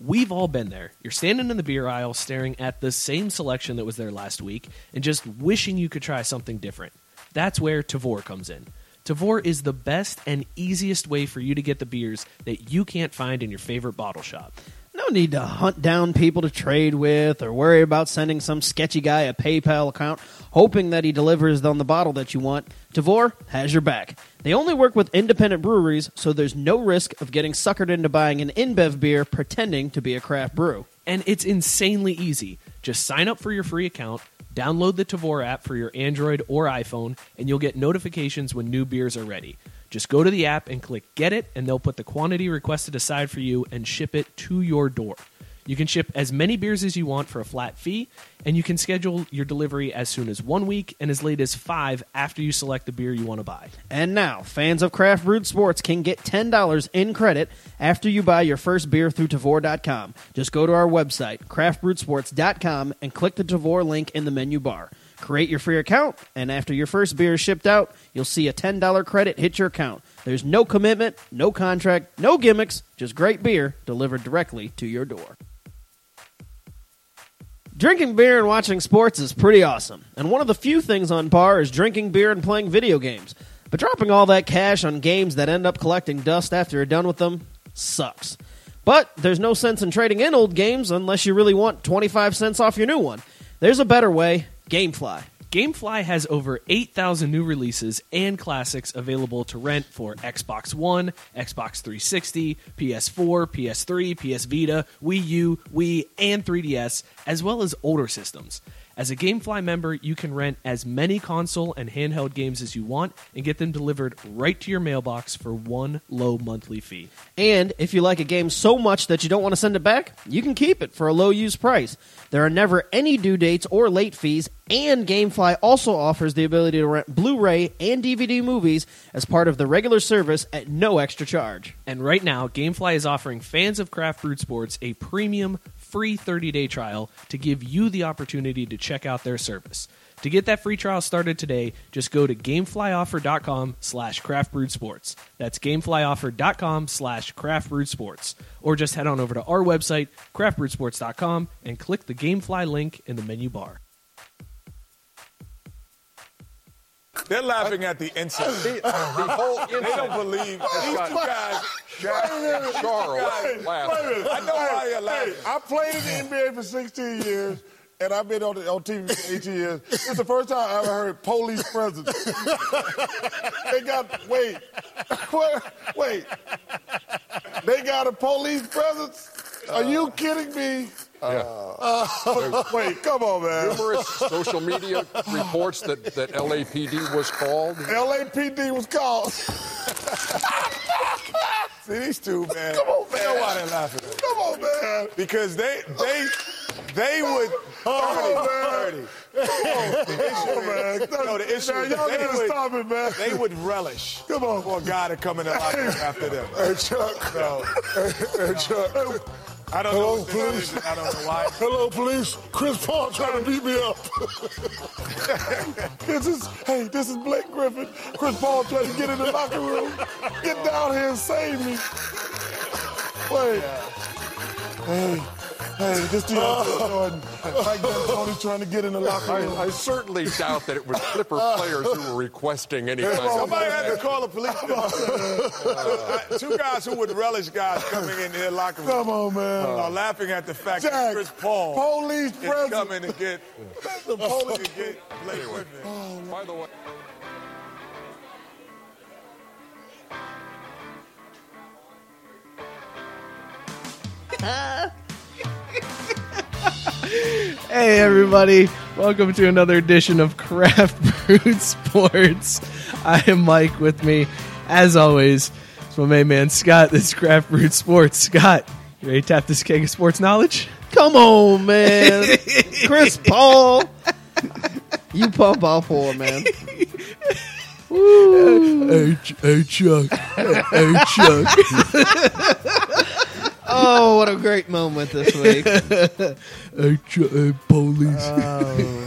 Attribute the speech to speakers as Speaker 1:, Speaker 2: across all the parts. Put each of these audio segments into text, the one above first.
Speaker 1: We've all been there. You're standing in the beer aisle staring at the same selection that was there last week and just wishing you could try something different. That's where Tavor comes in. Tavor is the best and easiest way for you to get the beers that you can't find in your favorite bottle shop.
Speaker 2: No need to hunt down people to trade with or worry about sending some sketchy guy a PayPal account hoping that he delivers on the bottle that you want. Tavor has your back. They only work with independent breweries, so there's no risk of getting suckered into buying an InBev beer pretending to be a craft brew.
Speaker 1: And it's insanely easy. Just sign up for your free account, download the Tavor app for your Android or iPhone, and you'll get notifications when new beers are ready. Just go to the app and click Get It, and they'll put the quantity requested aside for you and ship it to your door. You can ship as many beers as you want for a flat fee, and you can schedule your delivery as soon as one week and as late as five after you select the beer you want to buy.
Speaker 2: And now, fans of craft brewed sports can get $10 in credit after you buy your first beer through Tavor.com. Just go to our website, craftbrewedsports.com, and click the Tavor link in the menu bar. Create your free account, and after your first beer is shipped out, you'll see a $10 credit hit your account. There's no commitment, no contract, no gimmicks, just great beer delivered directly to your door. Drinking beer and watching sports is pretty awesome, and one of the few things on par is drinking beer and playing video games. But dropping all that cash on games that end up collecting dust after you're done with them sucks. But there's no sense in trading in old games unless you really want 25 cents off your new one. There's a better way Gamefly.
Speaker 1: Gamefly has over 8,000 new releases and classics available to rent for Xbox One, Xbox 360, PS4, PS3, PS Vita, Wii U, Wii, and 3DS, as well as older systems. As a Gamefly member, you can rent as many console and handheld games as you want and get them delivered right to your mailbox for one low monthly fee.
Speaker 2: And if you like a game so much that you don't want to send it back, you can keep it for a low use price. There are never any due dates or late fees, and GameFly also offers the ability to rent Blu ray and DVD movies as part of the regular service at no extra charge.
Speaker 1: And right now, GameFly is offering fans of craft brewed sports a premium free 30-day trial to give you the opportunity to check out their service. To get that free trial started today, just go to gameflyoffer.com slash craftbrewedsports. That's gameflyoffer.com slash craftbrewedsports. Or just head on over to our website, craftbrewedsports.com, and click the Gamefly link in the menu bar.
Speaker 3: They're laughing at the insult.
Speaker 4: The, the whole
Speaker 3: They don't believe these two guys.
Speaker 4: Shaq Charles laughed.
Speaker 3: I know why you're laughing.
Speaker 5: I played in the NBA for 16 years, and I've been on, the, on TV for 18 years. It's the first time I ever heard police presence. they got wait, What? wait. They got a police presence. Are you kidding me?
Speaker 3: Uh,
Speaker 5: Wait, Uh, come on, man.
Speaker 4: Numerous social media reports that, that LAPD was called.
Speaker 5: LAPD was called.
Speaker 3: See, these two, man.
Speaker 5: Come on,
Speaker 3: They know
Speaker 5: man.
Speaker 3: why they're laughing at
Speaker 5: Come on, man.
Speaker 3: it. Because they, they, they would. 30, 30.
Speaker 5: Come on, man.
Speaker 3: No, the issue
Speaker 5: Now,
Speaker 3: is
Speaker 5: y'all
Speaker 3: they
Speaker 5: gotta
Speaker 3: would-
Speaker 5: stop it, man.
Speaker 3: They would relish
Speaker 5: Come on.
Speaker 3: for a guy to come in the locker room after them.
Speaker 5: Hey Chuck.
Speaker 3: No.
Speaker 5: Hey, Chuck. I don't
Speaker 3: Hello,
Speaker 5: know. what that is.
Speaker 3: please.
Speaker 5: I don't know why.
Speaker 3: Hello, police. Chris Paul trying to beat me up.
Speaker 5: This is hey, this is Blake Griffin. Chris Paul trying to get in the locker room. Get down here and save me. Wait. Hey, hey, this DeAndre Jordan. Mike D'Antoni's trying to get in the locker room.
Speaker 6: I, I certainly doubt that it was Clipper players who were requesting any kind of.
Speaker 3: Somebody had to
Speaker 5: call the police.
Speaker 7: Uh, Two guys who would relish guys coming in their locker room
Speaker 5: Come on, man.
Speaker 7: are laughing at the fact
Speaker 5: Uh, Jack,
Speaker 7: that Chris Paul
Speaker 5: police
Speaker 7: is
Speaker 5: presence.
Speaker 7: coming to get
Speaker 5: the police.
Speaker 7: to get Blake Griffin.
Speaker 6: By the way,
Speaker 1: Hey, everybody. Welcome to another edition of Craft Brewed Sports. I am Mike with me, as always. It's my main man, Scott. This is Craft Brewed Sports. Scott, you ready to tap this keg of sports knowledge?
Speaker 2: Come on, man. Chris Paul. You pump all four, man.
Speaker 1: Hey, Ch- hey Chuck. Hey, hey, Chuck.
Speaker 2: Oh, what a great moment this week.
Speaker 1: Hey, Chuck. Hey, police.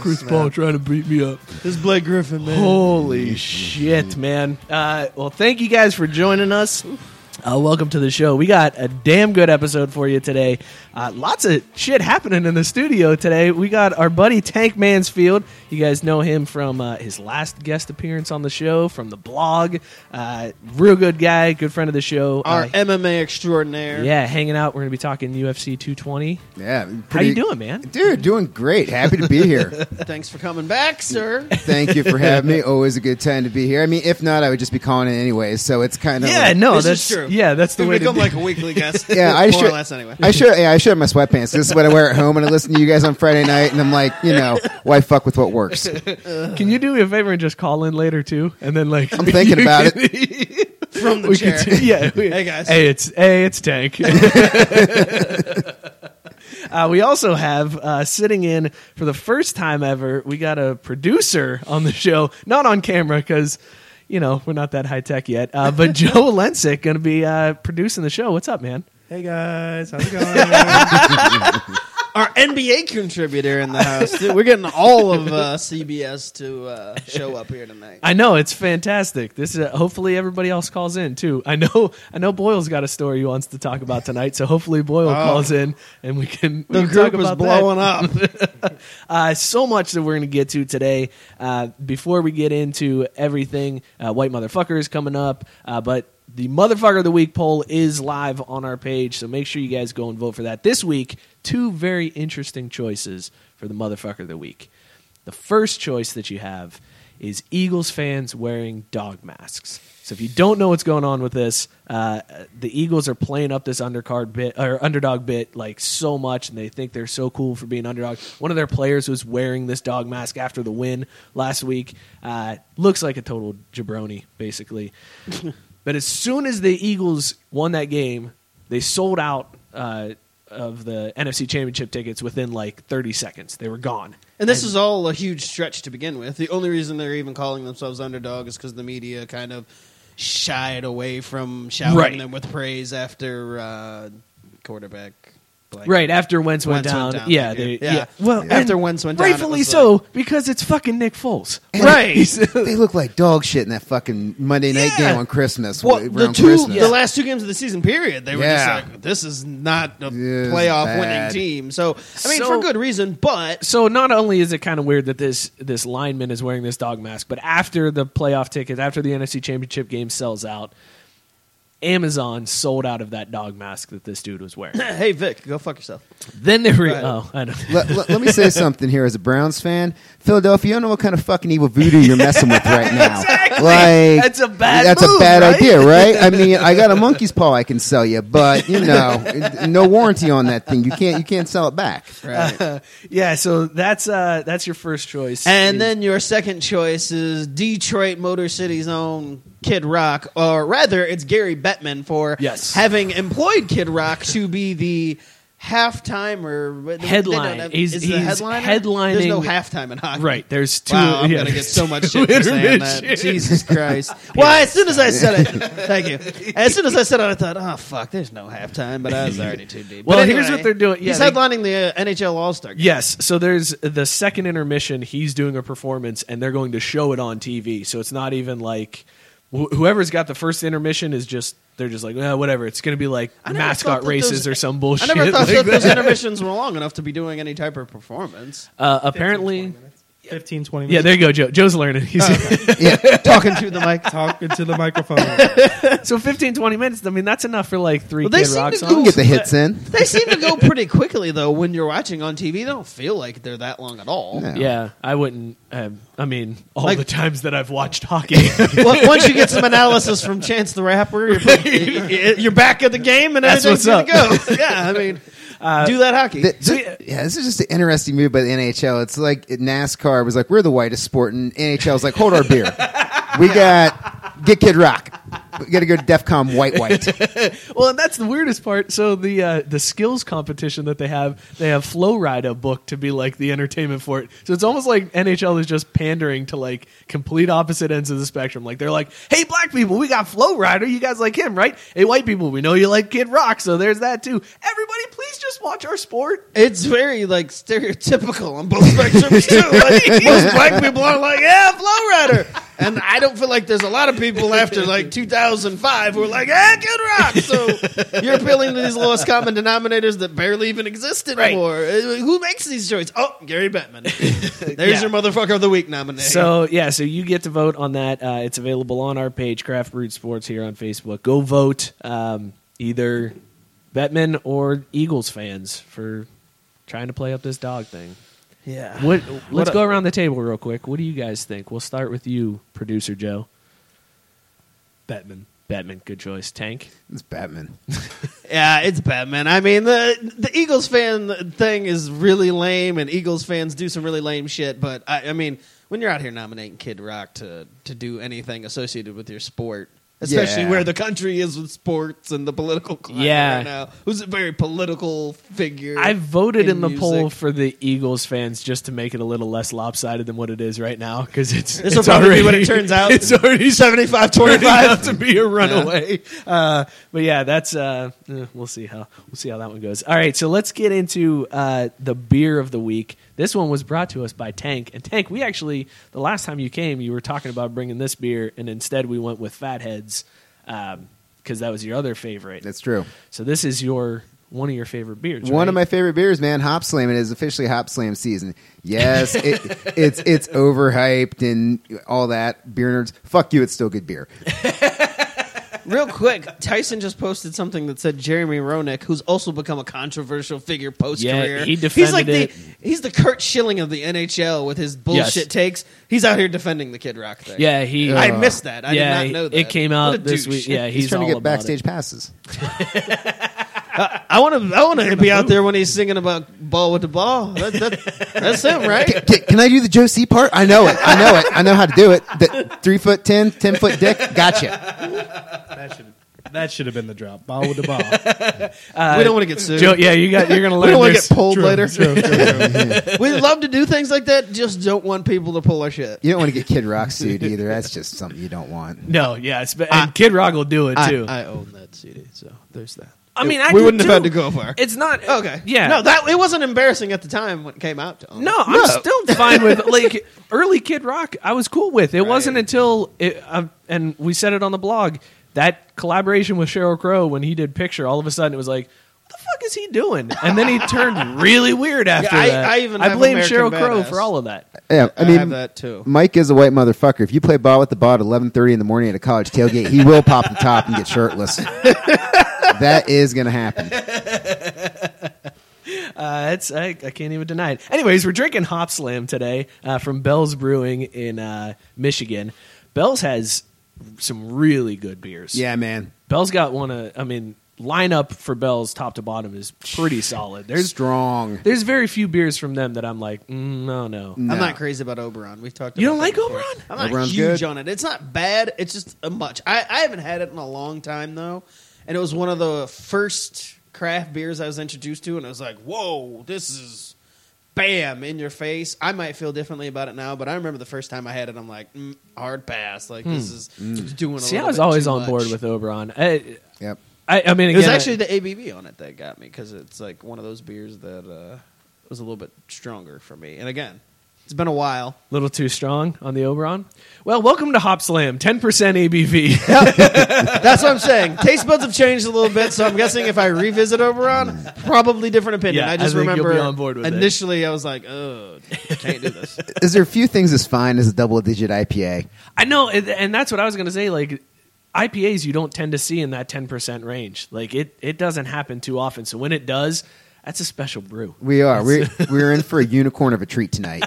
Speaker 1: Chris Paul trying to beat me up.
Speaker 2: Oh, This is Blake Griffin,
Speaker 1: Holy shit, man. Uh, well, thank you guys for joining us. Uh, welcome to the show. We got a damn good episode for you today. Uh, lots of shit happening in the studio today. We got our buddy Tank Mansfield. You guys know him from uh, his last guest appearance on the show, from the blog. Uh, real good guy, good friend of the show.
Speaker 2: Our
Speaker 1: Uh,
Speaker 2: MMA extraordinaire.
Speaker 1: yeah, hanging out. We're going to be talking UFC 220.
Speaker 8: Yeah.
Speaker 1: How you doing, man?
Speaker 8: Dude, doing great. Happy to be here.
Speaker 2: Thanks for coming back, sir.
Speaker 8: Thank you for having me. Always a good time to be here. I mean, if not, I would just be calling in anyway. So it's kind of
Speaker 1: Yeah,
Speaker 8: like-
Speaker 1: no,
Speaker 2: This is
Speaker 1: that's
Speaker 2: true.
Speaker 1: Yeah, that's the
Speaker 2: We've
Speaker 1: way to
Speaker 2: become
Speaker 1: do
Speaker 2: like a weekly guest.
Speaker 8: yeah, I
Speaker 2: More
Speaker 8: should.
Speaker 2: or less, anyway.
Speaker 8: I should. Yeah, I should have my sweatpants. This is what I wear at home, and I listen to you guys on Friday night, and I'm like, you know, why fuck with what works?
Speaker 1: Can you do me a favor and just call in later too, and then like
Speaker 8: I'm thinking about
Speaker 1: it.
Speaker 2: From the
Speaker 1: we
Speaker 2: chair.
Speaker 1: could- yeah. we-
Speaker 2: Hey, guys.
Speaker 1: Hey, it's hey, it's Tank. uh, we also have uh, sitting in for the first time ever. We got a producer on the show, not on camera because you know we're not that high tech yet. Uh, but Joe Lensick going to be uh, producing the show. What's up, man?
Speaker 9: Hey guys, how's it going?
Speaker 2: Our NBA contributor in the house. Dude, we're getting all of uh, CBS to uh, show up here tonight.
Speaker 1: I know it's fantastic. This is hopefully everybody else calls in too. I know I know Boyle's got a story he wants to talk about tonight, so hopefully Boyle calls in and we can. We
Speaker 2: Oh. The
Speaker 1: can
Speaker 2: group
Speaker 1: talk
Speaker 2: is
Speaker 1: about
Speaker 2: blowing
Speaker 1: that.
Speaker 2: up.
Speaker 1: Uh, so much that we're going to get to today. Uh, before we get into everything, uh, White Motherfucker is coming up, uh, but the Motherfucker of the Week poll is live on our page, so make sure you guys go and vote for that. This week, two very interesting choices for the Motherfucker of the Week. The first choice that you have is Eagles fans wearing dog masks. So if you don't know what's going on with this, uh, the Eagles are playing up this undercard bit or underdog bit like so much, and they think they're so cool for being underdog. One of their players was wearing this dog mask after the win last week. Uh, looks like a total jabroni, basically. but as soon as the Eagles won that game, they sold out uh, of the NFC Championship tickets within like 30 seconds. They were gone.
Speaker 2: And this is all a huge stretch to begin with. The only reason they're even calling themselves underdog is because the media kind of shied away from showering
Speaker 1: Right.
Speaker 2: them with praise after uh, quarterback. Blank.
Speaker 1: Right after Wentz went,
Speaker 2: Wentz
Speaker 1: down,
Speaker 2: went down,
Speaker 1: yeah,
Speaker 2: thank you.
Speaker 1: they, yeah.
Speaker 2: Yeah.
Speaker 1: Well,
Speaker 2: Yeah. After
Speaker 1: and
Speaker 2: Wentz went down, it
Speaker 1: rightfully
Speaker 2: was
Speaker 1: so because it's fucking Nick Foles,
Speaker 8: Like, they look like dog shit in that fucking Monday night
Speaker 2: Yeah.
Speaker 8: game on Christmas.
Speaker 2: Well,
Speaker 8: around
Speaker 2: the two,
Speaker 8: Christmas.
Speaker 2: the last two games of the season period, they were
Speaker 8: Yeah.
Speaker 2: just like, "This is not a
Speaker 8: This is
Speaker 2: playoff winning
Speaker 8: bad.
Speaker 2: team." So, I mean,
Speaker 1: So-
Speaker 2: for good reason, but
Speaker 1: so not only is it kind of weird that this this lineman is wearing this dog mask, but after the playoff tickets, after the NFC Championship game sells out, Amazon sold out of that dog mask that this dude was wearing.
Speaker 2: hey, Vic, go fuck yourself.
Speaker 1: then they were
Speaker 2: Right.
Speaker 1: oh, I don't.
Speaker 8: let, let- let me say something here as a Browns fan. Philadelphia, you don't know what kind of fucking evil voodoo you're messing with right now. Like
Speaker 1: That's a bad
Speaker 8: That's
Speaker 1: move,
Speaker 8: a bad
Speaker 1: right?
Speaker 8: idea, right? I mean, I got a monkey's paw I can sell you, but you know, no warranty on that thing. You can't you can't sell it back.
Speaker 1: Yeah, so that's uh that's your first choice,
Speaker 2: And
Speaker 1: Is-
Speaker 2: then your second choice is Detroit Motor City's own Kid Rock, or rather, it's Gary Bettman for
Speaker 1: Yes.
Speaker 2: having employed Kid Rock to be the halftime or
Speaker 1: Headline.
Speaker 2: They don't have-
Speaker 1: He's-
Speaker 2: is
Speaker 1: he's
Speaker 2: the headlining. There's no halftime in hockey.
Speaker 1: Right, there's two-
Speaker 2: Wow, I'm
Speaker 1: yeah,
Speaker 2: gonna get
Speaker 1: there's
Speaker 2: so much
Speaker 1: two
Speaker 2: shit for saying that.
Speaker 1: intermissions.
Speaker 2: Jesus Christ! Why? As soon as I said it, thank you. As soon as I said it, I thought, oh fuck, there's no halftime. But I was already too deep.
Speaker 1: Well,
Speaker 2: But
Speaker 1: here's
Speaker 2: anyway,
Speaker 1: what they're doing. Yeah,
Speaker 2: he's
Speaker 1: they-
Speaker 2: headlining the uh, NHL All Star.
Speaker 1: Yes. So there's the second intermission. He's doing a performance, and they're going to show it on TV. So it's not even like wh- whoever's got the first intermission is just they're just like eh, whatever. It's going to be like mascot races or some bullshit.
Speaker 2: I never thought
Speaker 1: like
Speaker 2: that those
Speaker 1: that.
Speaker 2: intermissions were long enough to be doing any type of performance.
Speaker 1: Uh, apparently,
Speaker 9: 15, 20
Speaker 1: yeah.
Speaker 9: minutes.
Speaker 1: There you go, Joe. Joe's learning. He's
Speaker 9: yeah,
Speaker 2: Oh, talking to the mic.
Speaker 9: Talking to the microphone.
Speaker 1: so 15, 20 minutes. I mean, that's enough for like three
Speaker 2: Well, they
Speaker 1: Kid
Speaker 2: seem
Speaker 1: Rock
Speaker 2: to-
Speaker 1: songs.
Speaker 8: You can get the hits in.
Speaker 2: They seem to go pretty quickly though when you're watching on TV. They don't feel like they're that long at all.
Speaker 1: Yeah. I wouldn't. Um, I mean, all
Speaker 2: Like-
Speaker 1: the times that I've watched hockey.
Speaker 2: Well, once you get some analysis from Chance the Rapper, you're, you're back at the game and
Speaker 1: That's
Speaker 2: everything's
Speaker 1: what's
Speaker 2: good to go. Yeah, I mean,
Speaker 1: Uh,
Speaker 2: do that hockey.
Speaker 8: Th- th- yeah, this is just an interesting move by the NHL. It's like NASCAR was like, we're the whitest sport, and NHL's like, hold our beer. We got get Kid Rock. We got to go to DEFCON white white.
Speaker 1: well, and that's the weirdest part. So the uh, the skills competition that they have, they have Flow Rida booked to be like the entertainment for it. So it's almost like NHL is just pandering to like complete opposite ends of the spectrum. Like they're like, hey, black people, we got Flow Rider. You guys like him, right? Hey, white people, we know you like Kid Rock, so there's that too. Everybody, please just watch our sport.
Speaker 2: It's very like stereotypical on both spectrums too. Like, most black people are like, "Yeah, Flow Rider," and I don't feel like there's a lot of people after like 2005 who are like, "Yeah, Kid Rock." So you're appealing to these lowest common denominators that barely even exist anymore. Uh, Who makes these choices? Oh, Gary Bettman. There's your motherfucker of the week nomination.
Speaker 1: So yeah, so you get to vote on that. Uh, it's available on our page, Craft Brewed Sports, here on Facebook. Go vote um, either Batman or Eagles fans for trying to play up this dog thing.
Speaker 2: yeah,
Speaker 1: What? Let's
Speaker 2: What a-
Speaker 1: go around the table real quick. What do you guys think? We'll start with you, producer Joe. Batman. Batman, good choice. Tank.
Speaker 8: It's Batman.
Speaker 2: Yeah, it's Batman. I mean, the the Eagles fan thing is really lame, and Eagles fans do some really lame shit. But I, I mean, when you're out here nominating Kid Rock to to do anything associated with your sport, especially
Speaker 1: Yeah.
Speaker 2: where the country is with sports and the political climate
Speaker 1: Yeah.
Speaker 2: right now, who's a very political figure.
Speaker 1: I voted in, the
Speaker 2: music.
Speaker 1: poll for the Eagles fans just to make it a little less lopsided than what it is right now because it's
Speaker 2: This will
Speaker 1: it's
Speaker 2: probably
Speaker 1: already,
Speaker 2: be what it turns out.
Speaker 1: It's already
Speaker 2: 75
Speaker 1: turning
Speaker 2: 25.
Speaker 1: out to be a runaway. Uh, but yeah, that's uh, eh, we'll see how we'll see how that one goes. All right, so let's get into uh, the beer of the week. This one was brought to us by Tank and Tank. We actually the last time you came, you were talking about bringing this beer, and instead we went with Fatheads because that was your other favorite.
Speaker 8: That's true.
Speaker 1: So this is your one of your favorite beers.
Speaker 8: One
Speaker 1: right?
Speaker 8: of my favorite beers, man, Hop Slam. It is officially Hop Slam season. Yes, it, it's it's overhyped and all that. Beer nerds, fuck you. It's still good beer.
Speaker 2: Real quick, Tyson just posted something that said Jeremy Roenick, who's also become a controversial figure post career.
Speaker 1: Yeah, he
Speaker 2: he's
Speaker 1: defended
Speaker 2: like
Speaker 1: it.
Speaker 2: the he's the Kurt Schilling of the NHL with his bullshit
Speaker 1: Yes.
Speaker 2: takes. He's out here defending the Kid Rock thing.
Speaker 1: Yeah, he.
Speaker 2: I missed that. I
Speaker 1: yeah,
Speaker 2: did not know that.
Speaker 1: It came
Speaker 2: What
Speaker 1: out
Speaker 2: a
Speaker 1: this
Speaker 2: douche.
Speaker 1: week. Yeah, he's,
Speaker 8: he's trying to
Speaker 1: all
Speaker 8: get
Speaker 1: about it.
Speaker 8: backstage passes.
Speaker 2: I want to. I want to be out there when he's singing about ball with the ball. That, that, that's him, right?
Speaker 8: Can, can I do the Joe C part? I know it. I know it. I know how to do it. The three foot ten, ten foot dick. Gotcha.
Speaker 9: That should that should have been the drop. Ball with the ball.
Speaker 2: we don't want to get sued.
Speaker 1: Joe, yeah, you got. You're gonna learn.
Speaker 2: we don't want to
Speaker 1: there's-
Speaker 2: get pulled later.
Speaker 9: true, true, true.
Speaker 2: we love to do things like that. Just don't want people to pull our shit.
Speaker 8: You don't want to get Kid Rock sued either. That's just something you don't want.
Speaker 1: No, yeah, it's, and Kid Rock will do it
Speaker 2: I,
Speaker 1: too. I,
Speaker 2: I own that CD, so there's that.
Speaker 1: mean,
Speaker 2: we
Speaker 1: I do,
Speaker 2: wouldn't have
Speaker 1: too.
Speaker 2: had to go far.
Speaker 1: It's not
Speaker 2: Okay.
Speaker 1: Yeah,
Speaker 2: No, that it wasn't embarrassing at the time when it came out. To own
Speaker 1: No,
Speaker 2: it.
Speaker 1: I'm still fine with like early Kid Rock. I was cool with it. Wasn't until it, um, and we said it on the blog that collaboration with Cheryl Crow when he did Picture. All of a sudden, it was like, what the fuck is he doing? And then he turned really weird after
Speaker 2: I-
Speaker 1: that.
Speaker 2: I even
Speaker 1: I
Speaker 2: have
Speaker 1: blame
Speaker 2: American
Speaker 1: Cheryl Crow
Speaker 2: Badass.
Speaker 1: for all of that.
Speaker 8: Yeah, I
Speaker 2: I
Speaker 8: mean,
Speaker 2: have that too.
Speaker 8: Mike is a white motherfucker. If you play ball with the ball at eleven thirty in the morning at a college tailgate, he will pop the top and get shirtless. that is going to happen.
Speaker 1: Uh, it's I, I can't even deny it. Anyways, we're drinking Hop Slam today uh, from Bell's Brewing in uh, Michigan. Bell's has some really good beers.
Speaker 8: Yeah, man.
Speaker 1: Bell's got one. Of, I mean, lineup for Bell's top to bottom is pretty solid. There's
Speaker 8: Strong.
Speaker 1: there's very few beers from them that I'm like, mm, no, no.
Speaker 2: I'm not crazy about Oberon. We've talked.
Speaker 1: You
Speaker 2: about
Speaker 1: don't
Speaker 2: that
Speaker 1: like
Speaker 2: before.
Speaker 1: Oberon?
Speaker 2: I'm not
Speaker 8: Oberon's
Speaker 2: huge
Speaker 8: good.
Speaker 2: on it. It's not bad. It's just a much. I, I haven't had it in a long time though, and it was one of the first craft beers I was introduced to, and I was like, whoa, this is bam in your face. I might feel differently about it now, but I remember the first time I had it, I'm like, mm, hard pass. Like this
Speaker 1: Hmm.
Speaker 2: is
Speaker 8: Mm.
Speaker 2: it's doing. A
Speaker 1: See, I
Speaker 2: little
Speaker 1: was
Speaker 2: bit
Speaker 1: always
Speaker 2: too
Speaker 1: on
Speaker 2: much.
Speaker 1: board with Oberon. I,
Speaker 8: yep.
Speaker 1: I, I mean,
Speaker 2: it was
Speaker 1: again, I-
Speaker 2: actually the ABV on it that got me because it's like one of those beers that uh, was a little bit stronger for me. And again, it's been a while.
Speaker 1: little too strong on the Oberon. Well, welcome to Hop Slam, 10% ABV.
Speaker 2: That's what I'm saying. Taste buds have changed a little bit, so I'm guessing if I revisit Oberon, probably different opinion.
Speaker 1: Yeah,
Speaker 2: I just
Speaker 1: I think you'll
Speaker 2: remember
Speaker 1: be on board with it.
Speaker 2: initially I was like, oh, can't do this.
Speaker 8: Is there a few things as fine as a double digit IPA?
Speaker 1: I know, and- and that's what I was going to say. Like IPAs, you don't tend to see in that 10% range. Like it, it doesn't happen too often. So when it does, that's a special brew.
Speaker 8: We are. We're, we're in for a unicorn of a treat tonight.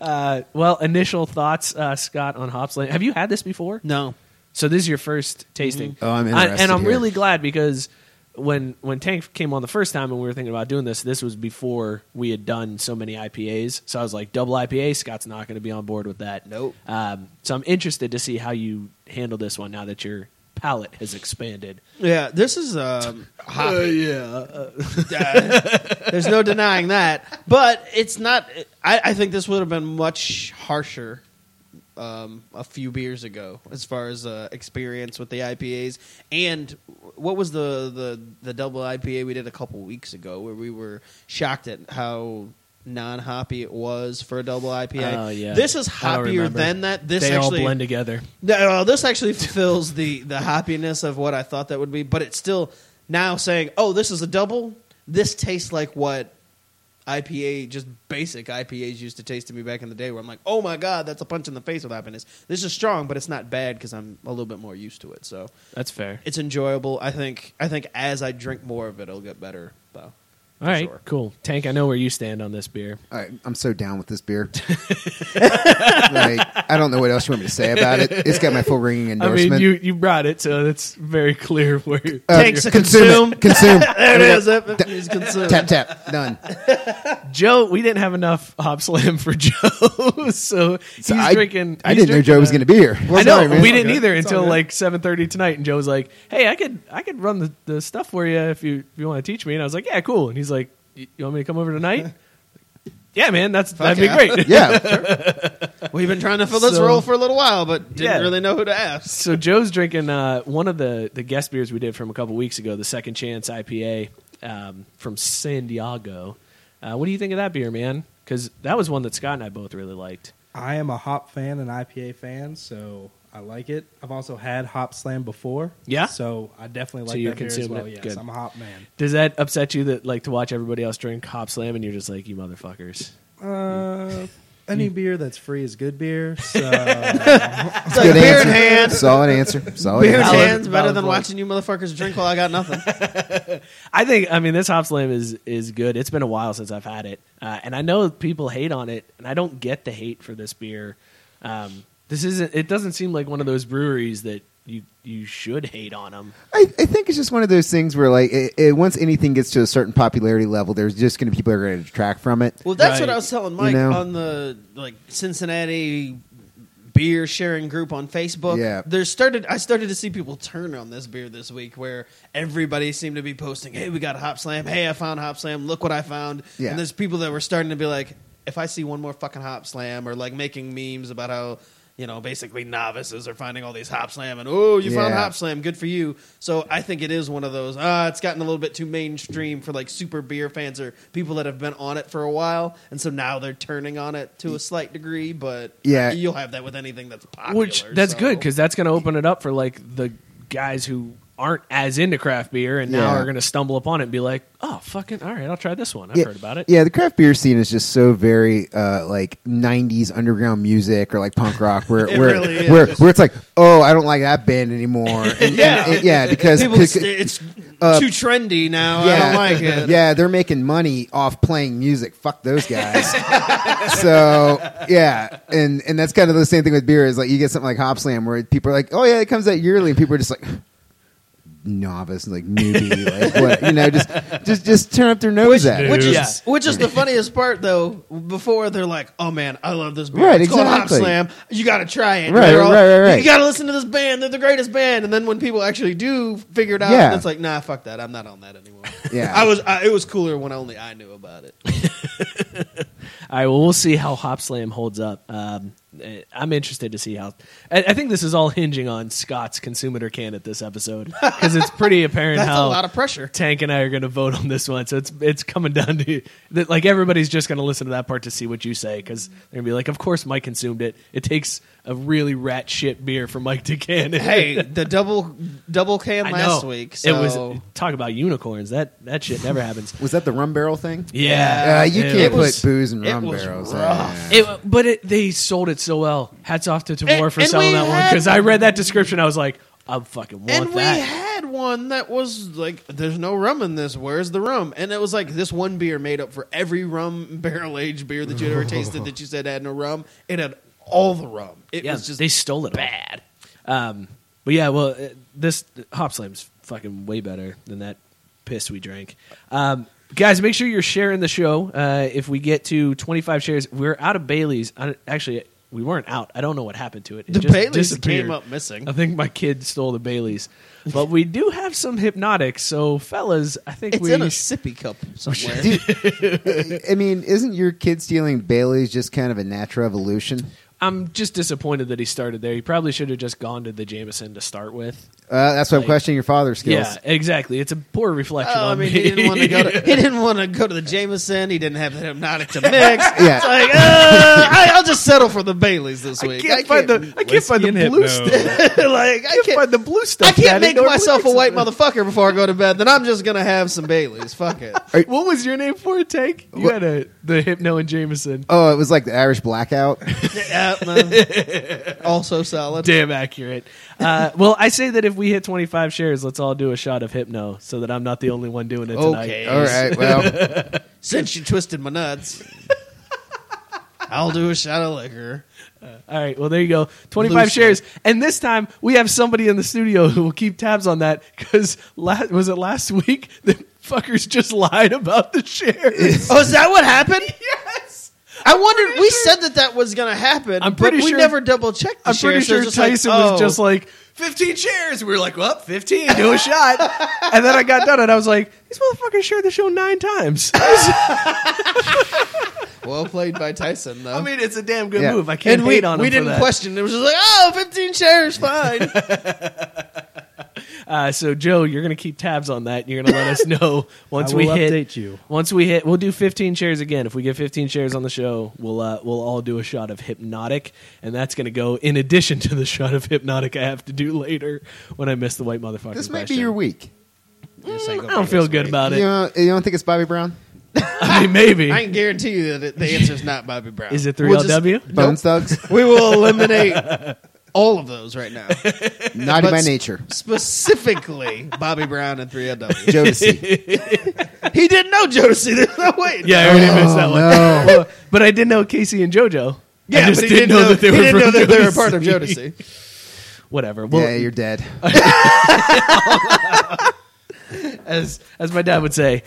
Speaker 1: Uh, well, initial thoughts, uh, Scott, on Hopsland. Have you had this before?
Speaker 2: No.
Speaker 1: So this is your first tasting.
Speaker 8: Oh, I'm
Speaker 1: I-
Speaker 8: interested
Speaker 1: and I'm
Speaker 8: here.
Speaker 1: really glad because when when Tank came on the first time and we were thinking about doing this, this was before we had done so many IPAs. So I was like, double IPA. Scott's not going to be on board with that. Nope. Um, so I'm interested to see how you handle this one now that your palate has expanded.
Speaker 2: Yeah, this is um, hoppy.
Speaker 1: Uh,
Speaker 2: yeah, there's no denying that. But it's not. I, I think this would have been much harsher um, a few beers ago, as far as uh, experience with the IPAs. And what was the, the the double IPA we did a couple weeks ago, where we were shocked at how non-hoppy it was for a double IPA.
Speaker 1: Oh, yeah.
Speaker 2: This is
Speaker 1: I
Speaker 2: hoppier
Speaker 1: don't remember.
Speaker 2: than that. This
Speaker 1: they
Speaker 2: actually
Speaker 1: all blend together.
Speaker 2: no, no, this actually fulfills the the happiness of what I thought that would be, but it's still now saying, "Oh, this is a double. This tastes like what IPA, just basic IPAs used to taste to me back in the day." Where I'm like, "Oh my god, that's a punch in the face with happiness. This is strong, but it's not bad because I'm a little bit more used to it." So
Speaker 1: That's fair.
Speaker 2: it's enjoyable. I think. I think as I drink more of it, it'll get better. Though.
Speaker 1: All right, cool. Tank, I know where you stand on this beer.
Speaker 8: I, I'm so down with this beer. like, I don't know what else you want me to say about it. It's got my full ringing
Speaker 1: I
Speaker 8: endorsement.
Speaker 1: mean, you, you brought it, so that's very clear where you
Speaker 8: Uh, consume. it. Consume.
Speaker 2: there it is. Yep,
Speaker 8: Da-
Speaker 2: it's consumed.
Speaker 8: Tap tap. Done.
Speaker 1: Joe, we didn't have enough Hop Slam for Joe, so he's
Speaker 8: So I,
Speaker 1: drinking.
Speaker 8: I
Speaker 1: he's
Speaker 8: didn't know
Speaker 1: drinking
Speaker 8: Joe was
Speaker 1: a-
Speaker 8: going to be here.
Speaker 1: I know
Speaker 8: Sorry, man.
Speaker 1: we didn't either
Speaker 8: It's all
Speaker 1: until
Speaker 8: good.
Speaker 1: like seven thirty tonight, and Joe was like, "Hey, I could I could run the, the stuff for you if you if you want to teach me." And I was like, "Yeah, cool." And he's like, "You you want me to come over tonight?" yeah, man, that's
Speaker 2: Fuck
Speaker 1: that'd be
Speaker 2: yeah.
Speaker 1: great.
Speaker 2: Yeah, We've been trying to fill this
Speaker 1: So-
Speaker 2: role for a little while, but didn't
Speaker 1: Yeah.
Speaker 2: really know who to ask.
Speaker 1: So Joe's drinking uh, one of the the guest beers we did from a couple weeks ago, the Second Chance IPA um, from San Diego. Uh, what do you think of that beer, man? Because that was one that Scott and I both really liked.
Speaker 9: I am a hop fan and IPA fan, so I like it. I've also had Hop Slam before.
Speaker 1: Yeah?
Speaker 9: So I definitely
Speaker 1: So
Speaker 9: like
Speaker 1: you're
Speaker 9: that beer as
Speaker 1: consuming
Speaker 9: well. Yes,
Speaker 1: it? Good.
Speaker 9: I'm a hop man.
Speaker 1: Does that upset you that like to watch everybody else drink Hop Slam and you're just like you motherfuckers?
Speaker 9: Uh, any beer that's free is good beer. So uh,
Speaker 8: It's a good answer. Solid answer. Solid
Speaker 2: Beer in
Speaker 8: answer.
Speaker 2: hands better than
Speaker 1: Valid
Speaker 2: watching you motherfuckers drink while I got nothing.
Speaker 1: I think I mean this Hop Slam is is good. It's been a while since I've had it, uh, and I know people hate on it, and I don't get the hate for this beer. Um, this isn't. It doesn't seem like one of those breweries that you you should hate on them.
Speaker 8: I, I think it's just one of those things where, like, it, it, once anything gets to a certain popularity level, there's just going to be people that are going to detract from it.
Speaker 2: Well, that's what
Speaker 1: Right.
Speaker 2: I was telling
Speaker 8: You
Speaker 2: Mike
Speaker 8: know?
Speaker 2: on the like Cincinnati beer sharing group on Facebook.
Speaker 8: Yeah.
Speaker 2: there started. I started to see people turn on this beer this week, where everybody seemed to be posting, "Hey, we got a hop slam. Hey, I found hop slam. Look what I found."
Speaker 8: Yeah.
Speaker 2: And there's people that were starting to be like, "If I see one more fucking hop slam," or like making memes about how. You know, basically novices are finding all these hop slam, and oh, you found
Speaker 8: Yeah.
Speaker 2: hop slam, good for you. So I think it is one of those. Ah, it's gotten a little bit too mainstream for like super beer fans or people that have been on it for a while, and so now they're turning on it to a slight degree. But
Speaker 8: Yeah.
Speaker 2: you'll have that with anything that's popular.
Speaker 1: Which that's
Speaker 2: so-
Speaker 1: good because that's going to open it up for like the guys who aren't as into craft beer and now
Speaker 8: Yeah.
Speaker 1: are going to stumble upon it and be like, oh fucking all right, I'll try this one. I've
Speaker 8: yeah,
Speaker 1: heard about it.
Speaker 8: Yeah, the craft beer scene is just so very uh, like '90s underground music or like punk rock, where
Speaker 2: It
Speaker 8: where,
Speaker 2: really is.
Speaker 8: where where it's like, oh, I don't like that band anymore. And-
Speaker 2: Yeah.
Speaker 8: and- and- yeah, because
Speaker 2: People,
Speaker 8: because-
Speaker 2: it's
Speaker 8: uh,
Speaker 2: too trendy now. I don't like it.
Speaker 8: Yeah, they're making money off playing music. Fuck those guys. so yeah, and and that's kind of the same thing with beer. Is like you get something like Hop Slam where people are like, oh yeah, it comes out yearly, and people are just like, novice, like newbie, like what, you know, just just just turn up their
Speaker 2: Which,
Speaker 8: nose at it.
Speaker 2: which is which is the funniest part though. Before they're like, "Oh man, I love this band.
Speaker 8: Right,
Speaker 2: it's called Hop
Speaker 8: exactly.
Speaker 2: Slam. You got to try it.
Speaker 8: Right,
Speaker 2: They're all-
Speaker 8: right, right, right.
Speaker 2: You got to listen to this band. They're the greatest band." And then when people actually do figure it out,
Speaker 8: Yeah.
Speaker 2: it's like, "Nah, fuck that. I'm not on that anymore."
Speaker 8: Yeah.
Speaker 2: I was. I, it was cooler when only I knew about it.
Speaker 1: All right. Well, we'll see how Hop Slam holds up. Um, eh, I'm interested to see how. I, I think this is all hinging on Scott's consumer can at this episode because it's pretty apparent
Speaker 2: That's
Speaker 1: how
Speaker 2: a lot of pressure.
Speaker 1: Tank and I are going to vote on this one. So it's it's coming down to that. Like everybody's just going to listen to that part to see what you say because they're going to be like, "Of course, Mike consumed it." It takes a really rat shit beer for Mike to can it.
Speaker 2: hey, the double double can
Speaker 1: I
Speaker 2: last
Speaker 1: know.
Speaker 2: week.
Speaker 1: It was
Speaker 2: so-
Speaker 1: talk about unicorns. That that shit never happens.
Speaker 8: Was that the rum barrel thing?
Speaker 1: Yeah.
Speaker 8: Uh, you
Speaker 1: It
Speaker 8: can't
Speaker 1: was-
Speaker 8: put booze in
Speaker 1: it
Speaker 8: rum
Speaker 1: was
Speaker 8: barrels.
Speaker 1: rough.
Speaker 8: Yeah.
Speaker 1: It, but it, they sold it so well. Hats off to Tavor
Speaker 2: And-
Speaker 1: for
Speaker 2: and
Speaker 1: selling
Speaker 2: we
Speaker 1: that one
Speaker 2: had-
Speaker 1: because I read that description. I was like, I fucking want
Speaker 2: and we
Speaker 1: that.
Speaker 2: had one that was like, "There's no rum in this. Where's the rum?" And it was like this one beer made up for every rum barrel aged beer that you ever tasted that you said had no rum. It had all the rum. It
Speaker 1: yeah,
Speaker 2: was just
Speaker 1: they stole it bad. Um, but yeah, well, uh, this Hop Slam's fucking way better than that piss we drank. Um, guys, make sure you're sharing the show. Uh, if we get to 25 shares, we're out of Bailey's. I, don't- actually, we weren't out. I don't know what happened to it. It
Speaker 2: The
Speaker 1: just
Speaker 2: Baileys
Speaker 1: disappeared.
Speaker 2: came up missing.
Speaker 1: I think my kid stole the Bailey's, but we do have some hypnotics. So, fellas, I think
Speaker 2: it's
Speaker 1: we
Speaker 2: in a sippy cup somewhere.
Speaker 8: Dude, I mean, isn't your kid stealing Bailey's just kind of a natural evolution?
Speaker 1: I'm just disappointed that he started there. He probably should have just gone to the Jameson to start with.
Speaker 8: Uh, that's why I'm
Speaker 1: Like-
Speaker 8: questioning your father's skills.
Speaker 1: Yeah, exactly. It's a poor reflection.
Speaker 2: Oh, I
Speaker 1: on
Speaker 2: mean,
Speaker 1: me.
Speaker 2: he didn't want to go. To, he didn't want to go to the Jameson. He didn't have the hypnotic to mix.
Speaker 8: Yeah.
Speaker 2: It's like, uh, I, I'll just settle for the Baileys this week.
Speaker 1: can't find the- I can't find the
Speaker 2: Whiskey and
Speaker 1: blue
Speaker 2: hypno.
Speaker 1: stuff.
Speaker 2: like I can't
Speaker 1: find the blue stuff.
Speaker 2: I can't
Speaker 1: Daddy.
Speaker 2: make
Speaker 1: Go to
Speaker 2: myself a
Speaker 1: Baileys.
Speaker 2: white motherfucker before I go to bed. Then I'm just gonna have some Baileys. Fuck it.
Speaker 1: What was your name for it, Tank? You had a the Hypno and Jameson.
Speaker 8: Oh, it was like the Irish blackout.
Speaker 2: Yeah, no. also solid.
Speaker 1: Damn accurate. Uh, well, I say that if we hit 25 shares, let's all do a shot of Hypno so that I'm not the only one doing it tonight.
Speaker 2: Okay.
Speaker 8: All right, well,
Speaker 2: Since you twisted my nuts, I'll do a shot of liquor.
Speaker 1: Uh, All right. Well, there you go. 25
Speaker 2: Loose
Speaker 1: shares. And this time we have somebody in the studio who will keep tabs on that because last, was it last week? The fuckers just lied about the shares.
Speaker 2: Oh, is that what happened?
Speaker 1: yes.
Speaker 2: I wondered. We said that that was going to happen.
Speaker 1: I'm
Speaker 2: but
Speaker 1: pretty
Speaker 2: we
Speaker 1: sure-
Speaker 2: never double checked.
Speaker 1: I'm pretty sure Tyson
Speaker 2: oh.
Speaker 1: was just like, 15 shares. We were like, well, 15, do a shot. and then I got done and I was like, these motherfuckers shared the show nine times. I
Speaker 2: well played by Tyson, though.
Speaker 1: mean, it's a damn good
Speaker 8: Yeah.
Speaker 1: move. I can't
Speaker 2: and
Speaker 1: hate
Speaker 2: we,
Speaker 1: on
Speaker 2: we
Speaker 1: him for
Speaker 2: didn't
Speaker 1: that.
Speaker 2: question. It was just like, oh, 15 shares, fine.
Speaker 1: Uh, so Joe, you're gonna keep tabs on that. You're gonna let us know once
Speaker 10: I
Speaker 1: we
Speaker 10: will
Speaker 1: hit.
Speaker 10: update you.
Speaker 1: Once we hit, we'll do 15 shares again. If we get 15 shares on the show, we'll uh, we'll all do a shot of hypnotic, and that's gonna go in addition to the shot of hypnotic I have to do later when I miss the white motherfucker.
Speaker 8: this might be
Speaker 1: question.
Speaker 8: your week.
Speaker 1: I don't feel good about
Speaker 8: You
Speaker 1: it.
Speaker 8: don't, you don't think it's Bobby Brown?
Speaker 1: I mean, maybe
Speaker 2: I can guarantee you that it, the answer is not Bobby Brown.
Speaker 1: is it
Speaker 2: We'll just-
Speaker 1: 3LW?
Speaker 8: Bone thugs?
Speaker 2: we will eliminate all of those right now.
Speaker 8: Naughty
Speaker 2: But
Speaker 8: by
Speaker 2: s-
Speaker 8: nature.
Speaker 2: Specifically, Bobby Brown and 3LW.
Speaker 8: Jodeci.
Speaker 2: He didn't know Jodeci. There's no way. Oh,
Speaker 1: yeah, I already missed that one.
Speaker 8: Oh, no.
Speaker 1: Well, but I did know Casey and JoJo. I
Speaker 2: Yeah,
Speaker 1: just
Speaker 2: but he didn't know,
Speaker 1: that they
Speaker 2: he
Speaker 1: were
Speaker 2: didn't know
Speaker 1: from
Speaker 2: that they were
Speaker 1: Jodeci.
Speaker 2: part of Jodeci.
Speaker 1: Whatever. Well,
Speaker 8: yeah, you're dead.
Speaker 1: as as my dad would say,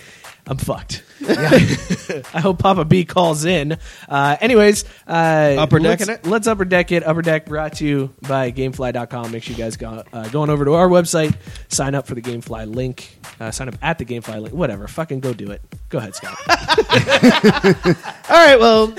Speaker 1: I'm fucked. I hope Papa B calls in. Uh, anyways, uh,
Speaker 2: Upper decking
Speaker 1: let's,
Speaker 2: it?
Speaker 1: Let's upper deck it. Upper deck brought to you by Gamefly.com. Make sure you guys go uh, go on over to our website, sign up for the Gamefly link, uh, sign up at the Gamefly link, whatever. Fucking go do it. Go ahead, Scott.
Speaker 2: All right, well,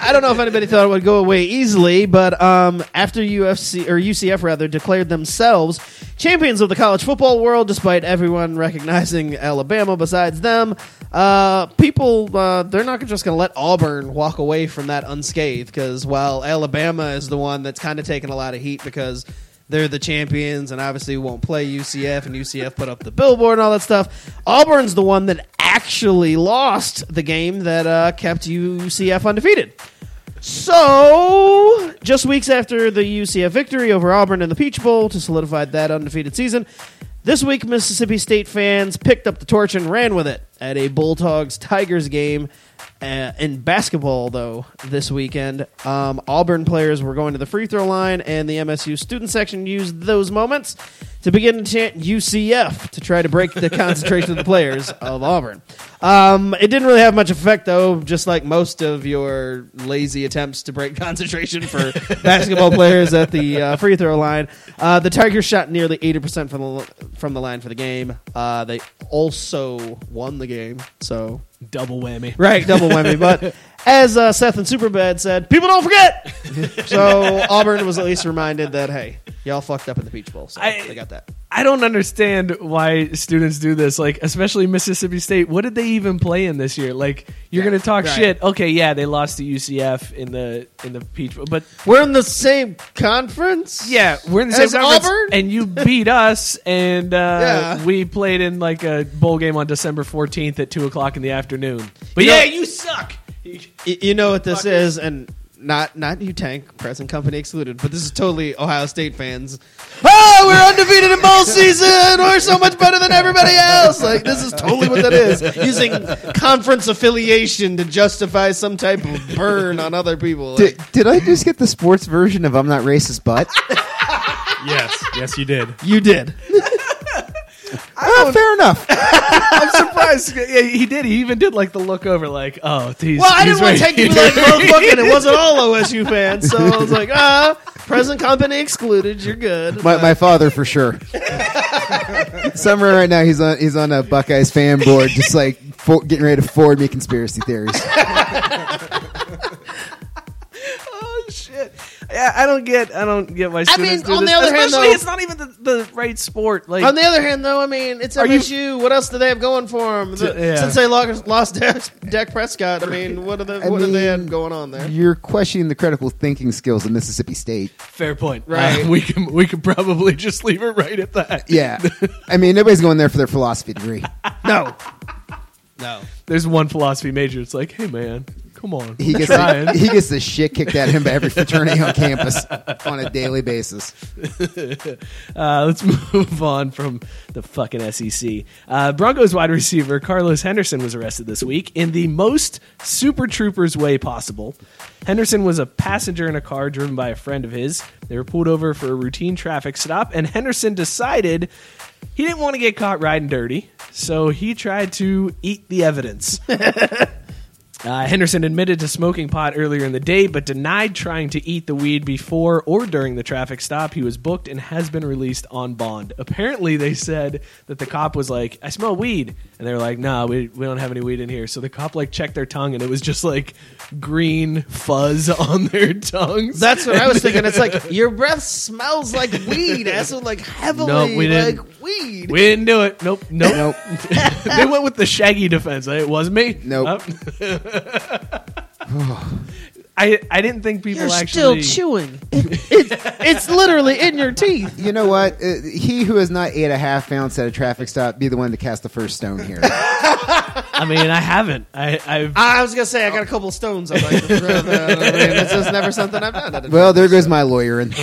Speaker 2: I don't know if anybody thought it would go away easily, but um, after UFC or UCF rather declared themselves champions of the college football world, despite everyone recognizing Alabama besides them, uh, people uh, they're not just going to let Auburn walk away from that unscathed because while Alabama is the one that's kind of taking a lot of heat because they're the champions and obviously won't play UCF and UCF put up the billboard and all that stuff. Auburn's the one that actually lost the game that uh, kept UCF undefeated. So, just weeks after the UCF victory over Auburn in the Peach Bowl to solidify that undefeated season, this week Mississippi State fans picked up the torch and ran with it at a Bulldogs Tigers game Uh, in basketball, though, this weekend, um, Auburn players were going to the free throw line, and the MSU student section used those moments to begin to chant UCF to try to break the concentration of the players of Auburn. Um, it didn't really have much effect, though, just like most of your lazy attempts to break concentration for basketball players at the uh, free throw line. Uh, the Tigers shot nearly 80% from the, from the line for the game. Uh, they also won the game, so
Speaker 1: Double whammy.
Speaker 2: Right, double whammy. But as uh, Seth and Superbad said, people don't forget. so Auburn was at least reminded that hey, y'all fucked up at the Peach Bowl, so they got that.
Speaker 1: I don't understand why students do this. Like, especially Mississippi State. What did they even play in this year? Like, you're gonna talk
Speaker 2: right.
Speaker 1: shit. Okay, yeah, they lost to UCF in the in the Peach Bowl, but
Speaker 2: we're in the same conference.
Speaker 1: Yeah, we're in the
Speaker 2: As
Speaker 1: same conference,
Speaker 2: Auburn?
Speaker 1: and you beat us, and uh,
Speaker 2: Yeah.
Speaker 1: we played in like a bowl game on December 14th at two o'clock in the afternoon. But
Speaker 2: You
Speaker 1: yeah,
Speaker 2: know-
Speaker 1: you suck.
Speaker 2: Y- you know what this is, and not not you tank present company excluded, but this is totally Ohio State fans. Oh, we're undefeated in bowl season. We're so much better than everybody else. Like this is totally what that is. Using conference affiliation to justify some type of burn on other people. Like,
Speaker 8: Did, did I just get the sports version of I'm not racist, but
Speaker 11: yes, yes, you did.
Speaker 2: you did.
Speaker 8: Oh, fair enough.
Speaker 1: I'm surprised. Yeah, he did. He even did like the look over, like, oh, he's,
Speaker 2: well, I
Speaker 1: he's
Speaker 2: didn't want to
Speaker 1: right
Speaker 2: take you
Speaker 1: here.
Speaker 2: like motherfucking. It wasn't all OSU fans, so I was like, ah, present company excluded. You're good.
Speaker 8: My, my father for sure. Somewhere right now, he's on he's on a Buckeyes fan board, just like for, getting ready to forward me conspiracy theories.
Speaker 1: oh shit! Yeah, I don't get. I don't get why
Speaker 2: I
Speaker 1: students
Speaker 2: mean,
Speaker 1: do
Speaker 2: on
Speaker 1: this.
Speaker 2: the other hand,
Speaker 1: especially
Speaker 2: though-
Speaker 1: it's not even the, the right sport. Like
Speaker 2: On the other hand, though, I mean, it's
Speaker 1: Are you-
Speaker 2: LSU. what else do they have going for them?
Speaker 1: D- yeah.
Speaker 2: Since they lost, lost Dak, Dak Prescott, I mean, what are the,
Speaker 8: I
Speaker 2: what do they
Speaker 8: mean,
Speaker 2: have going on there?
Speaker 8: You're questioning the critical thinking skills of Mississippi State.
Speaker 1: fair point,
Speaker 2: Right.
Speaker 1: Uh, we can we can probably just leave it right at that.
Speaker 8: Yeah, I mean nobody's going there for their philosophy degree.
Speaker 2: No, no.
Speaker 1: There's one philosophy major. It's like, hey man, come on,
Speaker 8: He gets
Speaker 1: trying.
Speaker 8: the, he gets the shit kicked out of him by every fraternity on campus on a daily basis.
Speaker 1: uh, let's move on from the fucking SEC. Uh, Broncos wide receiver Carlos Henderson was arrested this week in the most Super Troopers way possible. Henderson was a passenger in a car driven by a friend of his. They were pulled over for a routine traffic stop, and Henderson decided he didn't want to get caught riding dirty, so he tried to eat the evidence. Uh, Henderson admitted to smoking pot earlier in the day, but denied trying to eat the weed before or during the traffic stop. He was booked and has been released on bond. Apparently, they said that the cop was like, "I smell weed," and they were like, "No, we we don't have any weed in here." So the cop like checked their tongue, and it was just like green fuzz on their tongues.
Speaker 2: That's what I was thinking. It's like your breath smells like weed, asshole, like heavily,
Speaker 1: Nope, we didn't.
Speaker 2: like weed.
Speaker 1: we didn't do it. Nope, nope.
Speaker 8: Nope.
Speaker 1: they went with the shaggy defense. It wasn't me.
Speaker 8: Nope.
Speaker 1: Oh. I I didn't think people
Speaker 2: You're still
Speaker 1: actually
Speaker 2: chewing. It, it, it's literally in your teeth.
Speaker 8: You know what? Uh, he who has not ate a half ounce at a traffic stop be the one to cast the first stone here.
Speaker 1: I mean, I haven't. I, I've.
Speaker 2: I was gonna say I got a couple stones. I'm like, that's just never something I've done.
Speaker 8: Well, there goes my lawyer. And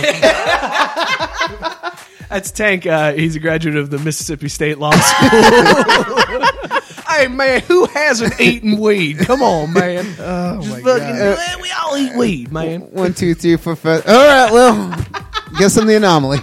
Speaker 1: That's Tank. Uh, he's a graduate of the Mississippi State Law School. hey man, who hasn't eaten weed? Come on, man. Oh Just fucking, man, we all eat weed, man.
Speaker 8: one, two, three, four, five. All right. Well, guess I'm the anomaly.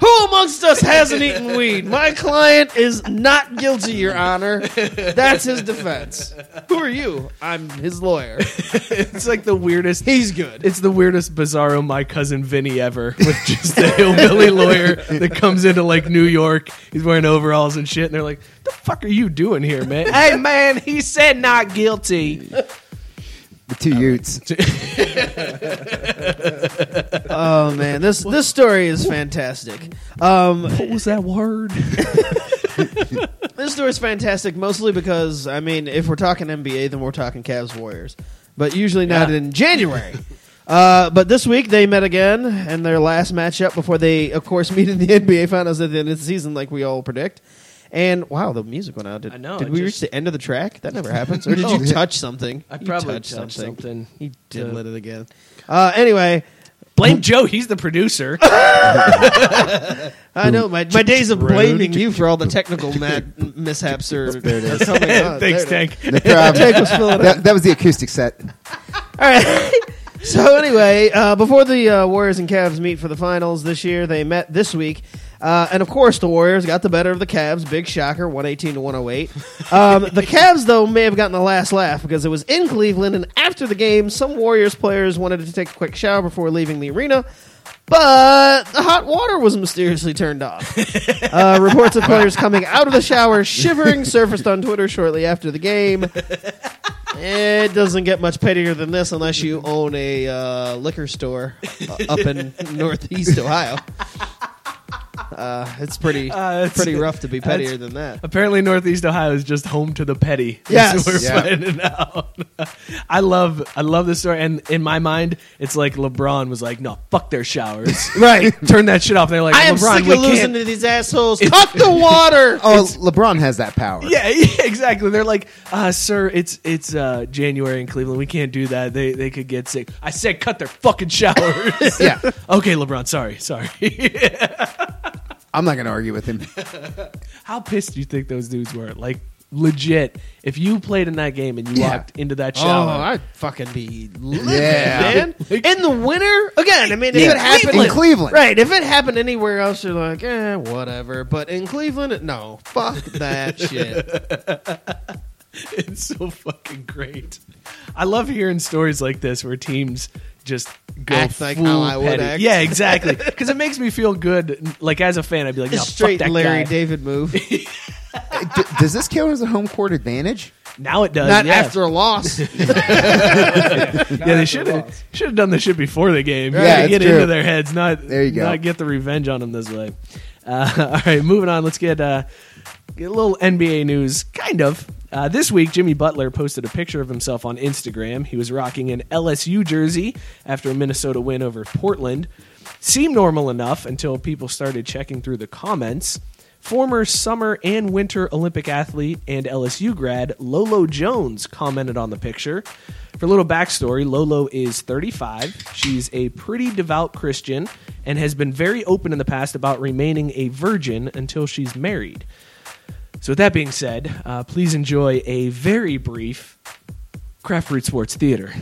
Speaker 2: Who amongst us hasn't eaten weed? My client is not guilty, Your Honor. That's his defense. Who are you? I'm his lawyer.
Speaker 1: It's like the weirdest.
Speaker 2: He's good.
Speaker 1: It's the weirdest bizarro my cousin Vinny ever with just a hillbilly lawyer that comes into like New York. He's wearing overalls and shit, and they're like, "The fuck are you doing here, man?" hey man, he said not guilty.
Speaker 8: The two Utes.
Speaker 2: Oh man, this this story is fantastic. Um,
Speaker 1: What was that word?
Speaker 2: Uh, this story is fantastic mostly because I mean, if we're talking NBA, then we're talking Cavs Warriors, but usually not
Speaker 1: Yeah.
Speaker 2: in January. Uh, but this week they met again in their last matchup before they, of course, meet in the NBA Finals at the end of the season, like we all predict. And wow, the music went out. Did,
Speaker 1: I know,
Speaker 2: Did
Speaker 1: it
Speaker 2: we
Speaker 1: just-
Speaker 2: reach the end of the track? That never happens. Or did
Speaker 1: No.
Speaker 2: you touch something?
Speaker 1: I
Speaker 2: You
Speaker 1: probably touched something.
Speaker 2: He
Speaker 1: to-
Speaker 2: did let it again. Uh, anyway,
Speaker 1: Blame Joe. He's the producer.
Speaker 2: I know my, my days of blaming you for all the technical mad mishaps are, there it is. coming on.
Speaker 1: Thanks,
Speaker 2: There it
Speaker 1: Tank.
Speaker 2: is.
Speaker 8: No problem.
Speaker 2: Tank was filling
Speaker 8: that, that was the acoustic set.
Speaker 2: All right. so anyway, uh, before the uh, Warriors and Cavs meet for the finals this year, they met this week. Uh, and of course, the Warriors got the better of the Cavs. Big shocker, one eighteen to one hundred eight. Um, the Cavs, though, may have gotten the last laugh because it was in Cleveland, and after the game, some Warriors players wanted to take a quick shower before leaving the arena, but the hot water was mysteriously turned off. Uh, reports of players coming out of the shower shivering surfaced on Twitter shortly after the game. It doesn't get much pettier than this unless you own a uh, liquor store uh, up in Northeast Ohio. Uh, it's pretty
Speaker 1: Uh, that's-
Speaker 2: pretty rough to be pettier
Speaker 1: that's-
Speaker 2: than that.
Speaker 1: Apparently, Northeast Ohio is just home to the petty.
Speaker 2: Yes.
Speaker 1: That's what we're
Speaker 2: Yeah.
Speaker 1: finding out. I love, I love this story, and in my mind, it's like LeBron was like, "No, fuck their showers,
Speaker 2: Right.
Speaker 1: Turn that shit off." And they're like,
Speaker 2: I am
Speaker 1: "LeBron,
Speaker 2: sick
Speaker 1: we
Speaker 2: of losing
Speaker 1: can't."
Speaker 2: to these assholes.
Speaker 1: It's-
Speaker 2: Cut the water.
Speaker 8: Oh, LeBron has that power.
Speaker 1: Yeah, yeah, exactly. They're like, uh, "Sir, it's it's uh, January in Cleveland. We can't do that. They they could get sick." I said, "Cut their fucking showers."
Speaker 8: Yeah.
Speaker 1: Okay, LeBron. Sorry, sorry.
Speaker 8: I'm not going to argue with him.
Speaker 1: Oh, How pissed do you think those dudes were? Like legit. If you played in that game and you
Speaker 2: Yeah.
Speaker 1: walked into that
Speaker 2: Oh,
Speaker 1: shower,
Speaker 2: I'd fucking be livid,
Speaker 1: Yeah.
Speaker 2: man. in the winter again. I mean, if
Speaker 1: Yeah.
Speaker 2: it happened
Speaker 1: Cleveland. In Cleveland.
Speaker 2: right? If it happened anywhere else, you're like, eh, whatever. But in Cleveland, no, fuck that shit.
Speaker 1: it's so fucking great. I love hearing stories like this where teams just go
Speaker 2: Act like
Speaker 1: full
Speaker 2: how I would
Speaker 1: petty.
Speaker 2: act.
Speaker 1: Yeah, exactly. Because it makes me feel good. Like as a fan, I'd be like, no,
Speaker 2: Straight
Speaker 1: fuck that
Speaker 2: Larry
Speaker 1: guy.
Speaker 2: David move.
Speaker 8: D- does this count as a home court advantage?
Speaker 1: Now it does.
Speaker 2: Not
Speaker 1: yeah.
Speaker 2: after a loss.
Speaker 1: yeah, they should have should have done this shit before the game.
Speaker 8: Yeah,
Speaker 1: Yeah,
Speaker 8: it's
Speaker 1: get
Speaker 8: true.
Speaker 1: into their heads. Not
Speaker 8: There you go.
Speaker 1: Not get the revenge on them this way. Uh, all right, moving on. Let's get uh, get a little NBA news. Kind of. Uh, this week, Jimmy Butler posted a picture of himself on Instagram. He was rocking an LSU jersey after a Minnesota win over Portland. Seemed normal enough until people started checking through the comments. Former summer and winter Olympic athlete and LSU grad Lolo Jones commented on the picture. For a little backstory, Lolo is 35. She's a pretty devout Christian and has been very open in the past about remaining a virgin until she's married. So, with that being said, uh, please enjoy a very brief Craft Root Sports Theater.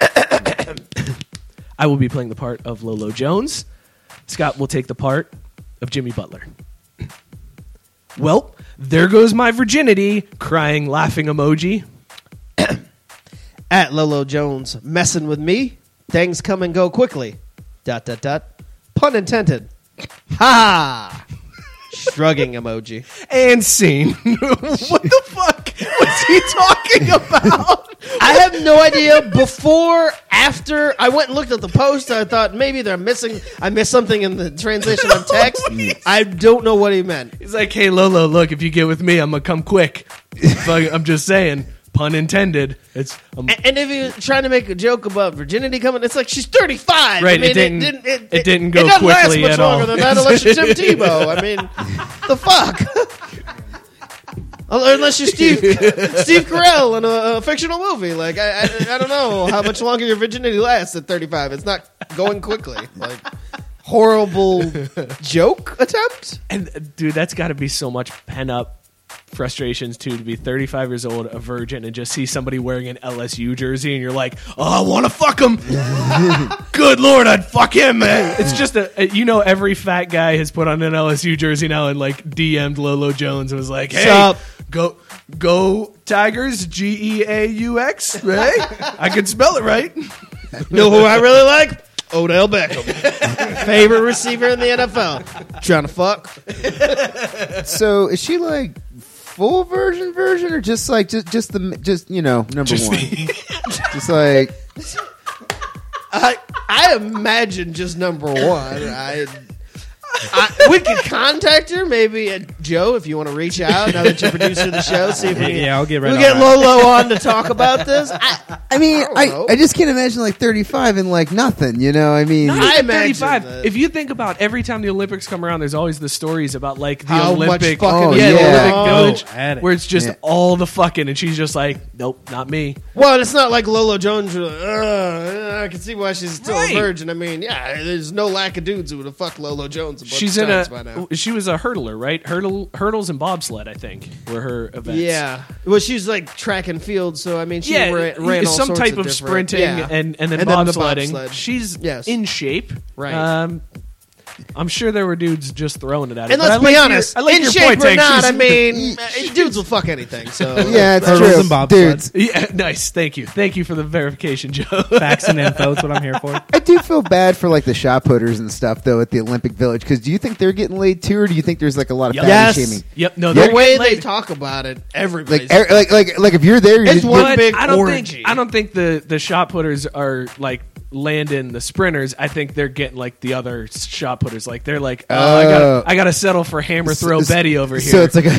Speaker 1: I will be playing the part of Lolo Jones. Scott will take the part of Jimmy Butler. Well, there goes my virginity, crying laughing emoji.
Speaker 2: At Lolo Jones, messing with me. Things come and go quickly. Dot dot dot. Pun intended. Ha! Shrugging emoji.
Speaker 1: And scene. what the fuck was he talking about?
Speaker 2: I have no idea. Before, after, I went and looked at the post. I thought maybe they're missing. I missed something in the translation of text. I don't know what he meant.
Speaker 1: He's like, hey, Lolo, look, if you get with me, I'm going to come quick. Fuck, I'm just saying, pun intended. It's um,
Speaker 2: A- And if he was trying to make a joke about virginity coming, it's like she's thirty five.
Speaker 1: Right,
Speaker 2: I mean,
Speaker 1: it didn't- it didn't go
Speaker 2: It doesn't last
Speaker 1: quickly
Speaker 2: much
Speaker 1: at
Speaker 2: longer
Speaker 1: all.
Speaker 2: than that unless you're Tim Tebow. I mean, the fuck. Unless you're Steve Steve Carell in a, a fictional movie, like I, I, I don't know how much longer your virginity lasts at 35. It's not going quickly. Like horrible joke attempt.
Speaker 1: And uh, dude, that's got to be so much pent up frustrations too to be 35 years old, a virgin, and just see somebody wearing an LSU jersey, and you're like, oh, I want to fuck him. Good lord, I'd fuck him, man. It's just a a- you know every fat guy has put on an LSU jersey now and like DM'd Lolo Jones and was like, hey,
Speaker 2: Sup?
Speaker 1: go go Tigers, G E A U X, right? I can spell it right.
Speaker 2: You know who I really like? Odell Beckham, favorite receiver in the NFL. Trying to fuck.
Speaker 8: So is she like full version version or just like just just the just you know number one? just like
Speaker 2: I I imagine just number one. I, I we could contact her maybe uh, Joe if you want to reach out now that you're producer of the show. See if we can,
Speaker 9: Yeah, I'll get right
Speaker 2: we
Speaker 9: on
Speaker 2: get
Speaker 9: that.
Speaker 2: Lolo on to talk about this. I,
Speaker 8: I mean
Speaker 2: don't
Speaker 8: I,
Speaker 2: know.
Speaker 8: I, just can't imagine like thirty five and like nothing. You know I mean
Speaker 2: I
Speaker 1: Even
Speaker 2: imagine
Speaker 1: 35.
Speaker 2: that.
Speaker 1: If you think about every time the Olympics come around, there's always the stories about like the
Speaker 2: How much
Speaker 1: Olympic,
Speaker 2: fucking
Speaker 8: Oh,
Speaker 1: yeah, the
Speaker 8: yeah.
Speaker 1: Olympic
Speaker 2: Oh,
Speaker 1: Village,
Speaker 9: addict.
Speaker 1: where it's just
Speaker 8: Yeah.
Speaker 1: all the fucking, and she's just like, nope, not me.
Speaker 2: well, it's not like Lolo Jones. you're like, "Ugh, I I can see why she's still
Speaker 1: Right.
Speaker 2: a virgin. I mean, yeah, there's no lack of dudes who would have fucked Lolo Jones a bunch
Speaker 1: She's
Speaker 2: of
Speaker 1: in
Speaker 2: times
Speaker 1: a.
Speaker 2: by now.
Speaker 1: She was a hurdler, right? Hurdle, hurdles and bobsled, I think, were her events.
Speaker 2: Yeah. Well, she's like track and field, so I mean, she
Speaker 1: yeah,
Speaker 2: ra- ran all
Speaker 1: some
Speaker 2: sorts
Speaker 1: type of,
Speaker 2: different-
Speaker 1: sprinting
Speaker 2: yeah.
Speaker 1: and and then
Speaker 2: the
Speaker 1: bobsledding.
Speaker 2: bobsled.
Speaker 1: She's
Speaker 2: Yes.
Speaker 1: in shape,
Speaker 2: Right.
Speaker 1: Um, I'm sure there were dudes just throwing it at her.
Speaker 2: And
Speaker 1: but
Speaker 2: let's
Speaker 1: I like
Speaker 2: be
Speaker 1: your-
Speaker 2: honest,
Speaker 1: I like
Speaker 2: in
Speaker 1: your
Speaker 2: shape
Speaker 1: point,
Speaker 2: or
Speaker 1: Tank.
Speaker 2: not, I
Speaker 1: She's-
Speaker 2: mean, uh, dudes will fuck anything. So
Speaker 9: Uh,
Speaker 8: Yeah, it's Hurdles true. and bobsled. Dudes.
Speaker 1: Yeah, nice. Thank you. Thank you for the verification, Joe.
Speaker 9: Facts and info. That's what I'm here for.
Speaker 8: I do feel bad for like the shot putters and stuff though at the Olympic Village because do you think they're getting laid too, or do you think there's like a lot of
Speaker 2: Yep. Yes.
Speaker 8: fat shaming?
Speaker 1: Yep. No,
Speaker 2: the
Speaker 8: Yep.
Speaker 2: way they talk about it, everybody's
Speaker 8: like, er, like like like if you're there, you're,
Speaker 2: It's one
Speaker 8: you're-
Speaker 2: big
Speaker 1: I don't
Speaker 2: orgy.
Speaker 1: think I don't think the the shot putters are like landing the sprinters. I think they're getting like the other shot putters. Like theyey're like, oh, I
Speaker 8: Oh.
Speaker 1: got I got to settle for hammer throw
Speaker 8: s-
Speaker 1: Betty over here.
Speaker 8: So it's like a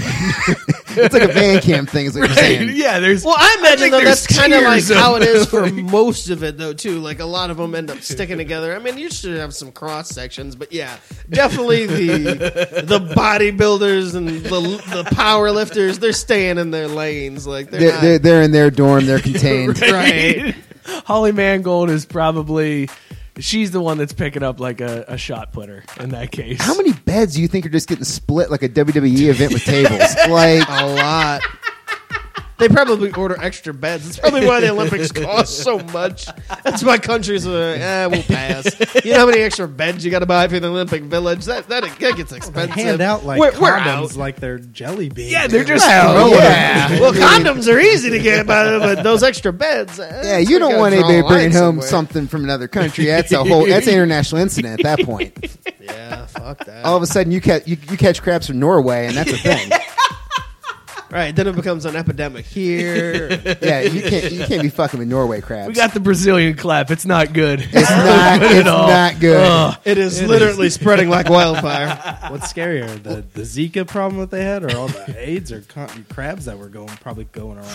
Speaker 8: it's like a van cam thing. Is what you're saying?
Speaker 1: yeah, there's.
Speaker 2: Well, I imagine
Speaker 1: think
Speaker 2: though that's
Speaker 1: there's
Speaker 2: kind of like
Speaker 1: tears of-
Speaker 2: how it is for most of it, though. Too like a lot of them end up sticking together. I mean, you should have some cross sections, but yeah, definitely the the bodybuilders and the the power lifters. They're staying in their lanes, like they're,
Speaker 8: They're,
Speaker 2: not,
Speaker 8: they're they're in their dorm. They're contained.
Speaker 2: right.
Speaker 1: Holly Mangold is probably she's the one that's picking up like a, a shot putter in that case.
Speaker 8: How many beds do you think are just getting split like a WWE event with tables? Like
Speaker 2: a lot. They probably order extra beds. That's probably why the Olympics cost so much. That's why countries are, eh, we'll pass. You know how many extra beds you got to buy for the Olympic Village? That that, that gets
Speaker 9: They
Speaker 2: expensive.
Speaker 9: hand out like
Speaker 2: we're,
Speaker 9: condoms
Speaker 2: we're out.
Speaker 9: like they're jelly beans.
Speaker 1: Yeah, they're just
Speaker 8: Well,
Speaker 1: throwing
Speaker 8: yeah.
Speaker 1: them.
Speaker 2: Well, condoms are easy to get, but, but those extra beds. eh,
Speaker 8: Yeah,
Speaker 2: it's
Speaker 8: you
Speaker 2: gonna
Speaker 8: don't want
Speaker 2: draw a
Speaker 8: anybody
Speaker 2: line
Speaker 8: bringing home
Speaker 2: somewhere.
Speaker 8: something from another country. That's a whole. That's an international incident at that point.
Speaker 2: Yeah, fuck that.
Speaker 8: All of a sudden, you catch you, you catch crabs from Norway, and that's a thing.
Speaker 2: Right, then it becomes an epidemic here.
Speaker 8: Yeah, you can't you can't be fucking with Norway crabs.
Speaker 1: We got the Brazilian clap. It's not good.
Speaker 8: it's
Speaker 1: Not
Speaker 8: not
Speaker 1: at
Speaker 8: it's
Speaker 1: all.
Speaker 8: not good.
Speaker 1: Ugh.
Speaker 2: It is literally spreading like wildfire.
Speaker 9: What's scarier, the, the Zika problem that they had, or all the AIDS or con- crabs that were going probably going around?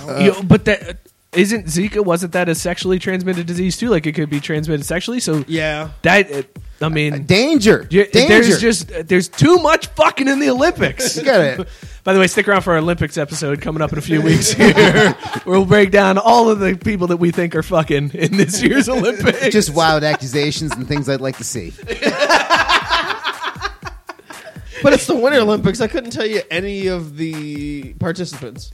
Speaker 8: Uh,
Speaker 1: Yo, but that uh, isn't Zika. Wasn't that a sexually transmitted disease too? Like it could be transmitted sexually. So
Speaker 2: Yeah.
Speaker 1: that uh, I mean,
Speaker 8: Danger.
Speaker 1: y-
Speaker 8: Danger.
Speaker 1: there's just uh, there's too much fucking in the Olympics.
Speaker 8: You gotta-
Speaker 1: By the way, stick around for our Olympics episode coming up in a few weeks here. we'll break down all of the people that we think are fucking in this year's Olympics.
Speaker 8: just wild accusations and things I'd like to see.
Speaker 2: But it's the Winter Olympics. I couldn't tell you any of the participants.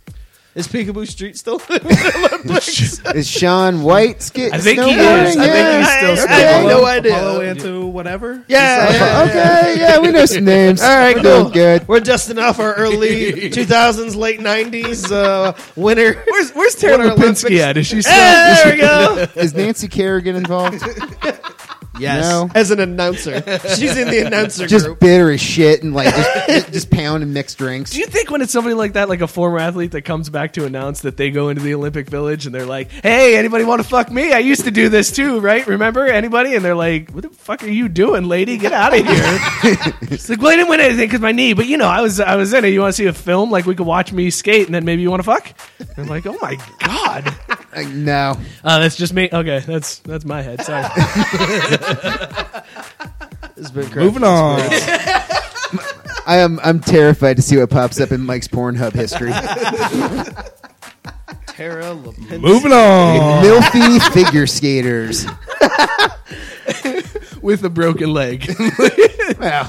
Speaker 2: Is Peekaboo Street still in the Winter Olympics?
Speaker 8: Is Sean White sk-
Speaker 1: I think he
Speaker 8: snowboarding?
Speaker 1: is. I think
Speaker 8: Yeah.
Speaker 1: he's still
Speaker 2: I
Speaker 1: snowboarding.
Speaker 2: have no
Speaker 9: Apollo
Speaker 2: idea.
Speaker 9: Antu, whatever.
Speaker 2: Yeah, yeah.
Speaker 8: Okay, yeah, we know some names.
Speaker 2: All right,
Speaker 8: We're
Speaker 2: cool.
Speaker 8: doing good.
Speaker 2: We're dusting off our early 2000s, late 90s uh, winter.
Speaker 1: Where's Where's Tara
Speaker 2: Winter Olympics.
Speaker 1: Lipinski at? Is she still?
Speaker 2: Hey, there we go.
Speaker 8: Is Nancy Kerrigan involved?
Speaker 2: Yes,
Speaker 8: No.
Speaker 2: as an announcer, she's in the announcer
Speaker 8: Just
Speaker 2: group.
Speaker 8: bitter as shit and like just, just pounding mixed drinks.
Speaker 1: Do you think when it's somebody like that, like a former athlete that comes back to announce that they go into the Olympic Village and they're like, "Hey, anybody want to fuck me? I used to do this too, right? Remember anybody?" And they're like, "What the fuck are you doing, lady? Get out of here!" She's like, "Well, I didn't win anything because my knee, but you know, I was I was in it. You want to see a film? Like we could watch me skate, and then maybe you want to fuck." And I'm like, "Oh my god,
Speaker 8: Like, no.
Speaker 1: uh, that's just me." Okay, that's that's my head. Sorry.
Speaker 2: It's been crazy.
Speaker 9: Moving on.
Speaker 8: I am I'm terrified to see what pops up in Mike's Pornhub history.
Speaker 2: Tara Lipinski.
Speaker 9: Moving on.
Speaker 8: Milfy figure skaters.
Speaker 1: With a broken leg.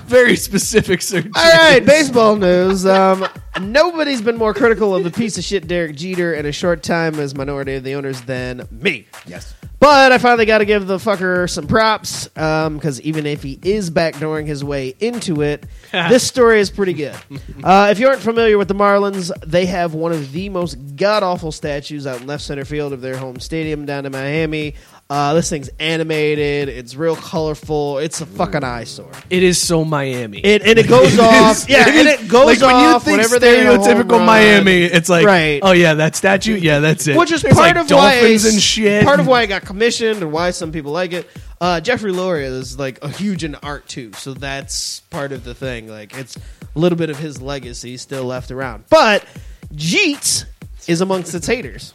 Speaker 1: Very specific surgery.
Speaker 2: All right, baseball news. Um, nobody's been more critical of the piece of shit Derek Jeter in a short time as minority of the owners than me.
Speaker 8: Yes.
Speaker 2: But I finally got to give the fucker some props because even if he is backdooring his way into it, this story is pretty good. Uh, if you aren't familiar with the Marlins, they have one of the most god awful statues out in left center field of their home stadium down in Miami. Uh, this thing's animated. It's real colorful. It's a fucking eyesore.
Speaker 1: It is so Miami.
Speaker 2: It, and it goes off. Yeah, and it goes
Speaker 1: like
Speaker 2: off
Speaker 1: when you think
Speaker 2: whenever they hit a home
Speaker 1: stereotypical
Speaker 2: run.
Speaker 1: Miami. It's like,
Speaker 2: Right.
Speaker 1: oh yeah, that statue. Yeah, that's it.
Speaker 2: Which is
Speaker 1: There's,
Speaker 2: part
Speaker 1: like,
Speaker 2: of why
Speaker 1: dolphins
Speaker 2: it's-
Speaker 1: and shit.
Speaker 2: Part of why it got commissioned and why some people like it. Uh, Jeffrey Loria is like a huge in art too, so that's part of the thing. Like it's a little bit of his legacy still left around. But Jeets is amongst its haters,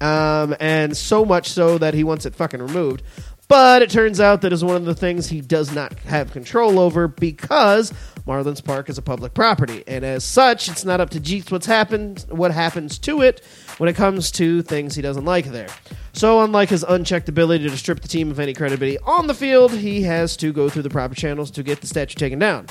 Speaker 2: um, and so much so that he wants it fucking removed. But it turns out that is one of the things he does not have control over because Marlins Park is a public property, and as such, it's not up to Jeets what's happened, what happens to it when it comes to things he doesn't like there. So, unlike his unchecked ability to strip the team of any credibility on the field, he has to go through the proper channels to get the statue taken down.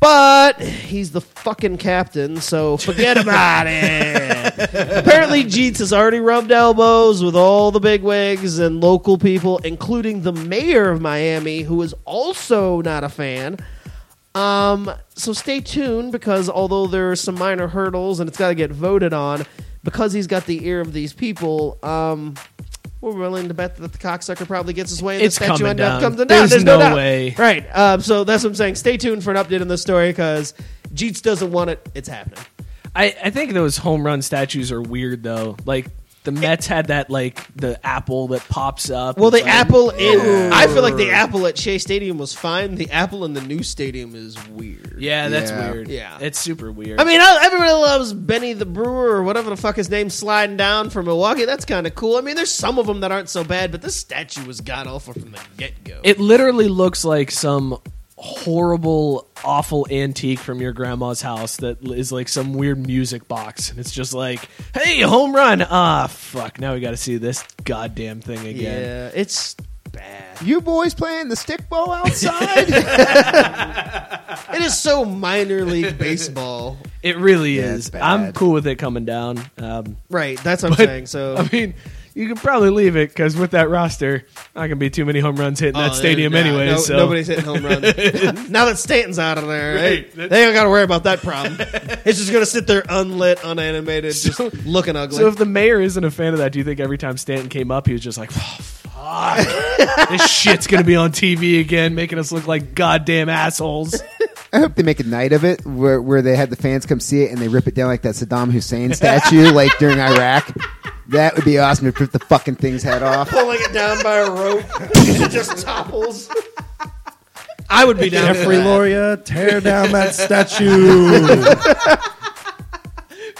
Speaker 2: But he's the fucking captain, so forget about it. Apparently, Jeets has already rubbed elbows with all the bigwigs and local people, including the mayor of Miami, who is also not a fan. Um, so stay tuned because although there are some minor hurdles and it's got to get voted on, because he's got the ear of these people, um, we're willing to bet that the cocksucker probably gets his way and
Speaker 1: It's
Speaker 2: the statue
Speaker 1: coming
Speaker 2: end up
Speaker 1: down.
Speaker 2: comes down.
Speaker 1: There's
Speaker 2: There's no,
Speaker 1: no
Speaker 2: doubt.
Speaker 1: way.
Speaker 2: Right. Um, so that's what I'm saying. Stay tuned for an update on this story because Jeets doesn't want it. It's happening.
Speaker 1: I, I think those home run statues are weird though. Like the Mets had that like the apple that pops up.
Speaker 2: Well, the
Speaker 1: It's like-
Speaker 2: apple in
Speaker 1: Ooh.
Speaker 2: I feel like the apple at Shea Stadium was fine. The apple in the new stadium is weird.
Speaker 1: Yeah, that's
Speaker 2: Yeah.
Speaker 1: weird.
Speaker 2: Yeah.
Speaker 1: it's super weird.
Speaker 2: I mean, I- everybody loves Benny the Brewer or whatever the fuck his name sliding down from Milwaukee. That's kind of cool. I mean, there's some of them that aren't so bad, but this statue was god awful from the get go.
Speaker 1: it literally looks like some horrible, awful antique from your grandma's house that is like some weird music box, and it's just like, hey, home run! Ah, fuck! Now we got to see this goddamn thing again.
Speaker 2: Yeah, it's
Speaker 8: You boys playing the stickball outside?
Speaker 2: it is so minor league baseball.
Speaker 1: It really
Speaker 2: Yeah, it's
Speaker 1: is.
Speaker 2: bad.
Speaker 1: I'm cool with it coming down. Um,
Speaker 2: Right, that's what I'm
Speaker 1: but,
Speaker 2: saying. So
Speaker 1: I mean, you can probably leave it because with that roster, not gonna be too many home runs hitting
Speaker 2: Oh,
Speaker 1: that stadium
Speaker 2: yeah,
Speaker 1: anyway.
Speaker 2: no-
Speaker 1: so
Speaker 2: nobody's hitting home runs. now that Stanton's out of there,
Speaker 1: Right,
Speaker 2: they, they don't got to worry about that problem. it's just gonna sit there unlit, unanimated, just looking ugly.
Speaker 1: So if the mayor isn't a fan of that, do you think every time Stanton came up, he was just like, oh, fuck, this shit's gonna be on TV again, making us look like goddamn assholes.
Speaker 8: I hope they make a night of it where, where they had the fans come see it and they rip it down like that Saddam Hussein statue, like during Iraq. That would be awesome to rip the fucking thing's head off.
Speaker 2: pulling it down by a rope, it just topples. I would be down.
Speaker 9: Jeffrey
Speaker 2: for that.
Speaker 9: Loria, tear down that statue.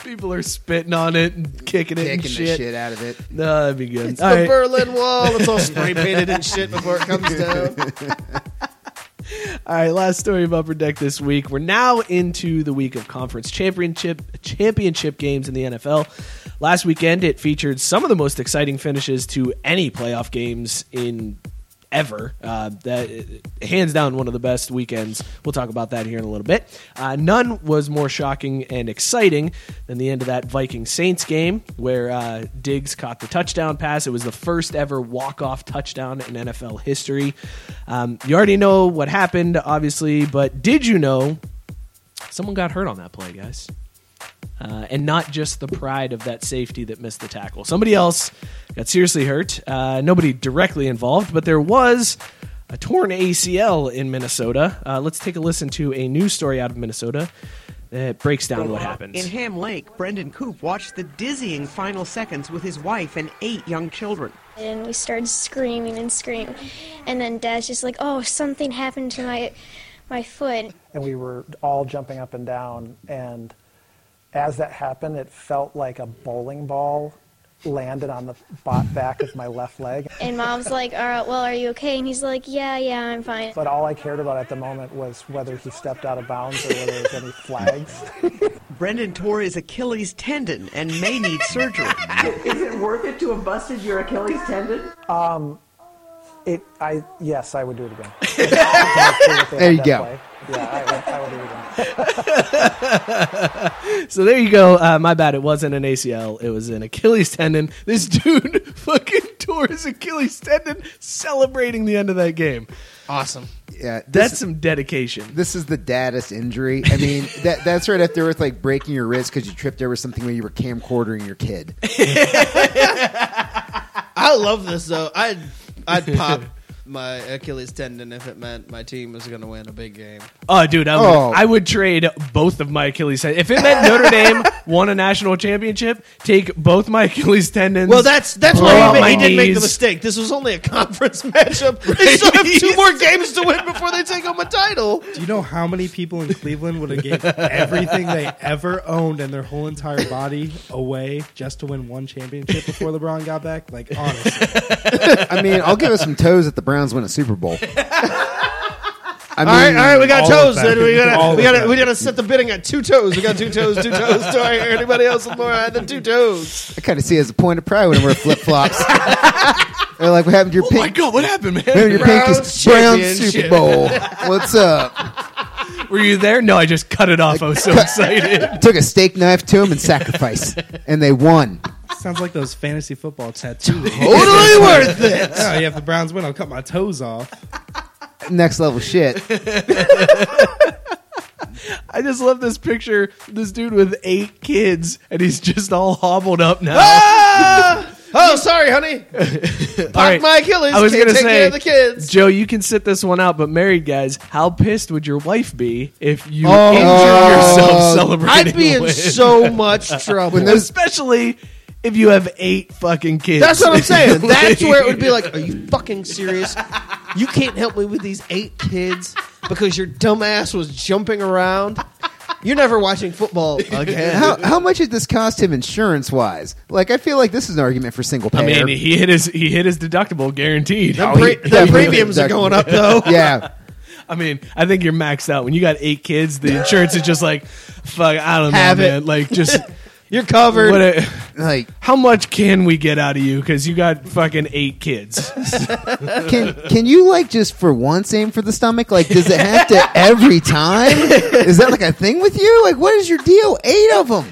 Speaker 1: People are spitting on it and kicking it and
Speaker 8: Kicking the
Speaker 1: shit.
Speaker 8: shit out of it.
Speaker 1: No, that'd be good.
Speaker 2: It's
Speaker 1: All
Speaker 2: the
Speaker 1: right.
Speaker 2: Berlin Wall. It's all spray painted and shit before it comes down.
Speaker 1: All right, last story of Upper Deck this week. We're now into the week of conference championship championship games in the NFL. Last weekend, it featured some of the most exciting finishes to any playoff games in ever. Uh, that hands down one of the best weekends. We'll talk about that here in a little bit. Uh, none was more shocking and exciting than the end of that Viking Saints game where uh, Diggs caught the touchdown pass. It was the first ever walk off touchdown in NFL history. Um, you already know what happened, obviously, but did you know someone got hurt on that play, guys? Uh, and not just the pride of that safety that missed the tackle. Somebody else got seriously hurt. Uh, nobody directly involved, but there was a torn ACL in Minnesota. Uh, let's take a listen to a news story out of Minnesota that breaks down what happened.
Speaker 12: In Ham Lake, Brendan Coop watched the dizzying final seconds with his wife and eight young children.
Speaker 7: And we started screaming and screaming. And then Dad's just like, oh, something happened to my, my foot.
Speaker 4: and we were all jumping up and down. And as that happened, it felt like a bowling ball landed on the bot back of my left leg.
Speaker 7: And Mom's like, all right, well, are you okay? And he's like, yeah, yeah, I'm fine.
Speaker 4: But all I cared about at the moment was whether he stepped out of bounds or whether there was any flags.
Speaker 12: Brendan tore his Achilles tendon and may need surgery.
Speaker 13: Is it worth it to have busted your Achilles tendon?
Speaker 4: Um, it, I, yes, I would do it again.
Speaker 1: There you go.
Speaker 4: Yeah, I would, I would do it again.
Speaker 1: so there you go. Uh, my bad. It wasn't an ACL. It was an Achilles tendon. This dude fucking tore his Achilles tendon celebrating the end of that game.
Speaker 2: Awesome.
Speaker 8: Yeah,
Speaker 1: That's some dedication.
Speaker 8: This is the daddest injury. I mean, that that's right up there with like breaking your wrist because you tripped over something when you were camcordering your kid.
Speaker 2: I love this though. I'd I'd pop my Achilles tendon if it meant my team was gonna win a big game.
Speaker 1: Oh, dude, I would,
Speaker 2: Oh.
Speaker 1: I would trade both of my Achilles tendons. If it meant Notre Dame won a national championship, take both my Achilles tendons.
Speaker 2: Well, that's that's why
Speaker 1: blow
Speaker 2: he,
Speaker 1: out
Speaker 2: ma-
Speaker 1: my
Speaker 2: he didn't make the
Speaker 1: knees.
Speaker 2: mistake. This was only a conference matchup. They still have two more games to win before they take home a title.
Speaker 9: Do you know how many people in Cleveland would have gave everything they ever owned and their whole entire body away just to win one championship before LeBron got back? Like, honestly.
Speaker 8: I mean, I'll give us some toes if the Browns win a Super Bowl. I mean,
Speaker 2: all right, all right, we got
Speaker 8: all
Speaker 2: toes.
Speaker 8: of that.
Speaker 2: Then we
Speaker 8: All
Speaker 2: gotta,
Speaker 8: of
Speaker 2: we gotta,
Speaker 8: that.
Speaker 2: we gotta set the bidding at two toes. We got two toes, two toes. Do I hear anybody else with more than two toes?
Speaker 8: I kind of see it as a point of pride when I wear flip flops. They're like, what happened to your pink?
Speaker 10: Oh my God, what happened, man?
Speaker 8: What happened to your
Speaker 10: Browns
Speaker 8: pinkies? Brown
Speaker 10: championship.
Speaker 8: Super Bowl. What's up?
Speaker 10: Were you there? No, I just cut it off. I was so excited.
Speaker 8: Took a steak knife to him and sacrificed, and they won.
Speaker 9: Sounds like those fantasy football tattoos.
Speaker 8: Totally worth it.
Speaker 9: Oh, yeah, if the Browns win, I'll cut my toes off.
Speaker 8: Next level shit.
Speaker 10: I just love this picture. This dude with eight kids, and he's just all hobbled up now.
Speaker 1: Ah!
Speaker 2: Oh, sorry, honey.
Speaker 1: All
Speaker 2: Pop my Achilles.
Speaker 1: I was
Speaker 2: Can't
Speaker 1: gonna
Speaker 2: take
Speaker 1: say,
Speaker 2: care of the kids.
Speaker 1: Joe, you can sit this one out. But married guys, how pissed would your wife be if you
Speaker 2: Oh,
Speaker 1: injured
Speaker 2: oh.
Speaker 1: yourself celebrating?
Speaker 2: I'd be in
Speaker 1: a
Speaker 2: so much trouble. When those-
Speaker 1: especially if you have eight fucking kids.
Speaker 2: That's what I'm saying. That's where it would be like, are you fucking serious? You can't help me with these eight kids because your dumbass was jumping around. You're never watching football again.
Speaker 8: How, how much did this cost him insurance wise? Like, I feel like this is an argument for single
Speaker 1: I
Speaker 8: payer.
Speaker 1: mean, he hit his he hit his deductible guaranteed.
Speaker 8: Them
Speaker 1: Oh,
Speaker 8: pre-
Speaker 1: he-
Speaker 8: them
Speaker 1: he-
Speaker 8: premiums are going up, though. Yeah.
Speaker 1: I mean, I think you're maxed out. When you got eight kids, the insurance is just like, fuck, I don't
Speaker 2: Have
Speaker 1: know,
Speaker 2: it.
Speaker 1: man. Like, just
Speaker 2: you're covered.
Speaker 8: like,
Speaker 1: how much can we get out of you? Because you got fucking eight kids.
Speaker 8: can can you like just for once aim for the stomach? Like, does it have to every time? Is that like a thing with you? Like, what is your deal? Eight of them.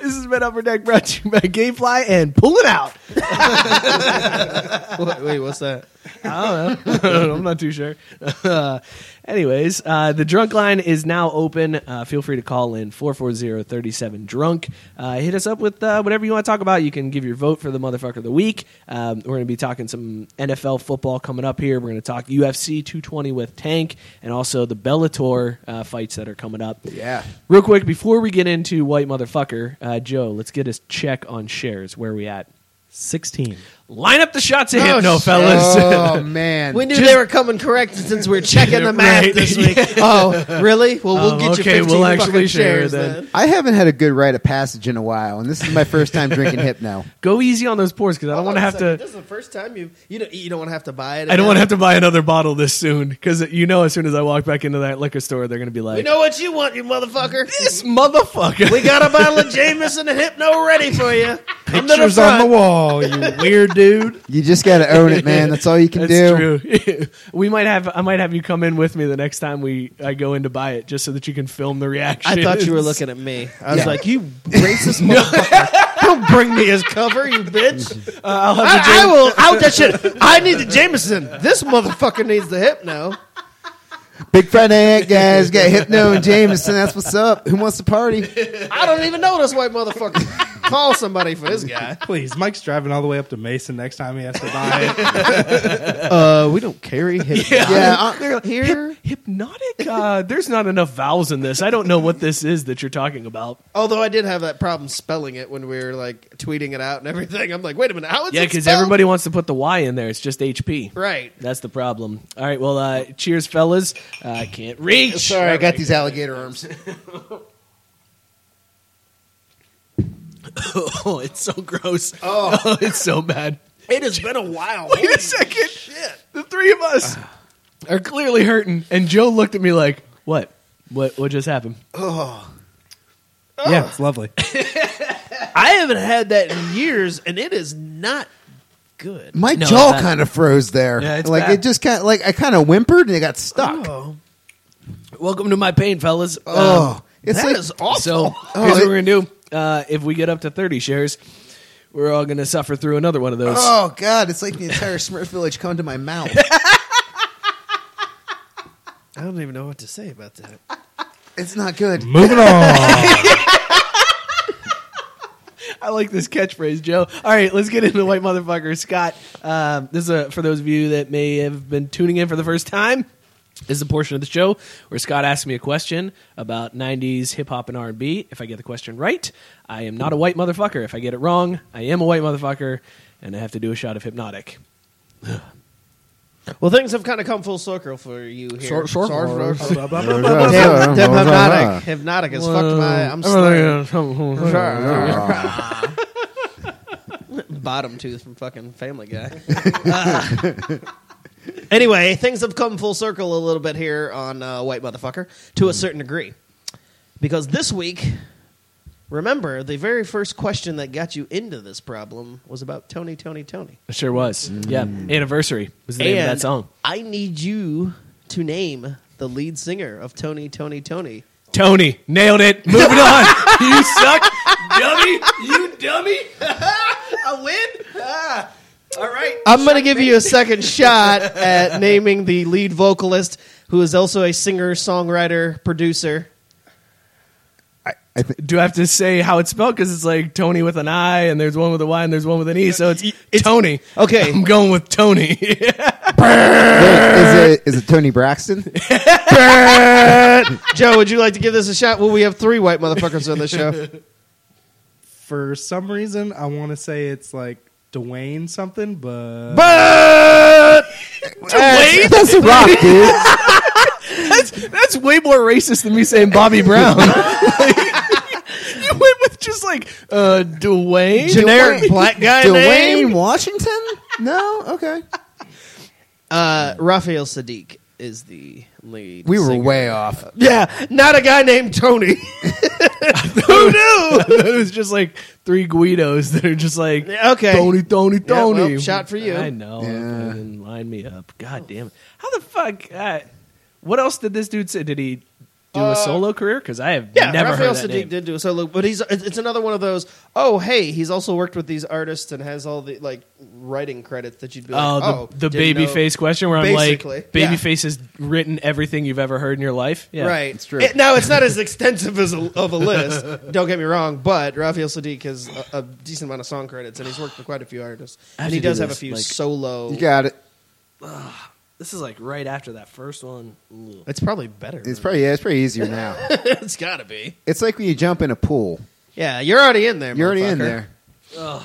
Speaker 1: This has been Upper Deck brought to you by Gamefly and Pull It Out.
Speaker 2: wait, what's that?
Speaker 1: I don't know. I'm not too sure. Uh, anyways, uh, the drunk line is now open. Uh, feel free to call in 440-37 drunk. Uh, hit us up with uh, whatever you want to talk about. You can give your vote for the motherfucker of the week. Um, we're going to be talking some NFL football coming up here. We're going to talk UFC 220 with Tank and also the Bellator uh, fights that are coming up.
Speaker 8: Yeah.
Speaker 1: Real quick before we get into white motherfucker, uh, Joe, let's get his check on shares. Where are we at?
Speaker 9: 16.
Speaker 1: Line up the shots to
Speaker 2: Oh,
Speaker 1: hit, no
Speaker 2: shit.
Speaker 1: fellas.
Speaker 2: Oh,
Speaker 8: man.
Speaker 2: We knew
Speaker 1: Just-
Speaker 2: they were coming correct since we're checking the math
Speaker 1: Right.
Speaker 2: this week. Oh, really? Well, we'll
Speaker 1: Oh,
Speaker 2: get
Speaker 1: okay,
Speaker 2: you 15
Speaker 1: we'll
Speaker 2: fucking
Speaker 1: actually share
Speaker 2: shares
Speaker 1: then.
Speaker 2: then.
Speaker 8: I haven't had a good rite of passage in a while, and this is my first time drinking hypno.
Speaker 1: Go easy on those pours because I don't want to have to.
Speaker 2: This is the first time you you don't you don't want to have to buy it.
Speaker 1: I don't want to have to buy another bottle this soon because you know, as soon as I walk back into that liquor store, they're going to be like,
Speaker 2: We know what you want, you motherfucker.
Speaker 1: This motherfucker.
Speaker 2: We got a bottle of Jameson and Hypno ready for you. I'm to
Speaker 8: Pictures
Speaker 2: front.
Speaker 8: on the
Speaker 9: wall, you weird dude.
Speaker 8: You just got to own it, man. That's all you can do.
Speaker 1: That's true. we might have. I might have you come in with me the next time we I go in to buy it, just so that you can film the reaction.
Speaker 2: I thought you were looking at me. I was
Speaker 1: Yeah.
Speaker 2: like, you racist motherfucker. Don't bring me his cover, you bitch.
Speaker 1: Uh, I'll
Speaker 2: I,
Speaker 1: have the
Speaker 2: I
Speaker 1: Jame-
Speaker 2: will out that shit. I need the Jameson. This motherfucker needs the Hypno.
Speaker 8: Big Friday night, guys. Got hypno and Jameson. That's what's up. Who wants to party?
Speaker 2: I don't even know this white motherfucker. Call somebody for this guy.
Speaker 9: Please, Mike's driving all the way up to Mason next time he has to buy
Speaker 2: Uh, we don't carry
Speaker 9: it.
Speaker 2: uh,
Speaker 1: They're like, "Hyp- hypnotic. Uh, there's not enough vowels in this. I don't know what this is that you're talking about.
Speaker 2: Although I did have that problem spelling it when we were like tweeting it out and everything. I'm like, wait a minute, how is
Speaker 1: yeah,
Speaker 2: it
Speaker 1: because
Speaker 2: spelled?
Speaker 1: everybody wants to put the Y in there. It's just HP.
Speaker 2: Right.
Speaker 1: That's the problem. All right. Well, uh, cheers, fellas. Uh, I can't reach.
Speaker 8: Sorry, I got these alligator arms.
Speaker 1: oh, it's so gross.
Speaker 2: Oh.
Speaker 1: it's so bad.
Speaker 2: It has been a while.
Speaker 1: Wait a second. The three of us are clearly hurting, and Joe looked at me like, "What? What? What just happened?"
Speaker 2: Oh.
Speaker 8: Oh.
Speaker 9: Yeah, it's lovely.
Speaker 2: I haven't had that in years, and it is not good.
Speaker 8: My
Speaker 2: No,
Speaker 8: jaw
Speaker 2: that-
Speaker 8: kind of froze there.
Speaker 1: Yeah, it's
Speaker 8: like
Speaker 1: bad.
Speaker 8: it just kind of like I kind of whimpered and it got stuck.
Speaker 2: Oh,
Speaker 1: Welcome to my pain, fellas. Um,
Speaker 8: Oh, it's
Speaker 1: that
Speaker 8: like-
Speaker 1: is
Speaker 8: awful.
Speaker 1: So
Speaker 8: Oh,
Speaker 1: here's what
Speaker 8: it-
Speaker 1: we're gonna do. Uh, if we get up to thirty shares, we're all gonna suffer through another one of those.
Speaker 8: Oh God! It's like the entire Smurf village come to my mouth.
Speaker 2: I don't even know what to say about that.
Speaker 8: It's not good.
Speaker 9: Moving on.
Speaker 1: I like this catchphrase, Joe. All right, let's get into white motherfucker, Scott. Um, this is a, for those of you that may have been tuning in for the first time. This is a portion of the show where Scott asks me a question about '90s hip hop and R&B. If I get the question right, I am not a white motherfucker. If I get it wrong, I am a white motherfucker, and I have to do a shot of hypnotic.
Speaker 2: Well, things have kind of come full circle for you here.
Speaker 1: Sor- sor-
Speaker 2: Sor- sor- sor-
Speaker 1: sor- blah, blah,
Speaker 2: Damn-
Speaker 1: blah,
Speaker 2: damn
Speaker 1: blah, blah,
Speaker 2: Hypnotic.
Speaker 1: blah.
Speaker 2: Hypnotic has fucked my. I'm
Speaker 1: Well,
Speaker 2: slurring.
Speaker 1: yeah.
Speaker 2: Bottom tooth from fucking Family Guy. Uh, anyway, things have come full circle a little bit here on uh, White Motherfucker to a certain degree. Because this week, remember, the very first question that got you into this problem was about Tony, Tony, Tony.
Speaker 1: It sure was. Yeah. Anniversary was the name of
Speaker 2: And
Speaker 1: that song.
Speaker 2: I need you to name the lead singer of Tony, Tony, Tony.
Speaker 1: Tony. Nailed it. Moving on. you suck. dummy. You dummy.
Speaker 2: I win? Ah. All right.
Speaker 14: I'm
Speaker 2: going to give you a second shot at naming the lead vocalist, who is also a singer, songwriter, producer.
Speaker 10: Do I have to say how it's spelled? Because it's like Tony with an I, and there's one with a Y, and there's one with an E. So it's, Tony.
Speaker 2: Okay,
Speaker 10: I'm going with Tony.
Speaker 8: Is it is it Tony Braxton?
Speaker 2: Joe, would you like to give this a shot? Well, we have three white motherfuckers on the show.
Speaker 9: For some reason, I want to say it's like Dwayne something, but
Speaker 10: But
Speaker 9: Dwayne? That's The Rock, dude.
Speaker 10: that's, that's way more racist than me saying Bobby Brown. Like, you went with just like uh, Dwayne,
Speaker 2: Generic black guy
Speaker 10: Dwayne
Speaker 2: name?
Speaker 10: Washington. No, okay.
Speaker 2: Uh, Raphael Sadiq is the lead.
Speaker 8: We were
Speaker 2: singer.
Speaker 8: way off.
Speaker 2: Yeah, not a guy named Tony.
Speaker 10: Who knew? it was just like three Guidos that are just like
Speaker 2: okay,
Speaker 10: Tony, Tony,
Speaker 1: Yeah, well,
Speaker 10: Tony.
Speaker 2: shot for you.
Speaker 1: I know. fucking Line me up. God damn it. How the fuck? Uh, what else did this dude say? Did he do
Speaker 2: Uh,
Speaker 1: a solo career? Because I have
Speaker 2: Yeah,
Speaker 1: never
Speaker 2: Raphael
Speaker 1: heard that
Speaker 2: Sadiq
Speaker 1: name.
Speaker 2: did do a solo, but he's it's it's another one of those. Oh, hey, he's also worked with these artists and has all the like writing credits that you'd be like,
Speaker 1: Oh, the,
Speaker 2: oh,
Speaker 1: the
Speaker 2: didn't know-
Speaker 1: baby face question where I'm like,
Speaker 2: Basically, yeah.
Speaker 1: Babyface has written everything you've ever heard in your life. Yeah,
Speaker 2: right. It- now it's not as extensive as a, of a list. Don't get me wrong, but Raphael Sadiq has a, a decent amount of song credits, and he's worked with quite a few artists,
Speaker 1: I
Speaker 2: and
Speaker 1: have to
Speaker 2: he
Speaker 1: do
Speaker 2: does have a
Speaker 1: this,
Speaker 2: few
Speaker 1: like-
Speaker 2: solo.
Speaker 8: You got it.
Speaker 1: This is like right after that first one.
Speaker 2: It's probably better.
Speaker 8: It's probably yeah, it's probably easier now.
Speaker 2: it's got to be.
Speaker 8: It's like when you jump in a pool.
Speaker 2: Yeah, you're already in there.
Speaker 8: You're already in
Speaker 2: motherfucker.
Speaker 8: there.
Speaker 1: Ugh.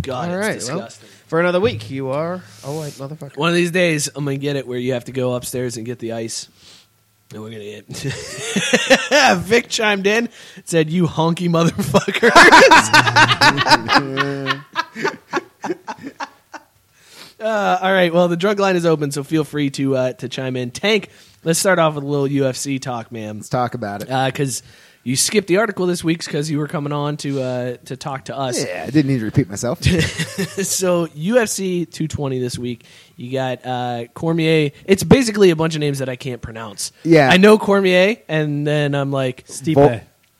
Speaker 1: God,
Speaker 2: All
Speaker 1: it's
Speaker 2: right, well,
Speaker 1: disgusting.
Speaker 2: for another week, you are a white motherfucker.
Speaker 1: One of these days, I'm gonna get it where you have to go upstairs and get the ice, and we're gonna get. Vic chimed in, said, "You honky motherfucker." Uh, all right. Well, the drug line is open, so feel free to uh, to chime in. Tank, let's start off with a little UFC talk, man. Let's
Speaker 8: talk about it
Speaker 1: because you skipped the article this week because you were coming on to uh, to talk to us.
Speaker 8: Yeah, I didn't need to repeat myself.
Speaker 1: so UFC 220 this week. You got uh, Cormier. It's basically a bunch of names that I can't pronounce.
Speaker 8: Yeah.
Speaker 1: I know Cormier, and then I'm like Stipe.
Speaker 8: Vol-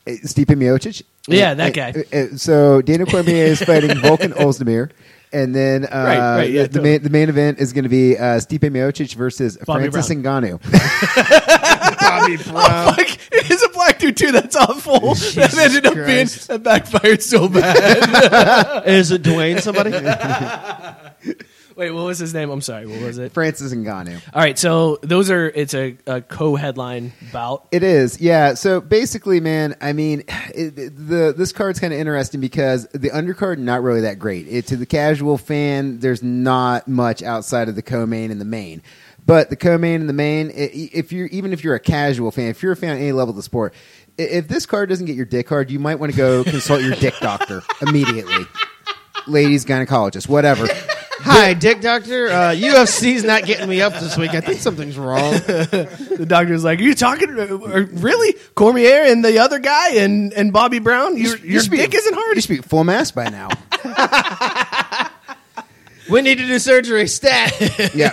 Speaker 8: eh, Stipe Miocic.
Speaker 1: Yeah, that
Speaker 8: Eh,
Speaker 1: guy.
Speaker 8: eh, eh, so Daniel Cormier is fighting Vulcan Ozdemir. And then uh,
Speaker 1: Right, right, yeah,
Speaker 8: the, main, the main event is going to be uh, Stipe Miocic versus
Speaker 1: Bobby
Speaker 8: Francis Ngannou.
Speaker 1: Bobby Brown. it is a black dude too. That's awful. that ended up
Speaker 2: Christ.
Speaker 1: being that backfired so bad.
Speaker 2: Is it Dwayne somebody?
Speaker 1: Wait, what was his name? I'm sorry. What was it?
Speaker 8: Francis Ngannou.
Speaker 1: All right, so those are it's a, a co-headline bout.
Speaker 8: It is, yeah. So basically, man, I mean, it, the this card's kind of interesting because the undercard not really that great. It, to the casual fan, there's not much outside of the co-main and the main. But the co-main and the main, i- i- if you're even if you're a casual fan, if you're a fan at any level of the sport, i- if this card doesn't get your dick hard, you might want to go consult your dick doctor immediately. Ladies, gynecologist, whatever.
Speaker 2: Hi, Dick Doctor. Uh, UFC's not getting me up this week. I think something's wrong.
Speaker 10: the doctor's like, "Are you talking? to- uh, Really, Cormier and the other guy and, and Bobby Brown? Your,
Speaker 8: you
Speaker 10: your
Speaker 8: should be-
Speaker 10: dick isn't hard.
Speaker 8: You should be at full mass by now.
Speaker 2: we need to do surgery. Stat.
Speaker 8: Yeah.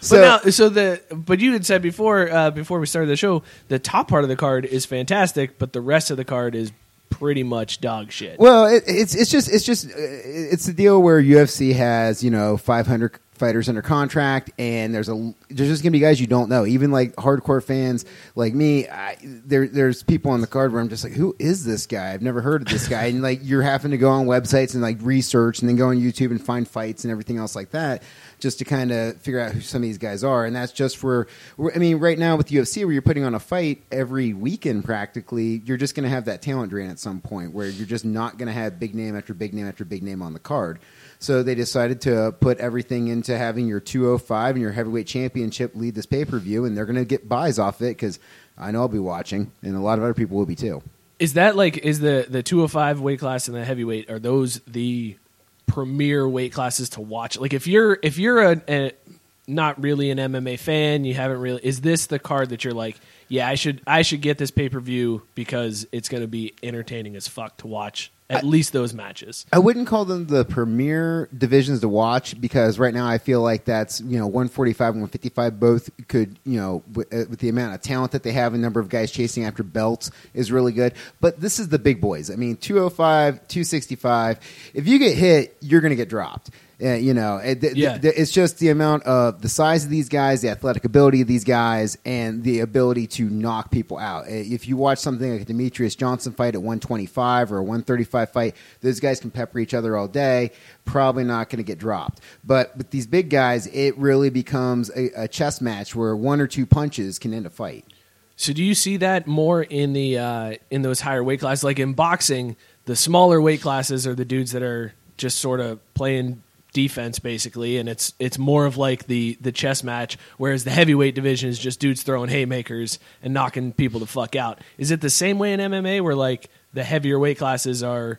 Speaker 1: So, but now, so the but you had said before uh, before we started the show, the top part of the card is fantastic, but the rest of the card is pretty much dog shit.
Speaker 8: Well, it, it's it's just it's just uh, it's the deal where UFC has you know 500 fighters under contract, and there's a there's just gonna be guys you don't know, even like hardcore fans like me. I, there there's people on the card where I'm just like, who is this guy? I've never heard of this guy, and like you're having to go on websites and like research, and then go on YouTube and find fights and everything else like that. Just to kind of figure out who some of these guys are, and that's just for. I mean, right now with UFC, where you're putting on a fight every weekend practically, you're just going to have that talent drain at some point where you're just not going to have big name after big name after big name on the card. So they decided to put everything into having your 205 and your heavyweight championship lead this pay per view, and they're going to get buys off it because I know I'll be watching, and a lot of other people will be too.
Speaker 1: Is that like is the the 205 weight class and the heavyweight are those the premier weight classes to watch? Like if you're if you're a, a not really an MMA fan, you haven't really is this the card that you're like, yeah, I should I should get this pay-per-view because it's going to be entertaining as fuck to watch at
Speaker 8: I-
Speaker 1: least those matches.
Speaker 8: I wouldn't call them the premier divisions to watch because right now I feel like that's you know 145 and 155 both could you know w- uh, with the amount of talent that they have and number of guys chasing after belts is really good. But this is the big boys. I mean 205, 265. If you get hit, you're going to get dropped. Uh, you know, it- th- th-
Speaker 1: Yeah.
Speaker 8: th- it's just the amount of the size of these guys, the athletic ability of these guys, and the ability to knock people out. Uh, If you watch something like a Demetrius Johnson fight at 125 or a 135 fight, those guys can pepper each other all day. Probably not going to get dropped. But with these big guys, it really becomes a, a chess match where one or two punches can end a fight.
Speaker 1: So do you see that more in the uh, in those higher weight classes? Like in boxing, the smaller weight classes are the dudes that are just sort of playing defense basically, and it's it's more of like the the chess match. Whereas the heavyweight division is just dudes throwing haymakers and knocking people the fuck out. Is it the same way in MMA where like the heavier weight classes are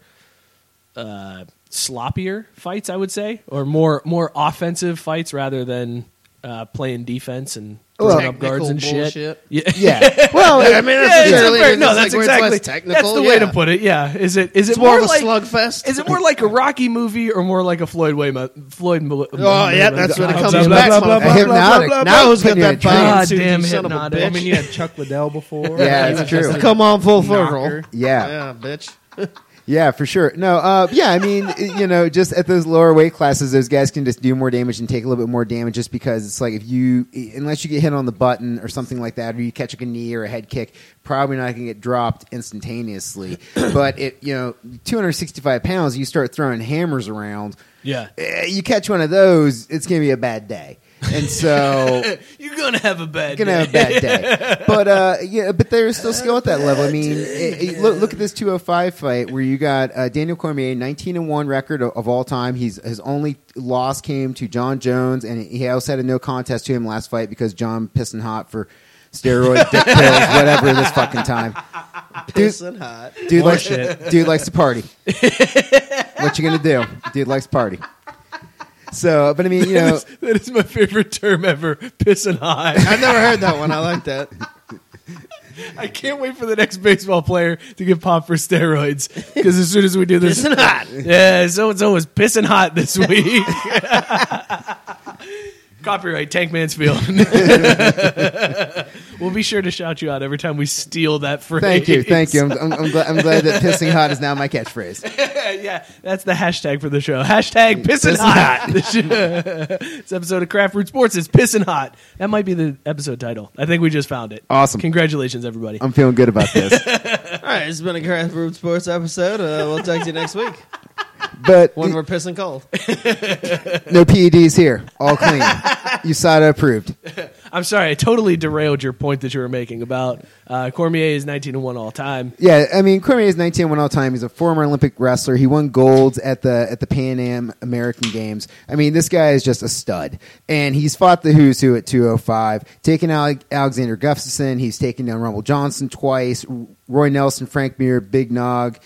Speaker 1: uh, sloppier fights? I would say, or more more offensive fights rather than uh, playing defense and.
Speaker 2: Well,
Speaker 1: throwing up guards and
Speaker 2: technical
Speaker 1: shit.
Speaker 2: bullshit.
Speaker 1: Yeah,
Speaker 2: Yeah. Well, I mean, that's
Speaker 1: it's
Speaker 2: literally-
Speaker 1: a fair-
Speaker 2: it's
Speaker 1: no,
Speaker 2: like
Speaker 1: that's
Speaker 2: where it's less
Speaker 1: exactly
Speaker 2: technical,
Speaker 1: That's the way to
Speaker 2: yeah.
Speaker 1: put it. Yeah, is it is it
Speaker 2: It's more of a
Speaker 1: like,
Speaker 2: slugfest?
Speaker 1: Is it more like a Rocky movie or more like a Floyd Wayman Floyd? Mo-
Speaker 2: Oh, yeah, that's what it comes back to.
Speaker 8: Hypnotic. Now it's putting you in a trance.
Speaker 1: Goddamn
Speaker 9: I
Speaker 1: hypnotic.
Speaker 9: mean, you had Chuck Liddell before.
Speaker 8: Yeah,
Speaker 9: He
Speaker 8: it's
Speaker 9: was just
Speaker 8: true.
Speaker 9: a
Speaker 8: Come on, full
Speaker 9: knocker.
Speaker 8: circle. Yeah.
Speaker 2: yeah, bitch.
Speaker 8: Yeah, for sure. No, uh, yeah, I mean, it- you know, just at those lower weight classes, those guys can just do more damage and take a little bit more damage just because it's like if you, unless you get hit on the button or something like that, or you catch like a knee or a head kick, probably not going to get dropped instantaneously. but it, you know, 265 pounds, you start throwing hammers around.
Speaker 1: Yeah.
Speaker 8: eh, You catch one of those, it's going to be a bad day. And so
Speaker 1: You're gonna have a bad.
Speaker 8: gonna have a bad day. But uh, yeah, but there's still skill at that level. I mean, it- it- look, look at this 205 fight where you got uh, Daniel Cormier, 19 and one record of, of all time. He's his only loss came to John Jones, and he also had a no contest to him last fight because John pissing hot for steroid dick pills, whatever. This fucking time,
Speaker 2: Pissing hot.
Speaker 8: dude likes
Speaker 2: Bullshit.
Speaker 8: dude likes to party. what you gonna do? Dude likes to party. So, but I mean, you know,
Speaker 1: that is my favorite term ever. Pissing hot.
Speaker 2: I've never heard that one. I like that.
Speaker 1: I can't wait for the next baseball player to get popped for steroids because as soon as we do this,
Speaker 2: Pissing hot.
Speaker 1: Yeah, so and so was pissing hot this week. Copyright Tank Mansfield. we'll be sure to shout you out every time we steal that phrase.
Speaker 8: thank you, thank you. I'm, I'm, I'm, glad, I'm glad that pissing hot is now my catchphrase.
Speaker 1: yeah, that's the hashtag for the show. Hashtag pissing
Speaker 8: Pissing
Speaker 1: hot.
Speaker 8: hot.
Speaker 1: This this episode of Craft Root Sports is pissing hot. That might be the episode title. I think we just found it.
Speaker 8: Awesome.
Speaker 1: Congratulations, everybody.
Speaker 8: I'm feeling good about this.
Speaker 2: All right, it's been a Craft Root Sports episode. Uh, we'll talk to you next week
Speaker 8: But
Speaker 2: when we're pissing cold.
Speaker 8: no PEDs here. All clean. USADA approved.
Speaker 1: I'm sorry, I totally derailed your point that you were making about uh, Cormier is 19 and one all time.
Speaker 8: Yeah, I mean Cormier is 19 one all time. He's a former Olympic wrestler. He won golds at the at the Pan Am American Games. I mean, this guy is just a stud. And he's fought the who's who at 205, taken Ale- Alexander Gustafson, he's taken down Rumble Johnson twice, Roy Nelson, Frank Mir, Big Nog,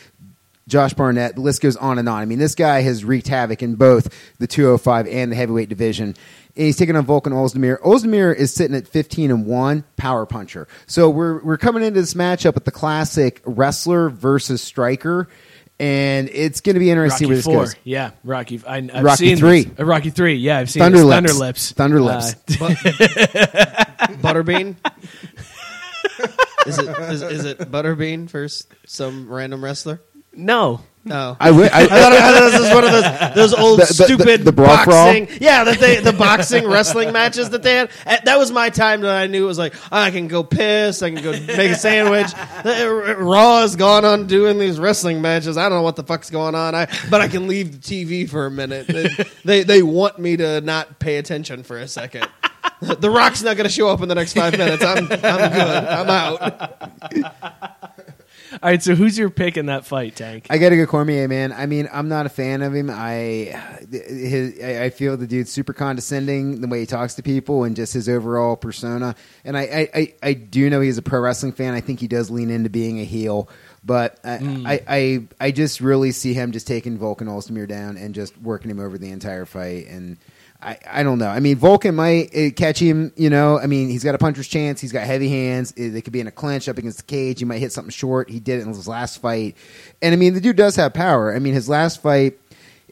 Speaker 8: Josh Barnett, the list goes on and on. I mean, this guy has wreaked havoc in both the 205 and the heavyweight division. And he's taking on Vulcan Ozdemir. Ozdemir is sitting at 15 and 1, power puncher. So we're, we're coming into this matchup with the classic wrestler versus striker. And it's going to be interesting
Speaker 1: Rocky
Speaker 8: where this
Speaker 1: four,
Speaker 8: goes.
Speaker 1: yeah, Rocky. I, I've
Speaker 8: Rocky
Speaker 1: seen
Speaker 8: three.
Speaker 1: this. Uh, Rocky three, yeah, I've seen this. Uh,
Speaker 8: Thunderlips. Thunderlips.
Speaker 2: Butterbean. is it is, is it Butterbean versus some random wrestler?
Speaker 1: No.
Speaker 2: No.
Speaker 8: I would- I-
Speaker 2: thought, I thought this was one of those those old
Speaker 8: The- the- the-
Speaker 2: stupid
Speaker 8: the brawl brawl?
Speaker 2: boxing. Yeah, that they the boxing wrestling matches that they had. Uh, That was my time that I knew it was like I can go piss, I can go make a sandwich. Uh, Raw has gone on doing these wrestling matches. I don't know what the fuck's going on. I but I can leave the TV for a minute. They they, they want me to not pay attention for a second. The Rock's not going to show up in the next five minutes. I'm I'm good. I'm out.
Speaker 1: All right, so who's your pick in that fight, Tank?
Speaker 8: I got to go Cormier, man. I mean, I'm not a fan of him. I, his, I I feel the dude's super condescending, the way he talks to people, and just his overall persona. And I, I, I, I do know he's a pro wrestling fan. I think he does lean into being a heel, But I, I, I, I just really see him just taking Vulcan Ultimir down and just working him over the entire fight. And I, I don't know. I mean, Vulcan might uh, catch him, you know. I mean, he's got a puncher's chance. He's got heavy hands. Uh, They could be in a clinch up against the cage. He might hit something short. He did it in his last fight. And I mean, the dude does have power. I mean, his last fight,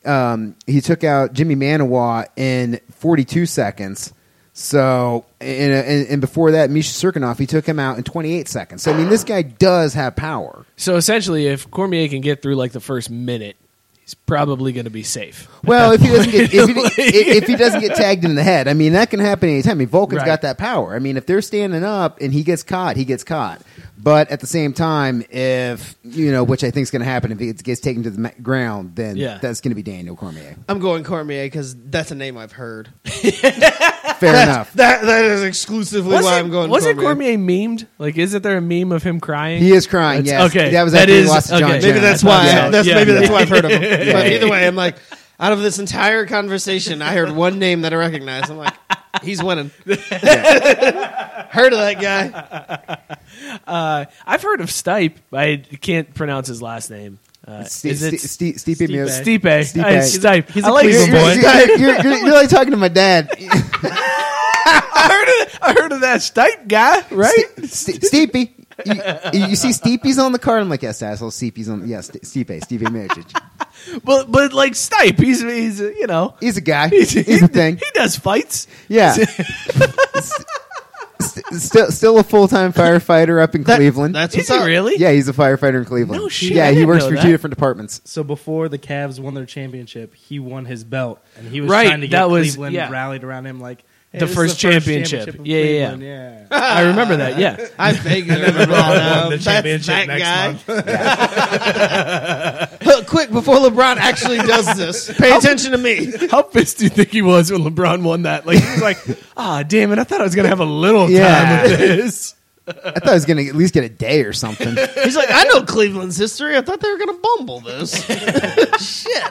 Speaker 8: um, he took out Jimmy Manawa in 42 seconds. So, and, uh, and, and before that, Misha Serkinov, he took him out in 28 seconds. So, I mean, this guy does have power.
Speaker 1: So essentially, if Cormier can get through like the first minute, he's probably going to be safe.
Speaker 8: Well, if he doesn't get if he, if he doesn't get tagged in the head, I mean that can happen anytime. I mean Vulcan's
Speaker 1: Right.
Speaker 8: got that power. I mean if they're standing up and he gets caught, he gets caught. But at the same time, if you know, which I think is going to happen, if it gets taken to the ma- ground, then
Speaker 2: Yeah.
Speaker 8: that's going to be Daniel Cormier.
Speaker 2: I'm going Cormier because that's a name I've heard.
Speaker 8: Fair
Speaker 2: That's-
Speaker 8: enough.
Speaker 2: That that is exclusively why I'm going.
Speaker 1: wasn't Cormier memed? Like, isn't there a meme of him crying?
Speaker 8: He is crying,
Speaker 1: That's-
Speaker 8: yes.
Speaker 1: Okay,
Speaker 8: That was
Speaker 1: that
Speaker 8: after he
Speaker 1: is
Speaker 8: lost to John
Speaker 1: okay.
Speaker 8: Jones.
Speaker 2: Maybe that's why.
Speaker 8: Yeah.
Speaker 2: That's
Speaker 8: Yeah.
Speaker 2: maybe that's why I've heard of him.
Speaker 8: Yeah.
Speaker 2: But either way, I'm like, out of this entire conversation, I heard one name that I recognize. I'm like, he's winning. heard of that guy?
Speaker 1: Uh, I've heard of Stipe. I can't pronounce his last name. Uh,
Speaker 8: Ste-
Speaker 1: is it
Speaker 8: Ste- Ste- Stipe Mios-
Speaker 1: Stipe. Stipe. I, Stipe. I like
Speaker 8: you're,
Speaker 1: Stipe.
Speaker 8: You're, you're, you're, you're like talking to my dad.
Speaker 1: I heard of I heard of that Stipe guy, right?
Speaker 8: Ste- Steepy. You, you see Steepy's on the card. I'm like, yes, asshole. Steepy's on. Yes, Ste- Stipe. Stipe Miocic.
Speaker 1: But but like Stipe, he's he's you know
Speaker 8: he's a guy. He's a thing.
Speaker 1: He does fights.
Speaker 8: Yeah. St- still, still a full time firefighter up in Cleveland.
Speaker 9: that's Is what's he up. really?
Speaker 8: Yeah, he's a firefighter in Cleveland.
Speaker 9: No shit,
Speaker 8: Yeah,
Speaker 9: I
Speaker 8: he
Speaker 9: didn't
Speaker 8: works
Speaker 9: know
Speaker 8: for
Speaker 9: that.
Speaker 8: two different departments.
Speaker 9: So before the Cavs won their championship, he won his belt, and he was
Speaker 1: Right,
Speaker 9: trying to get
Speaker 1: that was-
Speaker 9: Cleveland
Speaker 1: yeah.
Speaker 9: rallied around him like hey,
Speaker 1: the
Speaker 9: this is
Speaker 1: first championship.
Speaker 9: of
Speaker 1: yeah, yeah,
Speaker 9: Cleveland,
Speaker 1: yeah, I remember that. Yeah,
Speaker 2: I vaguely
Speaker 9: And then
Speaker 2: remember
Speaker 9: LeBron
Speaker 2: that.
Speaker 9: won the
Speaker 2: um, That's
Speaker 9: championship
Speaker 2: that
Speaker 9: next
Speaker 2: guy.
Speaker 9: month.
Speaker 2: Look, quick before LeBron actually does this. Pay attention to me.
Speaker 10: How pissed do you think he was when LeBron won that? Like he was like, ah, damn it! I thought I was gonna have a little
Speaker 8: Yeah.
Speaker 10: time with this.
Speaker 8: I thought I was gonna at least get a day or something.
Speaker 2: He's like, I know Cleveland's history. I thought they were going to bumble this. Shit.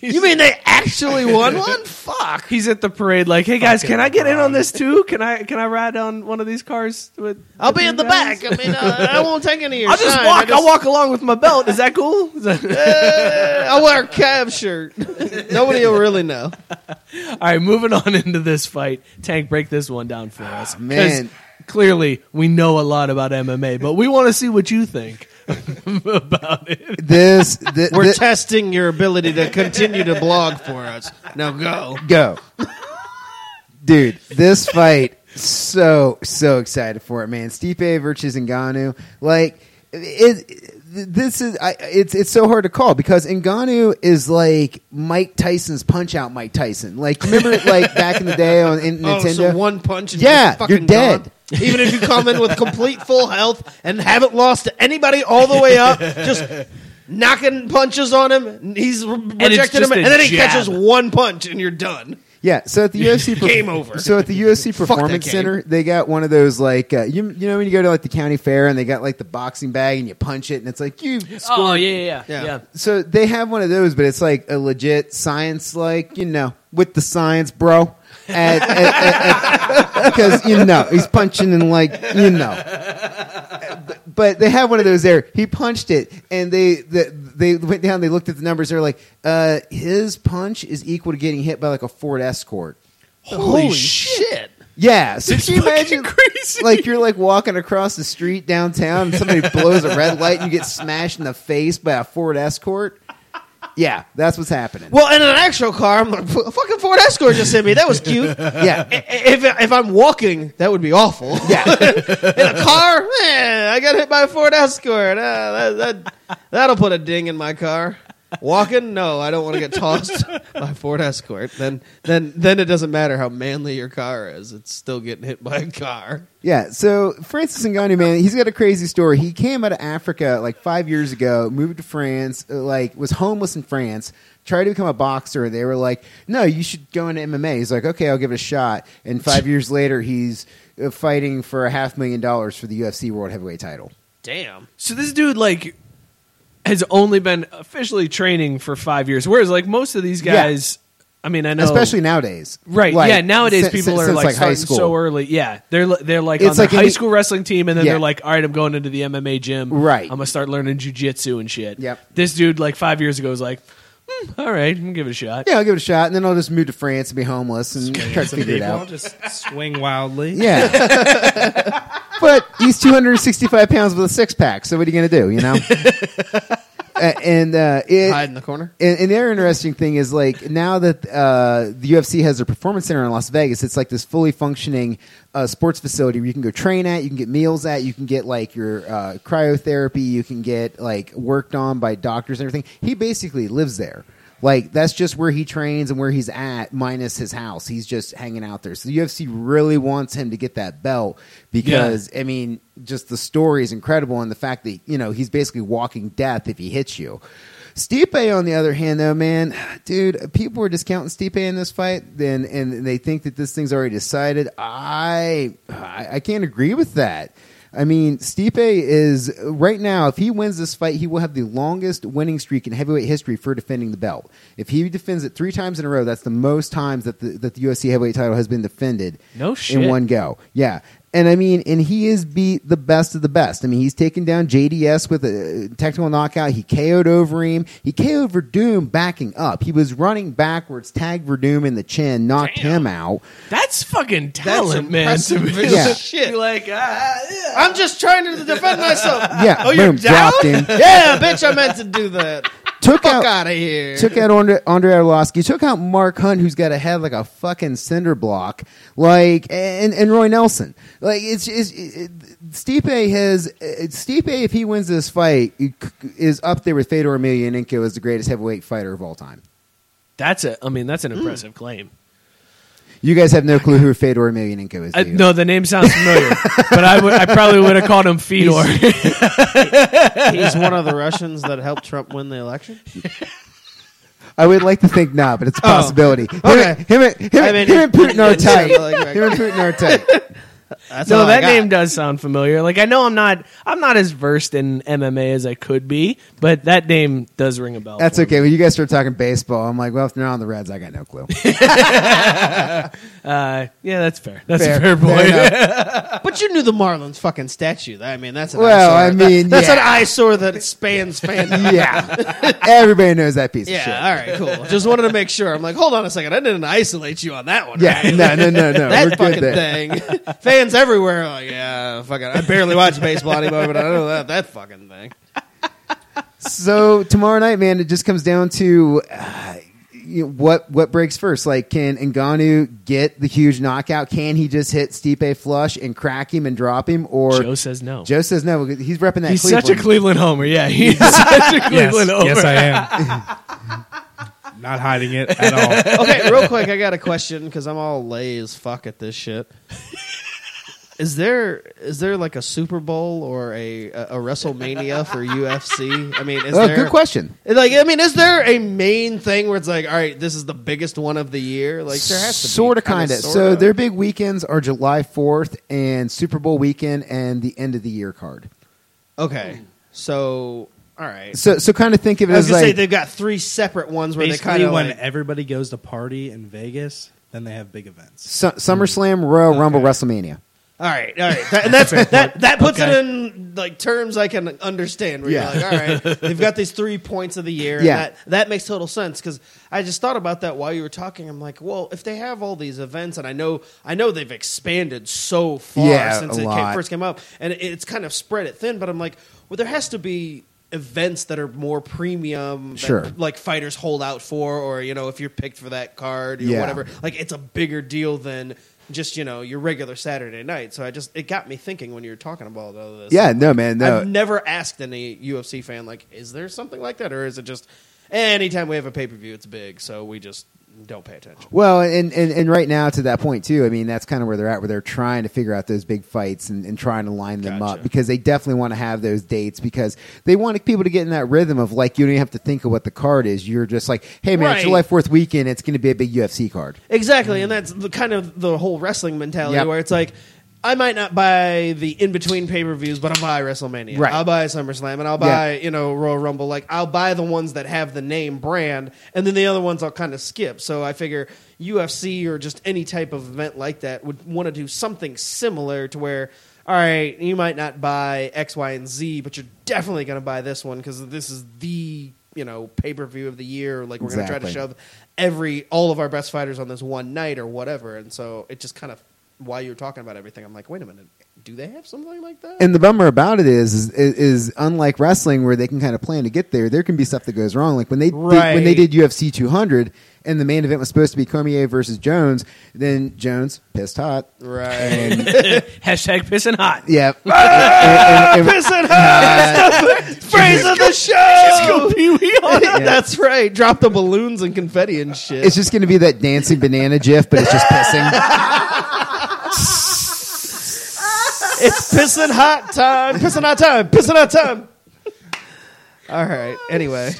Speaker 2: you mean they actually won one? Fuck.
Speaker 1: He's at the parade, like, hey guys, can I get in on this too? Can I can I ride on one of these cars? With
Speaker 2: I'll
Speaker 1: with
Speaker 2: be
Speaker 1: you
Speaker 2: in the
Speaker 1: guys?
Speaker 2: back. I mean, uh, I won't take any of your
Speaker 1: I'll just
Speaker 2: shine. I
Speaker 1: walk.
Speaker 2: just-
Speaker 1: I'll walk along with my belt. Is that cool? Is that-
Speaker 2: Uh, I'll wear a Cav shirt. Nobody will really know.
Speaker 1: All right, moving on into this fight. Tank, break this one down for
Speaker 8: Ah,
Speaker 1: us. 'Cause
Speaker 2: man.
Speaker 1: Clearly, we know a lot about MMA, but we want to see what you think.
Speaker 8: This, thi-
Speaker 2: We're
Speaker 8: thi-
Speaker 2: testing your ability to continue to blog for us. Now go.
Speaker 8: go. Dude, this fight, so, so excited for it, man. Stipe versus Ngannou. Like, it, this is I, it's it's so hard to call because Ngannou is like Mike Tyson's punch out Mike Tyson. Like remember like back in the day on in,
Speaker 2: Oh,
Speaker 8: Nintendo
Speaker 2: so one punch and
Speaker 8: Yeah,
Speaker 2: you're fucking
Speaker 8: you're dead.
Speaker 2: gone. Even if you come in with complete full health and haven't lost to anybody all the way up, just knocking punches on him, and he's re-
Speaker 8: it's
Speaker 2: rejected him,
Speaker 8: just a
Speaker 2: and then he
Speaker 8: jab.
Speaker 2: catches one punch and you're done.
Speaker 8: Yeah, so at the UFC per-
Speaker 2: Game over.
Speaker 8: So at the UFC
Speaker 2: Fuck that
Speaker 8: Performance
Speaker 2: game.
Speaker 8: Center, they got one of those like uh, you you know when you go to like the county fair and they got like the boxing bag and you punch it and it's like you
Speaker 1: Oh yeah, yeah, yeah, yeah.
Speaker 8: So they have one of those, but it's like a legit science, like you know, with the science, bro. Because you know he's punching and like you know, but, but they have one of those there. He punched it, and they the, they went down. They looked at the numbers. They're like, uh, his punch is equal to getting hit by like a Ford Escort.
Speaker 2: Holy, shit.
Speaker 8: Yeah, so
Speaker 2: That's
Speaker 8: can you imagine? Like you're like walking across the street downtown, and somebody blows a red light, and you get smashed in the face by a Ford Escort. Yeah, that's what's happening.
Speaker 2: Well, in an actual car, I'm like, "F- fucking Ford Escort just hit me. That was cute.
Speaker 8: Yeah.
Speaker 2: I- I- If, if I'm walking, that would be awful.
Speaker 8: Yeah.
Speaker 2: in a car, man, I got hit by a Ford Escort. Ah, that, that, that'll put a ding in my car. Walking, no, I don't want to get tossed by a Ford Escort. Then, then, then it doesn't matter how manly your car is; it's still getting hit by a car.
Speaker 8: Yeah, so Francis Ngannou, man, he's got a crazy story. He came out of Africa like five years ago, moved to France, uh, like was homeless in France, tried to become a boxer. They were like, "No, you should go into MMA." He's like, "Okay, I'll give it a shot." And five years later, he's uh, fighting for a half million dollars for the UFC World Heavyweight Title.
Speaker 2: Damn.
Speaker 1: So this dude like has only been officially training for five years, whereas like most of these
Speaker 8: Yeah.
Speaker 1: guys I mean, I know,
Speaker 8: Especially nowadays.
Speaker 1: right?
Speaker 8: Like,
Speaker 1: yeah, nowadays
Speaker 8: since-
Speaker 1: people are
Speaker 8: since,
Speaker 1: like,
Speaker 8: like, high
Speaker 1: starting
Speaker 8: school.
Speaker 1: so early. Yeah, they're li- they're like
Speaker 8: It's
Speaker 1: on the
Speaker 8: like
Speaker 1: high
Speaker 8: any-
Speaker 1: school wrestling team, and then
Speaker 8: Yeah.
Speaker 1: they're like, all right, I'm going into the MMA gym.
Speaker 8: Right.
Speaker 1: I'm gonna start learning jujitsu and shit.
Speaker 8: Yep.
Speaker 1: This dude, like five years ago, was like, "Hmm, all right, I'm gonna give it a shot.
Speaker 8: Yeah, I'll give it a shot, and then I'll just move to France and be homeless and try to
Speaker 9: Some
Speaker 8: figure it
Speaker 9: people
Speaker 8: out.
Speaker 9: just swing wildly.
Speaker 8: Yeah. but he's 265 pounds with a six pack. So what are you going to do? You know. Uh, and uh, it,
Speaker 2: Hide in the corner?
Speaker 8: And, and the other interesting thing is like now that uh, the UFC has their performance center in Las Vegas, it's like this fully functioning uh, sports facility where you can go train at, you can get meals at, you can get like your uh, cryotherapy, you can get like worked on by doctors and everything. He basically lives there. Like that's just where he trains and where he's at, minus his house. He's just hanging out there. So the UFC really wants him to get that belt because I mean, just the story is incredible, and the fact that you know he's basically walking death if he hits you. Stipe, on the other hand, though, man, dude, people were discounting Stipe in this fight, then and they think that this thing's already decided. I I, I can't agree with that. I mean, Stipe is right now. If he wins this fight, he will have the longest winning streak in heavyweight history for defending the belt. If he defends it three times in a row, that's the most times that the that the UFC heavyweight title has been defended.
Speaker 1: No shit.
Speaker 8: in one go. Yeah. And I mean, and he is beat the best of the best. I mean, he's taken down JDS with a uh, technical knockout. He KO'd over him. He KO'd Verdum backing up. He was running backwards, tagged Verdum in the chin, knocked him out.
Speaker 1: That's fucking talent, man. To
Speaker 2: impressive
Speaker 1: be
Speaker 2: as
Speaker 8: Yeah.
Speaker 2: shit.
Speaker 1: Be like, ah,
Speaker 2: I'm just trying to defend myself.
Speaker 8: Yeah,
Speaker 2: Oh, you're
Speaker 8: boom,
Speaker 2: down?
Speaker 8: dropped him.
Speaker 2: yeah, bitch, I meant to do that.
Speaker 8: Took
Speaker 2: Fuck
Speaker 8: out-
Speaker 2: out of here.
Speaker 8: Took out Andre, Andre Arlovsky. Took out Mark Hunt, who's got a head like a fucking cinder block. Like and and Roy Nelson. Like it's it's it, Stipe has it, Stipe. If he wins this fight, is up there with Fedor Emelianenko as the greatest heavyweight fighter of all time.
Speaker 1: that's a. I mean, that's an
Speaker 8: Hmm.
Speaker 1: impressive claim.
Speaker 8: You guys have no clue who Fedor Emelianenko is.
Speaker 1: Uh,
Speaker 8: do you?
Speaker 1: no, the name sounds familiar, but I would- I probably would have called him Fedor.
Speaker 2: He's one of the Russians that helped Trump win the election.
Speaker 8: I would like to think not, but it's a possibility. Him, and- him, and- him,
Speaker 2: I
Speaker 8: and-
Speaker 2: mean,
Speaker 8: him and Putin are tight.
Speaker 2: yeah, like, right.
Speaker 8: him and Putin are tight.
Speaker 1: no,
Speaker 2: all I
Speaker 1: that
Speaker 2: got.
Speaker 1: name does sound familiar. Like I know I'm not I'm not as versed in MMA as I could be, but that name does ring a bell.
Speaker 8: That's
Speaker 1: for
Speaker 8: okay. When you guys start talking baseball, I'm like, well, if they're not on the Reds, I got no clue.
Speaker 1: me. Uh, yeah, that's fair. That's
Speaker 8: Fair.
Speaker 1: a fair
Speaker 8: Fair
Speaker 1: point.
Speaker 2: But you knew the Marlins fucking statue. I mean, that's an
Speaker 8: Well,
Speaker 2: eyesore.
Speaker 8: I mean,
Speaker 2: That- that's
Speaker 8: yeah.
Speaker 2: an eyesore that spans fandom.
Speaker 8: yeah. Everybody knows that piece
Speaker 2: Yeah,
Speaker 8: of shit.
Speaker 2: all right, cool. Just wanted to make sure. I'm like, hold on a second. I didn't isolate you on that one.
Speaker 8: Yeah,
Speaker 2: right?
Speaker 8: no, no, no, no.
Speaker 2: that
Speaker 8: We're good
Speaker 2: fucking
Speaker 8: there.
Speaker 2: thing. Fans everywhere are like, yeah, fucking. I barely watch baseball anymore, but I know that that fucking thing.
Speaker 8: so tomorrow night, man, it just comes down to uh, you know, what what breaks first. Like, can Ngannou get the huge knockout? Can he just hit Stipe flush and crack him and drop him? Or
Speaker 1: Joe says no.
Speaker 8: Joe says no. He's repping that.
Speaker 1: He's
Speaker 8: Cleveland.
Speaker 1: such a Cleveland homer. Yeah, he's such a Cleveland homer.
Speaker 9: yes, I am. Not hiding it at all.
Speaker 2: Okay, real quick, I got a question because I'm all lay as fuck at this shit. Is there is there like a Super Bowl or a a WrestleMania for UFC? I mean, is
Speaker 8: Oh,
Speaker 2: there
Speaker 8: good question.
Speaker 2: Like, I mean, is there a main thing where it's like, all right, this is the biggest one of the year? Like, there has to be
Speaker 8: sort of,
Speaker 2: kinda,
Speaker 8: kind of. So
Speaker 2: sorta.
Speaker 8: their big weekends are July Fourth and Super Bowl weekend and the end of the year card.
Speaker 2: okay. So all right,
Speaker 8: So, so kind of think of
Speaker 2: I
Speaker 8: it
Speaker 2: was
Speaker 8: as
Speaker 2: gonna say
Speaker 8: like
Speaker 2: they've got three separate ones where they
Speaker 9: Basically,
Speaker 2: kind of
Speaker 9: when
Speaker 2: like,
Speaker 9: everybody goes to party in Vegas, then they have big events.
Speaker 8: Su-
Speaker 1: Hmm.
Speaker 8: SummerSlam, Royal Rumble, WrestleMania.
Speaker 2: all right, all right, that, and that's that that puts
Speaker 1: Okay.
Speaker 2: it in like terms I can understand. Where
Speaker 8: Yeah.
Speaker 2: you're like, all right, they've got these three points of the year.
Speaker 8: Yeah.
Speaker 2: and that, that makes total sense because I just thought about that while you were talking. I'm like, well, if they have all these events, and I know I know they've expanded so far
Speaker 8: Yeah,
Speaker 2: since
Speaker 8: a
Speaker 2: it
Speaker 8: lot.
Speaker 2: Came, first came up, and it, it's kind of spread it thin. But I'm like, well, there has to be. Events that are more premium, that,
Speaker 8: Sure.
Speaker 2: Like fighters hold out for, or you know, if you're picked for that card, or
Speaker 8: Yeah.
Speaker 2: whatever. Like it's a bigger deal than just you know your regular Saturday night. So I just it got me thinking when you were talking about all this.
Speaker 8: Yeah, no, man, no.
Speaker 2: I've never asked any UFC fan like, is there something like that, or is it just anytime we have a pay per view, it's big, so we just don't pay attention.
Speaker 8: Well, and, and, and right now to that point too, I mean that's kind of where they're at, where they're trying to figure out those big fights and, and trying to line them up because they definitely want to have those dates because they want people to get in that rhythm of like you don't even have to think of what the card is. You're just like, hey man,
Speaker 2: Right.
Speaker 8: it's July Fourth weekend, it's going to be a big UFC card.
Speaker 2: Exactly, and that's the kind of the whole wrestling mentality
Speaker 8: Yep.
Speaker 2: where it's like I might not buy the in between pay per views, but I'll buy WrestleMania.
Speaker 14: Right.
Speaker 2: I'll buy SummerSlam and I'll buy, you know, Royal Rumble. Like, I'll buy the ones that have the name brand, and then the other ones I'll kind of skip. So I figure UFC or just any type of event like that would want to do something similar to where, all right, you might not buy X, Y, and Z, but you're definitely going to buy this one because this is the, you know, pay per view of the year. Like, we're going to try to
Speaker 8: Exactly.
Speaker 2: shove every all of our best fighters on this one night or whatever. And so it just kind of while you were talking about everything, I'm like, wait a minute, do they have something like that?
Speaker 8: And the bummer about it is, is, is unlike wrestling where they can kind of plan to get there. There can be stuff that goes wrong. Like when they did, when they
Speaker 2: Right.
Speaker 8: did UFC 200 and the main event was supposed to be Cormier versus Jones, then Jones pissed hot.
Speaker 2: Right.
Speaker 1: Hashtag pissing hot. Ah,
Speaker 8: Yeah.
Speaker 2: Pissing hot. That's the Phrase of the show.
Speaker 10: Just go Pee-wee on it.
Speaker 2: That's right. Drop the balloons and confetti and shit.
Speaker 8: It's just going to be that dancing banana gif, but it's just pissing.
Speaker 2: it's pissing hot time. Pissing hot time. Pissing hot time. All right. Anyway,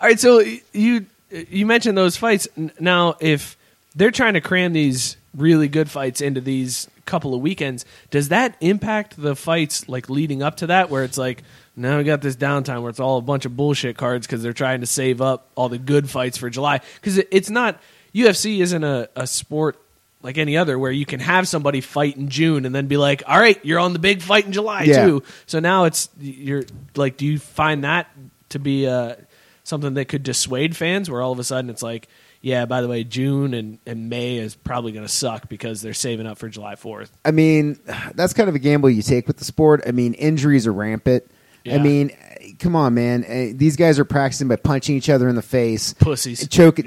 Speaker 1: All right, so you you mentioned those fights. N- Now, if they're trying to cram these really good fights into these couple of weekends, does that impact the fights like leading up to that, where it's like now we got this downtime where it's all a bunch of bullshit cards because they're trying to save up all the good fights for July? Because it, it's not UFC isn't a, a sport like any other where you can have somebody fight in June and then be like, all right, you're on the big fight in July
Speaker 8: Yeah.
Speaker 1: too. So now it's you're like, do you find that to be uh, something that could dissuade fans? Where all of a sudden it's like, yeah, by the way, June and, and May is probably going to suck because they're saving up for July Fourth.
Speaker 8: I mean, that's kind of a gamble you take with the sport. I mean, injuries are rampant. I
Speaker 1: Yeah.
Speaker 8: mean, eh, come on, man. Eh, These guys are practicing by punching each other in the face,
Speaker 1: Pussies.
Speaker 8: choking,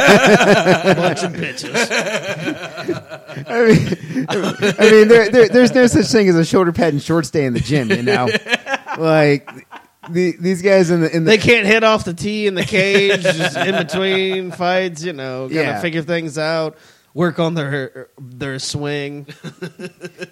Speaker 1: Punching bitches.
Speaker 8: I mean, I mean there, there, there's no such thing as a shoulder pad and shorts day in the gym. You know, like the, these guys in the in the
Speaker 2: they can't hit off the tee in the cage. just in between fights, you know, gotta
Speaker 8: Yeah.
Speaker 2: figure things out. Work on their their swing.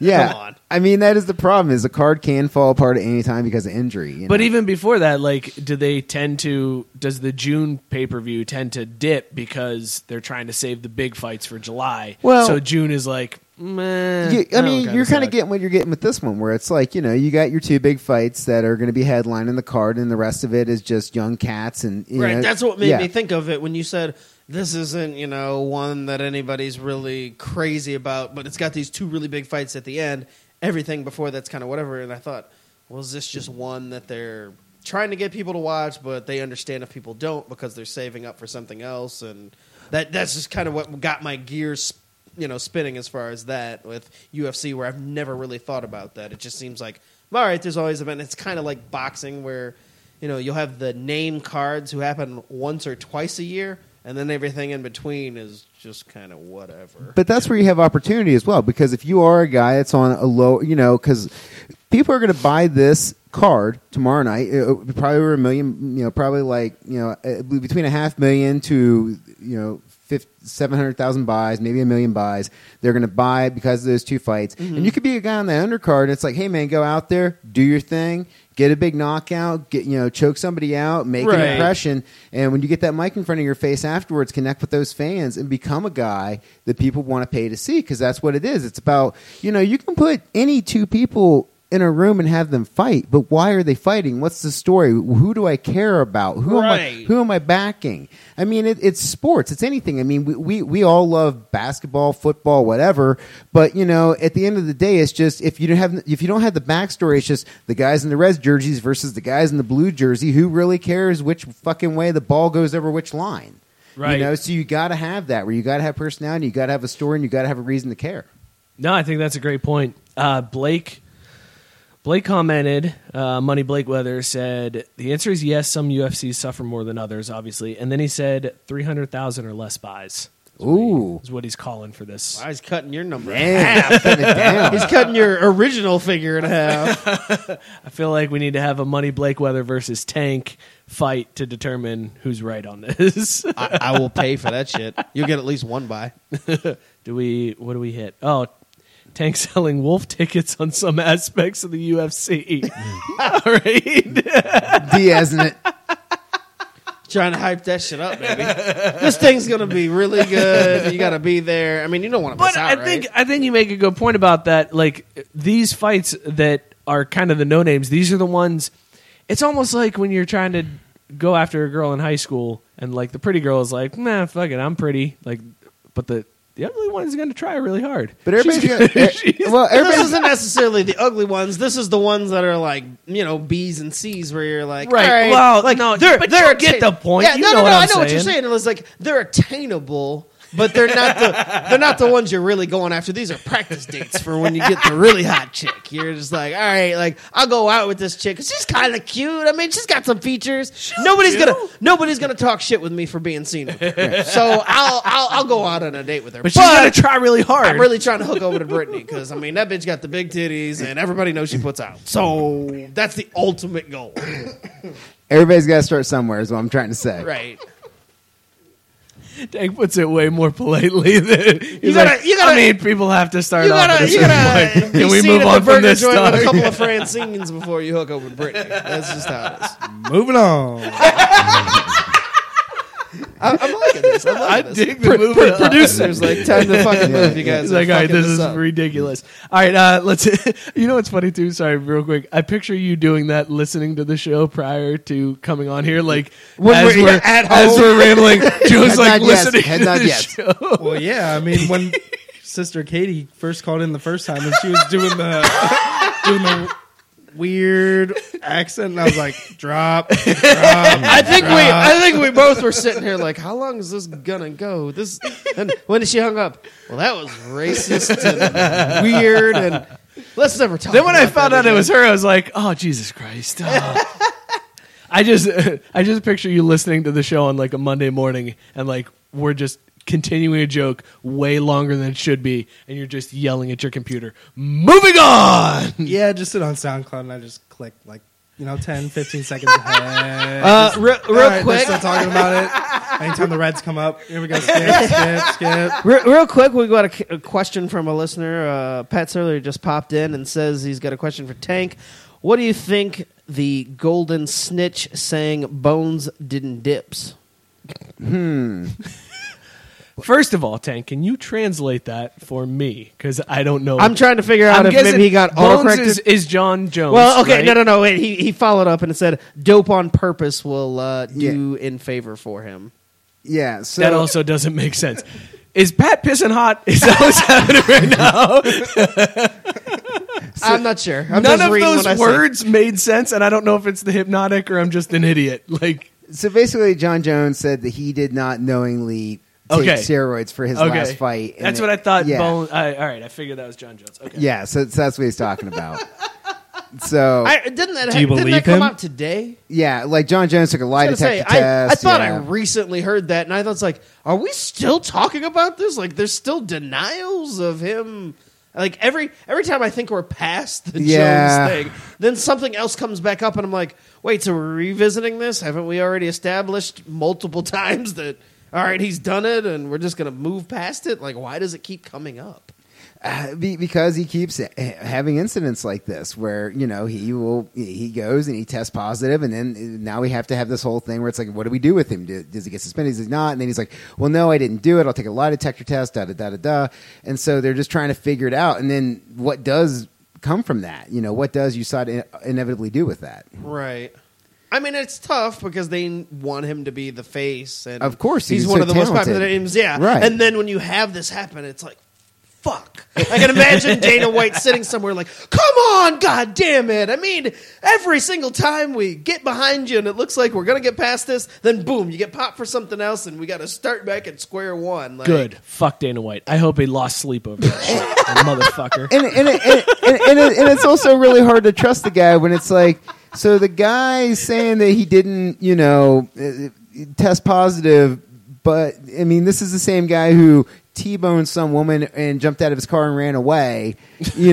Speaker 8: Yeah,
Speaker 2: Come on.
Speaker 8: I mean that is the problem. Is the card can fall apart at any time because of injury. you
Speaker 1: But
Speaker 8: know?
Speaker 1: even before that, like, do they tend to? Does the June pay per view tend to dip because they're trying to save the big fights for July?
Speaker 8: Well-
Speaker 1: so June is like, meh.
Speaker 8: You- I
Speaker 2: Oh,
Speaker 1: that
Speaker 8: mean,
Speaker 1: one
Speaker 8: you're kind
Speaker 1: kinda
Speaker 8: of getting what you're getting with this one, where it's like you know you got your two big fights that are going to be headlining the card, and the rest of it is just young cats and you
Speaker 2: right.
Speaker 8: know,
Speaker 2: That's what made
Speaker 8: yeah.
Speaker 2: me think of it when you said this isn't, you know, one that anybody's really crazy about, but it's got these two really big fights at the end. Everything before that's kind of whatever. And I thought, well, is this just one that they're trying to get people to watch, but they understand if people don't because they're saving up for something else? And that that's just kind of what got my gears. You know, spinning as far as that with UFC, where I've never really thought about that. It just seems like, all right, there's always a been. It's kind of like boxing, where you know you'll have the name cards who happen once or twice a year and then everything in between is just kind of whatever
Speaker 8: But that's where you have opportunity as well, because if you are a guy that's on a low, you know, because people are going to buy this card tomorrow night, uh, probably over a million, you know, probably like you know uh, between a half million to you know. Seven hundred thousand buys, maybe a million buys. They're going to buy because of those two fights,
Speaker 10: Mhm.
Speaker 8: and you could be a guy on that undercard. And it's like, hey man, go out there, do your thing, get a big knockout, get you know, choke somebody out, make an
Speaker 10: Right.
Speaker 8: impression. And when you get that mic in front of your face afterwards, connect with those fans and become a guy that people want to pay to see because that's what it is. It's about, you know, you can put any two people in a room and have them fight, but why are they fighting? What's the story? Who do I care about? Who am I?
Speaker 10: Right.
Speaker 8: Who am I backing? I mean, it, it's sports. It's anything. I mean, we, we we all love basketball, football, whatever. But you know, at the end of the day, it's just if you don't have if you don't have the backstory, it's just the guys in the red jerseys versus the guys in the blue jersey. Who really cares which fucking way the ball goes over which line?
Speaker 1: Right.
Speaker 8: You know, so you got to have that where you got to have personality, you got to have a story, and you got to have a reason to care.
Speaker 1: No, I think that's a great point. Uh, Blake Blake commented, uh, Money Blake Weather said, the answer is yes, some UFCs suffer more than others, obviously. And then he said 300,000 or less buys.
Speaker 8: Ooh.
Speaker 1: Is what he's calling for this.
Speaker 2: Wow, he's cutting your number in
Speaker 1: Man,
Speaker 2: half.
Speaker 1: cutting it down.
Speaker 2: he's cutting your original figure in half
Speaker 1: I feel like we need to have a Money Blake Weather versus Tank fight to determine who's right on this.
Speaker 2: I, I will pay for that shit you'll get at least one buy
Speaker 1: do we what do we hit oh tank selling wolf tickets on some aspects of the ufc all right
Speaker 8: Diaz in it
Speaker 2: trying to hype that shit up, baby. this thing's gonna be really good. You gotta be there. I mean, you don't want to miss
Speaker 1: But
Speaker 2: out,
Speaker 1: I
Speaker 2: right?
Speaker 1: think I think you make a good point about that. Like these fights that are kind of the no names. These are the ones. It's almost like when you're trying to go after a girl in high school, and like the pretty girl is like, "Nah, fuck it, I'm pretty." Like, but the the ugly one is going to try really hard.
Speaker 8: But everybody's
Speaker 1: She's-
Speaker 8: gonna- eh,
Speaker 1: she's-
Speaker 8: well,
Speaker 2: this isn't necessarily the ugly ones. This is the ones that are like you know B's and C's, where you're like,
Speaker 1: Right.
Speaker 2: all right,
Speaker 1: Well,
Speaker 2: like
Speaker 1: no,
Speaker 2: they're,
Speaker 1: but
Speaker 2: they're
Speaker 1: you get the point.
Speaker 2: Yeah,
Speaker 1: You
Speaker 2: no,
Speaker 1: know
Speaker 2: no,
Speaker 1: what
Speaker 2: no.
Speaker 1: I'm
Speaker 2: I know what you're
Speaker 1: saying.
Speaker 2: saying. It was like they're attainable, but they're not the they're not the ones you're really going after. These are practice dates for when you get the really hot chick. You're just like, all right, like I'll go out with this chick. 'cause She's kind of cute. I mean, she's got some features. nobody's
Speaker 1: do.
Speaker 2: gonna nobody's gonna talk shit with me for being seen. With her. so I'll, I'll I'll go out on a date with her.
Speaker 1: But she's gonna try really hard.
Speaker 2: I'm really trying to hook over to Brittany because I mean that bitch got the big titties and everybody knows she puts out. So that's the ultimate goal,
Speaker 8: Everybody's got to start somewhere, is what I'm trying to say.
Speaker 2: right?
Speaker 10: Dank puts it way more politely than he's
Speaker 2: You gotta-
Speaker 10: like,
Speaker 2: you gotta-
Speaker 10: I mean, people have to start
Speaker 2: you
Speaker 10: off.
Speaker 2: gotta-
Speaker 10: at a
Speaker 2: you
Speaker 10: certain
Speaker 2: gotta
Speaker 10: point.
Speaker 2: be
Speaker 10: Can we
Speaker 2: seen
Speaker 10: move
Speaker 2: at
Speaker 10: on
Speaker 2: the
Speaker 10: from
Speaker 2: burger
Speaker 10: this
Speaker 2: joint
Speaker 10: stuff?
Speaker 2: with a couple of Francines before you hook up with Brittany. That's just how it is.
Speaker 9: Moving on.
Speaker 2: I, I'm liking this. I'm liking this.
Speaker 10: dig the movie up.
Speaker 2: producers like time to fucking move. You guys
Speaker 10: He's
Speaker 2: are
Speaker 10: like, all right,
Speaker 2: fucking
Speaker 10: this
Speaker 2: this
Speaker 10: is
Speaker 2: up."
Speaker 10: ridiculous. All right, uh, let's. you know what's funny too? Sorry, real quick. I picture you doing that, listening to the show prior to coming on here, like
Speaker 9: When
Speaker 10: as
Speaker 9: we're
Speaker 10: we're
Speaker 9: at
Speaker 10: as
Speaker 9: home.
Speaker 10: we're rambling. Joe's
Speaker 9: Head
Speaker 10: like
Speaker 9: nod yes,
Speaker 10: listening
Speaker 9: head
Speaker 10: to
Speaker 9: nod
Speaker 10: the
Speaker 9: yes.
Speaker 10: show.
Speaker 9: Well, yeah. I mean, when Sister Katie first called in the first time, and she was doing the doing the weird accent, and I was like, drop. drop
Speaker 2: I think we,
Speaker 9: drop."
Speaker 2: I think we both were sitting here like, how long is this gonna go? This, and when did she hung up? Well, that was racist and weird, and let's never talk.
Speaker 10: Then when I
Speaker 2: about
Speaker 10: found
Speaker 2: that
Speaker 10: out it
Speaker 2: again.
Speaker 10: was her, I was like, oh Jesus Christ.
Speaker 1: uh,
Speaker 10: Oh. I just I just picture you listening to the show on like a Monday morning and like we're just continuing a joke way longer than it should be and you're just yelling at your computer. Moving on.
Speaker 9: Yeah, I just sit on SoundCloud and I just click like you know 10, 15 seconds ahead.
Speaker 2: Uh,
Speaker 9: Just,
Speaker 2: re- real
Speaker 9: "All right,
Speaker 2: quick."
Speaker 9: they're still talking about it. Anytime the Reds come up, here we go. Skip, skip, skip.
Speaker 2: Re- Real quick, we got a, c- a question from a listener. Uh, Pat Surler just popped in and says he's got a question for Tank. What do you think the golden snitch saying "bones didn't dips"?
Speaker 8: Hmm.
Speaker 1: First of all, Tank, can you translate that for me? Because I don't know.
Speaker 2: I'm trying to figure out
Speaker 1: I'm
Speaker 2: if
Speaker 1: guessing
Speaker 2: maybe he got
Speaker 1: Bones
Speaker 2: autocorrected.
Speaker 1: is, is John Jones.
Speaker 2: well, okay,
Speaker 1: right?
Speaker 2: no, no, no. Wait, he he followed up and said "dope on purpose" will uh, do in favor for him.
Speaker 8: Yeah. So
Speaker 1: that also doesn't make sense. Is Pat pissing hot? Is that what's happening right now?
Speaker 2: I'm not sure. I'm
Speaker 10: None
Speaker 2: just
Speaker 10: of
Speaker 2: reading
Speaker 10: those
Speaker 2: what I see.
Speaker 10: words made sense and I don't know if it's the hypnotic or I'm just an idiot. Like
Speaker 8: So basically, John Jones said that he did not knowingly take
Speaker 10: Okay.
Speaker 8: steroids for his
Speaker 10: Okay.
Speaker 8: last fight. and
Speaker 1: That's
Speaker 8: it-
Speaker 1: what I thought.
Speaker 8: Yeah.
Speaker 1: Bone. I, all right, I figured that was John Jones. Okay.
Speaker 8: Yeah. So, so that's what he's talking about. so
Speaker 2: I, didn't that,
Speaker 8: Do you
Speaker 2: didn't
Speaker 8: believe
Speaker 2: that come
Speaker 8: him?
Speaker 2: out today?
Speaker 8: yeah, like John Jones took a lie
Speaker 2: I was gonna
Speaker 8: detector
Speaker 2: say, I,
Speaker 8: test.
Speaker 2: I thought
Speaker 8: yeah.
Speaker 2: I recently heard that, and I thought it's like, are we still talking about this? Like, there's still denials of him. Like every every time I think we're past the
Speaker 8: Yeah.
Speaker 2: Jones thing, then something else comes back up, and I'm like, wait, so we're revisiting this? Haven't we already established multiple times that? All right, he's done it, and we're just gonna move past it. Like, why does it keep coming up?
Speaker 8: Uh, be- because he keeps ha- having incidents like this where you know he will he goes and he tests positive and then uh, now we have to have this whole thing where it's like what do we do with him Do- does he get suspended does he not and then he's like well no i didn't do it i'll take a lie detector test da da da da da and so they're just trying to figure it out and then what does come from that you know what does USADA in- inevitably do with that
Speaker 2: Right. I mean, it's tough because they want him to be the face, and
Speaker 8: Of course, he's
Speaker 2: one
Speaker 8: so
Speaker 2: of the most popular
Speaker 8: talented.
Speaker 2: names. Yeah,
Speaker 8: Right.
Speaker 2: And then when you have this happen, it's like, fuck. I can imagine Dana White sitting somewhere like, "Come on, god damn it!" I mean, every single time we get behind you, and it looks like we're gonna get past this, then boom, you get popped for something else, and we got to start back at square one. Like,
Speaker 1: Good. Fuck Dana White. I hope he lost sleep over that shit, you motherfucker.
Speaker 8: and and and, and, and, it, and it's also really hard to trust the guy when it's like so the guy's saying that he didn't you know uh, uh, test positive but i mean this is the same guy who t-boned some woman and jumped out of his car and ran away you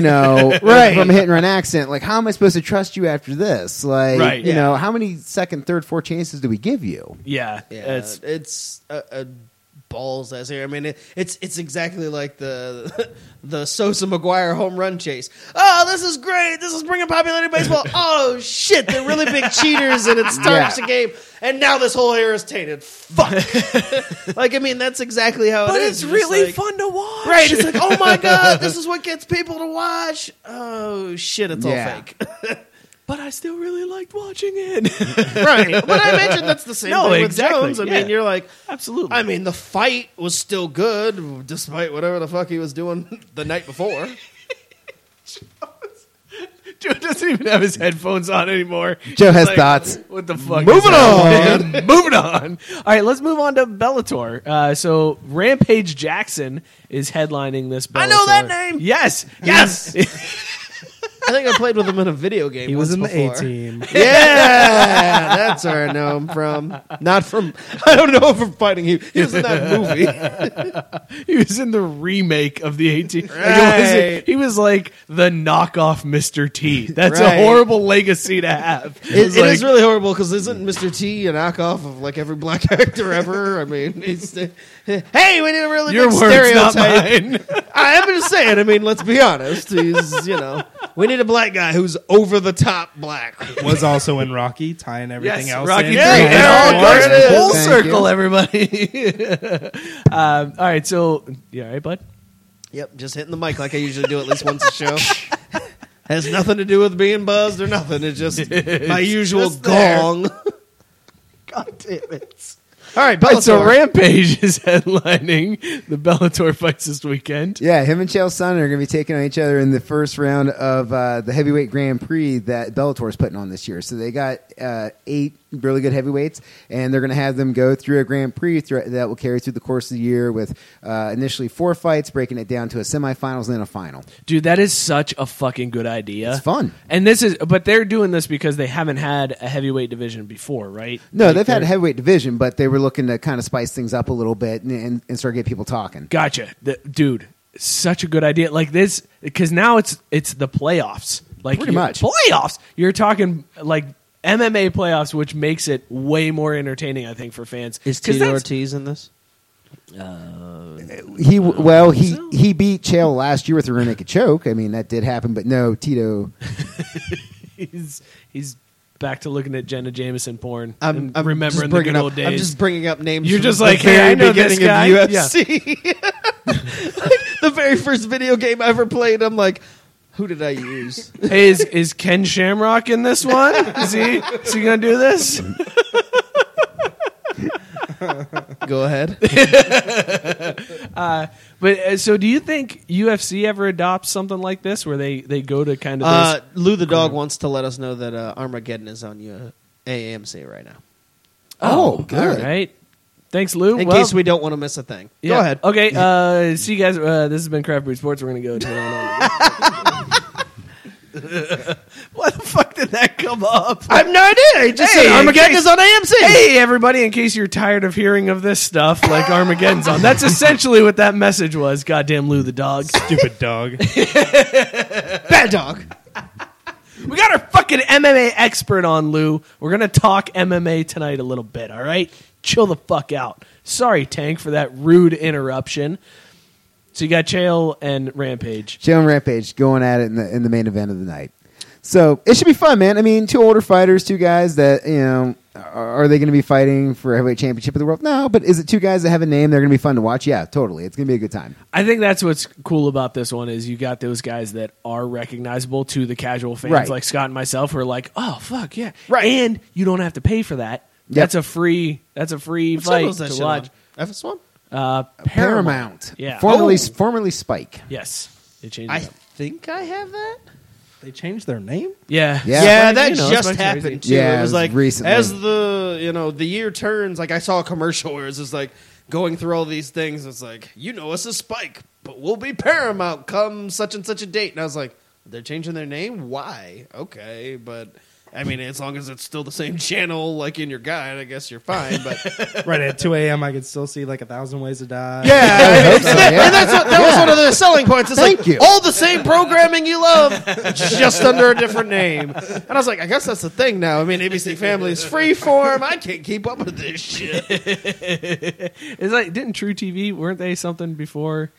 Speaker 8: know
Speaker 2: Right.
Speaker 8: from a hit and run accident like how am i supposed to trust you after this like
Speaker 1: Right.
Speaker 8: you
Speaker 1: Yeah.
Speaker 8: know how many second third fourth chances do we give you
Speaker 1: Yeah,
Speaker 2: yeah,
Speaker 1: it's-
Speaker 2: it's, a, a balls as here. I mean, it, it's it's exactly like the the Sosa McGuire home run chase. Oh, this is great! This is bringing populated baseball. oh shit, they're really big cheaters, and it starts
Speaker 10: Yeah.
Speaker 2: the game. And now this whole air is tainted. Fuck. like I mean, that's exactly how it
Speaker 10: But it's
Speaker 2: is. You're just
Speaker 10: really
Speaker 2: like-
Speaker 10: fun to watch.
Speaker 2: right? It's like, oh my god, this is what gets people to watch. Oh shit, it's all
Speaker 10: Yeah.
Speaker 2: fake.
Speaker 1: But I still really liked watching it.
Speaker 2: right. But I imagine that's the same
Speaker 1: No,
Speaker 2: thing
Speaker 1: exactly,
Speaker 2: with Jones. I
Speaker 1: yeah.
Speaker 2: mean, you're like,
Speaker 1: absolutely.
Speaker 2: I mean, the fight was still good despite whatever the fuck he was doing the night before.
Speaker 1: Joe doesn't even have his headphones on anymore.
Speaker 8: Joe
Speaker 1: He's
Speaker 8: has thoughts.
Speaker 1: What the fuck? is
Speaker 8: Moving
Speaker 1: that?"
Speaker 8: on.
Speaker 1: Moving on. All right, let's move on to Bellator. Uh, so Rampage Jackson is headlining this. Bellator.
Speaker 2: I know that name.
Speaker 1: Yes.
Speaker 2: Yes. I think I played with him in a video game.
Speaker 9: He was
Speaker 2: once
Speaker 9: in the
Speaker 2: before.
Speaker 9: A-Team.
Speaker 2: Yeah, that's where I know him from. Not from. I don't know from fighting you. He was in that movie.
Speaker 1: he was in the remake of the 18. Like, it wasn't-
Speaker 2: Right.
Speaker 1: he was like the knockoff Mr. T. That's
Speaker 2: Right.
Speaker 1: a horrible legacy to have.
Speaker 2: It, it is
Speaker 1: It's like-
Speaker 2: really horrible because isn't Mr. T a knockoff of like every black actor ever? I mean, it's, hey, we need a really
Speaker 1: Your
Speaker 2: big
Speaker 1: words, not
Speaker 2: stereotype. I am just saying. I mean, let's be honest. He's you know, we need a black guy who's over the top black.
Speaker 9: was also in Rocky, tying everything
Speaker 1: Yes,
Speaker 9: else.
Speaker 1: Rocky
Speaker 9: in.
Speaker 1: III. Yeah,
Speaker 9: Yeah.
Speaker 1: there it
Speaker 9: Yeah.
Speaker 1: is. Full
Speaker 9: Thank
Speaker 1: circle,
Speaker 9: you.
Speaker 1: everybody. um, all right, so yeah, all right, bud.
Speaker 2: Yep, just hitting the mic like I usually do at least once a show. Has nothing to do with being buzzed or nothing. It's just my
Speaker 1: It's
Speaker 2: usual
Speaker 1: just there.
Speaker 2: gong. God damn it! All right,
Speaker 1: All right, so
Speaker 2: Bellator.
Speaker 1: Rampage is headlining the Bellator fights this weekend.
Speaker 8: Yeah, him and Chael Sonnen are going to be taking on each other in the first round of uh, the heavyweight Grand Prix that Bellator is putting on this year. So they got uh, eight really good heavyweights, and they're going to have them go through a Grand Prix thro- that will carry through the course of the year with uh, initially four fights, breaking it down to a semifinals and then a final.
Speaker 1: Dude, that is such a fucking good idea. It's
Speaker 8: fun.
Speaker 1: And this is but they're doing this because they haven't had a heavyweight division before, right?
Speaker 8: No,
Speaker 1: Like,
Speaker 8: they've had a
Speaker 1: they're-
Speaker 8: heavyweight division, but they were looking to kind of spice things up a little bit and, and, and start getting people talking.
Speaker 1: Gotcha. The, dude, such a good idea. Like this cuz now it's it's the playoffs. Like
Speaker 8: Pretty
Speaker 1: you-
Speaker 8: much.
Speaker 1: playoffs. You're talking like MMA playoffs, which makes it way more entertaining, I think, for fans.
Speaker 2: Is
Speaker 1: 'Cause
Speaker 2: Tito
Speaker 1: that's-
Speaker 2: Ortiz in this?
Speaker 8: He well he he beat Chael last year with a rear naked choke. I mean that did happen, but no Tito.
Speaker 1: he's he's back to looking at Jenna Jameson porn.
Speaker 2: I'm-
Speaker 1: and
Speaker 2: I'm
Speaker 1: remembering
Speaker 2: just
Speaker 1: the
Speaker 2: bringing
Speaker 1: good
Speaker 2: up-
Speaker 1: old days.
Speaker 2: I'm just bringing up names
Speaker 1: You're
Speaker 2: from
Speaker 1: just
Speaker 2: the
Speaker 1: like, hey,
Speaker 2: very
Speaker 1: I know this
Speaker 2: beginning of
Speaker 1: guy.
Speaker 2: UFC. the very first video game I ever played. I'm like, who did I use?
Speaker 1: Yeah. Hey, is is Ken Shamrock in this one? Is he is he gonna do this?
Speaker 2: Go ahead.
Speaker 1: uh, but uh, so, do you think UFC ever adopts something like this, where they they go to kind of
Speaker 2: Uh,
Speaker 1: those-
Speaker 2: Lou the dog wants to let us know that uh, Armageddon is on your AMC right now.
Speaker 8: Oh, good.
Speaker 1: All right. Thanks, Lou.
Speaker 2: In
Speaker 1: Well-
Speaker 2: case we don't want to miss a thing.
Speaker 1: Yeah.
Speaker 2: Go ahead.
Speaker 1: Okay. Uh, see you guys. Uh, this has been Craft Brew Sports. We're gonna go to. what the fuck did that come up?
Speaker 2: I have no idea. He just
Speaker 1: Hey,
Speaker 2: said Armageddon
Speaker 1: in
Speaker 2: is on AMC.
Speaker 1: Hey, everybody! In case you're tired of hearing of this stuff, like Armageddon's on. That's essentially what that message was. Goddamn Lou the dog.
Speaker 9: Stupid dog.
Speaker 2: Bad dog.
Speaker 1: We got our fucking MMA expert on, Lou. We're gonna talk MMA tonight a little bit. All right, chill the fuck out. Sorry, Tank, for that rude interruption. So you got Chael and Rampage.
Speaker 8: Chael and Rampage going at it in the in the main event of the night. So it should be fun, man. I mean, two older fighters, two guys that you know. Are are they going to be fighting for heavyweight championship of the world? No, but is it two guys that have a name? They're going to be fun to watch. Yeah, totally. It's going to be a good time.
Speaker 1: I think that's what's cool about this one is you got those guys that are recognizable to the casual fans
Speaker 8: Right.
Speaker 1: like Scott and myself who are like, oh fuck yeah, right. And you don't have to pay for that. That's a free. That's a free
Speaker 2: What channel
Speaker 1: fight
Speaker 2: is that
Speaker 1: to
Speaker 2: shit
Speaker 1: watch.
Speaker 2: on? FS1?
Speaker 1: Uh,
Speaker 8: Paramount,
Speaker 1: Yeah.
Speaker 8: formerly
Speaker 1: Oh.
Speaker 8: formerly Spike.
Speaker 1: Yes, they changed.
Speaker 2: I
Speaker 1: it up.
Speaker 2: think I have that.
Speaker 9: They changed their name.
Speaker 1: Yeah.
Speaker 2: Yeah,
Speaker 8: Yeah.
Speaker 2: that
Speaker 1: You know, it's
Speaker 2: just
Speaker 1: fucking crazy.
Speaker 2: happened too. it
Speaker 8: Yeah, it
Speaker 2: was
Speaker 8: was
Speaker 2: like
Speaker 8: recently.
Speaker 2: as the you know the year turns. Like I saw a commercial where it's just like going through all these things. It's like you know us as Spike, but we'll be Paramount come such and such a date. And I was like, they're changing their name. Why? Okay, but I mean, as long as it's still the same channel, like in your guide, I guess you're fine. But
Speaker 9: right at 2 a.m., I could still see like a thousand ways to die.
Speaker 2: Yeah, and, and that's what, that was one of their selling points. It's
Speaker 9: Thank
Speaker 2: like
Speaker 9: you.
Speaker 2: all the same programming you love, just under a different name. And I was like, I guess that's the thing now. I mean, ABC Family is freeform. I can't keep up with this shit.
Speaker 1: Oh. it's like didn't True TV weren't they something before?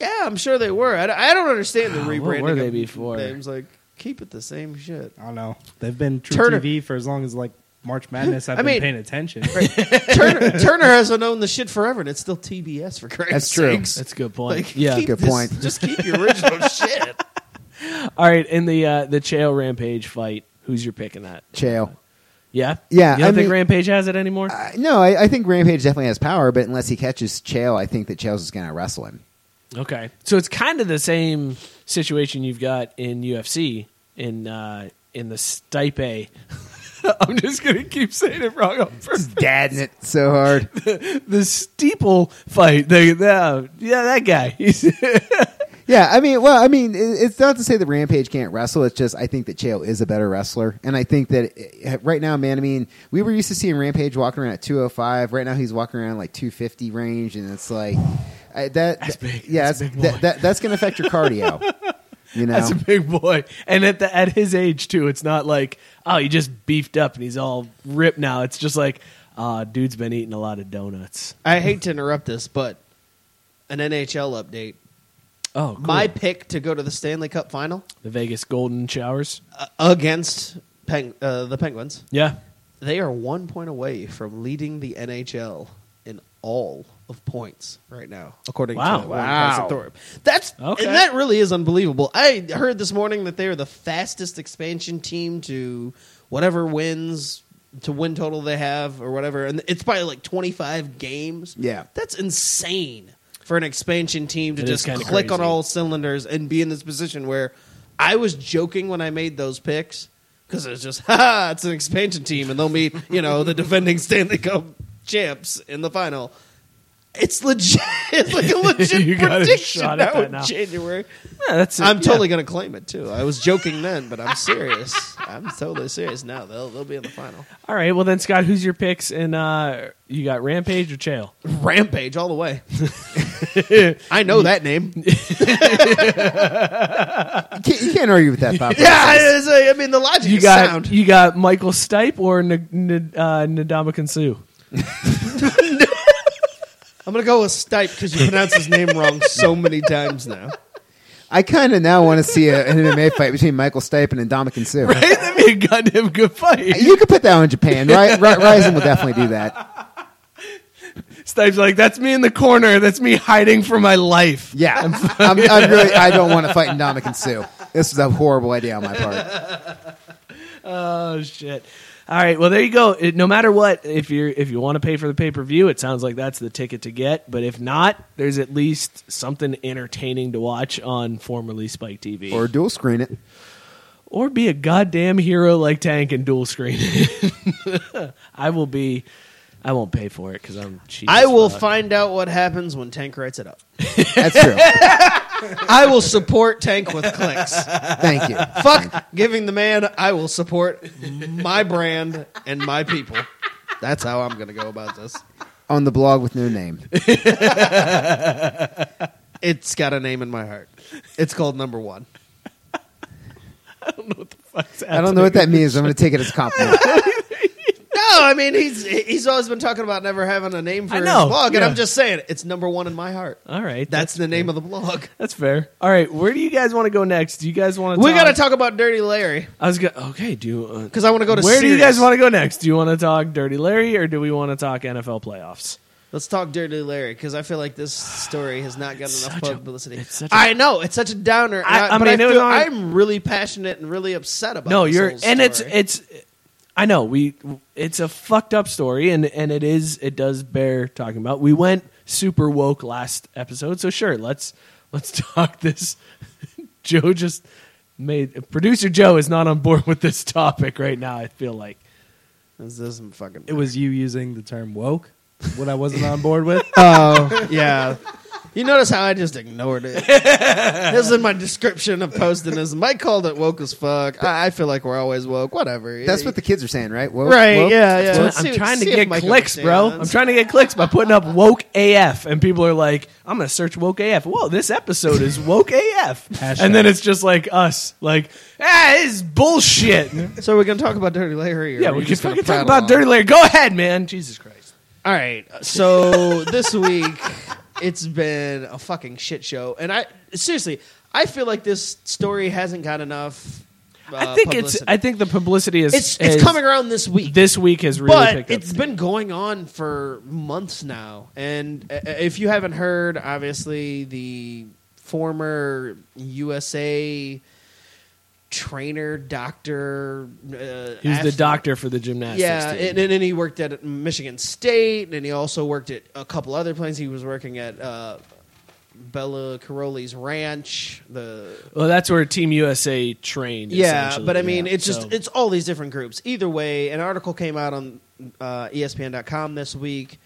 Speaker 2: Yeah, I'm sure they were. I, I don't understand the
Speaker 1: What
Speaker 2: rebranding.
Speaker 1: were they
Speaker 2: of
Speaker 1: before?
Speaker 2: Names like keep it the same shit.
Speaker 9: I don't know. They've been True
Speaker 2: Turner-
Speaker 9: TV for as long as like March Madness. I've
Speaker 2: I
Speaker 9: been
Speaker 2: mean-
Speaker 9: paying attention.
Speaker 2: Turner, Turner hasn't owned the shit forever, and it's still TBS for Christ's
Speaker 9: That's true.
Speaker 2: sakes.
Speaker 1: That's a good point.
Speaker 2: Like,
Speaker 1: Yeah.
Speaker 2: keep
Speaker 1: Good
Speaker 2: this-
Speaker 1: point.
Speaker 2: Just keep your original shit.
Speaker 1: All right, in the uh, the Chael Rampage fight, who's your pick in that?
Speaker 8: Chael.
Speaker 1: Yeah,
Speaker 8: Yeah,
Speaker 1: You don't
Speaker 8: I
Speaker 1: think
Speaker 8: mean-
Speaker 1: Rampage has it anymore?
Speaker 8: No, I, I think Rampage definitely has power, but unless he catches Chael, I think that Chael's is going to wrestle him.
Speaker 1: Okay, so it's kind of the same situation you've got in UFC in uh, in the stipe. I'm just gonna keep saying it wrong on purpose.
Speaker 8: Dadding it so hard.
Speaker 1: the, the steeple fight. They, they- uh, yeah, that guy. He's-
Speaker 8: Yeah, I mean, well, I mean, it- it's not to say that Rampage can't wrestle. It's just I think that Chael is a better wrestler, and I think that eh, right now, man, I mean, we were used to seeing Rampage walking around at two hundred five. Right now, he's walking around like two fifty range, and it's like I, that. That's big. Yeah, that's that, that, that's going to affect your cardio. you know,
Speaker 1: That's a big boy, and at the, at his age too, it's not like oh he just beefed up and he's all ripped now. It's just like uh, dude's been eating a lot of donuts.
Speaker 2: I hate to interrupt this, but an NHL update.
Speaker 1: Oh, cool.
Speaker 2: My pick to go to the Stanley Cup final
Speaker 1: the Vegas Golden Showers.
Speaker 2: uh, against Peng- uh, the Penguins.
Speaker 1: Yeah.
Speaker 2: They are one point away from leading the NHL in all of points right now, according
Speaker 1: Wow.
Speaker 2: to
Speaker 1: Wow.
Speaker 2: Thorpe. That's
Speaker 1: Okay.
Speaker 2: and that really is unbelievable. I heard this morning that they are the fastest expansion team to whatever wins to win total they have or whatever, and it's by like twenty five games.
Speaker 8: Yeah.
Speaker 2: that's insane for an expansion team to
Speaker 1: It
Speaker 2: just
Speaker 1: is kinda
Speaker 2: click on
Speaker 1: crazy.
Speaker 2: all cylinders and be in this position where I was joking when I made those picks because it's just, ha, it's an expansion team and they'll meet, you know, the defending Stanley Cup champs in the final. It's legit. It's like a legit
Speaker 1: You got a
Speaker 2: prediction
Speaker 1: shot
Speaker 2: now
Speaker 1: at that
Speaker 2: in
Speaker 1: now.
Speaker 2: January.
Speaker 1: Yeah, that's it,
Speaker 2: I'm totally
Speaker 1: yeah.
Speaker 2: going to claim it too. I was joking then, but I'm serious. I'm totally serious now. They'll they'll be in the final.
Speaker 1: All right, well then, Scott, who's your picks? And uh, you got Rampage or Chael?
Speaker 2: Rampage all the way. I know that name.
Speaker 8: you, can't, you can't argue with that thought.
Speaker 2: Yeah,
Speaker 8: process.
Speaker 2: I, it's like- I mean the logic
Speaker 1: You
Speaker 2: is
Speaker 1: got
Speaker 2: sound.
Speaker 1: you got Michael Stipe or N- N- uh, Ndamukong Suh?
Speaker 2: I'm gonna go with Stipe because you pronounce his name wrong so many times now.
Speaker 8: I kind of now want to see a, an MMA fight between Michael Stipe and Indomitian Sue.
Speaker 1: That'd be a goddamn good fight.
Speaker 8: You could put that one in Japan. Right, right, Ryzen will definitely do that.
Speaker 1: Stipe's like, that's me in the corner. That's me hiding from my life.
Speaker 8: Yeah, I'm, I'm, really. I don't want to fight Indomitian Sue. This was a horrible idea on my part.
Speaker 1: Oh shit! All right, well there you go. It, no matter what, if you are if you want to pay for the pay per view, it sounds like that's the ticket to get. But if not, there's at least something entertaining to watch on formerly Spike TV,
Speaker 8: Or dual screen it.
Speaker 1: or be a goddamn hero like Tank and dual screen. I will be. I won't pay for it because I'm cheap.
Speaker 2: I
Speaker 1: as
Speaker 2: will
Speaker 1: fuck.
Speaker 2: find out what happens when Tank writes it up.
Speaker 8: That's true.
Speaker 2: I will support Tank with clicks.
Speaker 8: Thank you.
Speaker 2: Fuck giving the man. I will support my brand and my people. That's how I'm gonna go about this.
Speaker 8: On the blog with no name.
Speaker 2: It's got a name in my heart. It's called number one.
Speaker 8: I don't know what that means. I'm going to take it as a compliment.
Speaker 2: No, I mean he's he's always been talking about never having a name for
Speaker 1: I
Speaker 2: his
Speaker 1: know,
Speaker 2: blog, and
Speaker 1: yeah. Oh,
Speaker 2: I'm just saying it's number one in my heart.
Speaker 1: All right,
Speaker 2: That's, the name of the blog.
Speaker 1: that's fair. All right, where do you guys want to go next? Do you guys want to?
Speaker 2: We got to talk about Dirty Larry
Speaker 1: I was gonna. Okay, do you, uh,
Speaker 2: because I want to go to.
Speaker 1: Where do you
Speaker 2: serious.
Speaker 1: guys want to go next? Do you want to talk Dirty Larry or do we want to talk NFL playoffs?
Speaker 2: Let's talk Dirty Larry because I feel like this story has not gotten enough
Speaker 1: such a-
Speaker 2: publicity.
Speaker 1: it's such a-
Speaker 2: I know it's such a downer. and
Speaker 1: I-
Speaker 2: I,
Speaker 1: I
Speaker 2: but
Speaker 1: mean, it
Speaker 2: I
Speaker 1: was
Speaker 2: feel,
Speaker 1: on-
Speaker 2: I'm really passionate and really upset about.
Speaker 1: No,
Speaker 2: this
Speaker 1: you're
Speaker 2: whole
Speaker 1: and it's
Speaker 2: story.
Speaker 1: it's I know we it's a fucked up story and and it is it does bear talking about. We went super woke last episode, so sure, let's let's talk this Joe just made producer Joe is not on board with this topic right now, I feel like.
Speaker 2: this doesn't fucking.
Speaker 9: It was you using the term woke, what I wasn't on board with.
Speaker 2: Oh yeah, You notice how I just ignored it. this is my description of post-inism. Mike called it woke as fuck. I, I feel like we're always woke. Whatever.
Speaker 8: That's what the kids are saying, right? Woke,
Speaker 2: right?
Speaker 8: woke?
Speaker 2: Yeah, yeah.
Speaker 8: That's what-
Speaker 2: Let's
Speaker 1: I'm
Speaker 2: see-
Speaker 1: trying to
Speaker 2: see if
Speaker 1: get
Speaker 2: Mike
Speaker 1: clicks, bro. I'm
Speaker 2: understands.
Speaker 1: trying to get clicks by putting up woke AF, and people are like, "I'm gonna search woke AF." Whoa, this episode is woke AF, and then it's just like us, like, "Ah, this is bullshit."
Speaker 2: So we're gonna talk about Dirty Larry. or
Speaker 1: yeah,
Speaker 2: are
Speaker 1: we
Speaker 2: you
Speaker 1: can
Speaker 2: just gonna
Speaker 1: fucking
Speaker 2: prattle
Speaker 1: talk about
Speaker 2: on?
Speaker 1: Dirty Larry. Go ahead, man. Jesus Christ.
Speaker 2: All right. So this week, it's been a fucking shit show, and I seriously, I feel like this story hasn't got enough. Uh,
Speaker 1: I think it's.
Speaker 2: publicity.
Speaker 1: I think the publicity is.
Speaker 2: It's- it's
Speaker 1: is-
Speaker 2: coming around this week.
Speaker 1: This week has really
Speaker 2: but
Speaker 1: picked up.
Speaker 2: it's been going on for months now, and uh, if you haven't heard, obviously the former USA trainer, doctor, uh,
Speaker 1: He's the
Speaker 2: athlete-
Speaker 1: doctor for the gymnastics.
Speaker 2: yeah,
Speaker 1: team.
Speaker 2: and, and then he worked at Michigan State, and he also worked at a couple other places. He was working at uh, Bella Caroli's ranch. The
Speaker 1: well, that's where Team USA trained.
Speaker 2: yeah,
Speaker 1: essentially.
Speaker 2: but I mean,
Speaker 1: Yeah,
Speaker 2: it's just
Speaker 1: so-
Speaker 2: it's all these different groups. Either way, an article came out on uh, ESPN.com this week,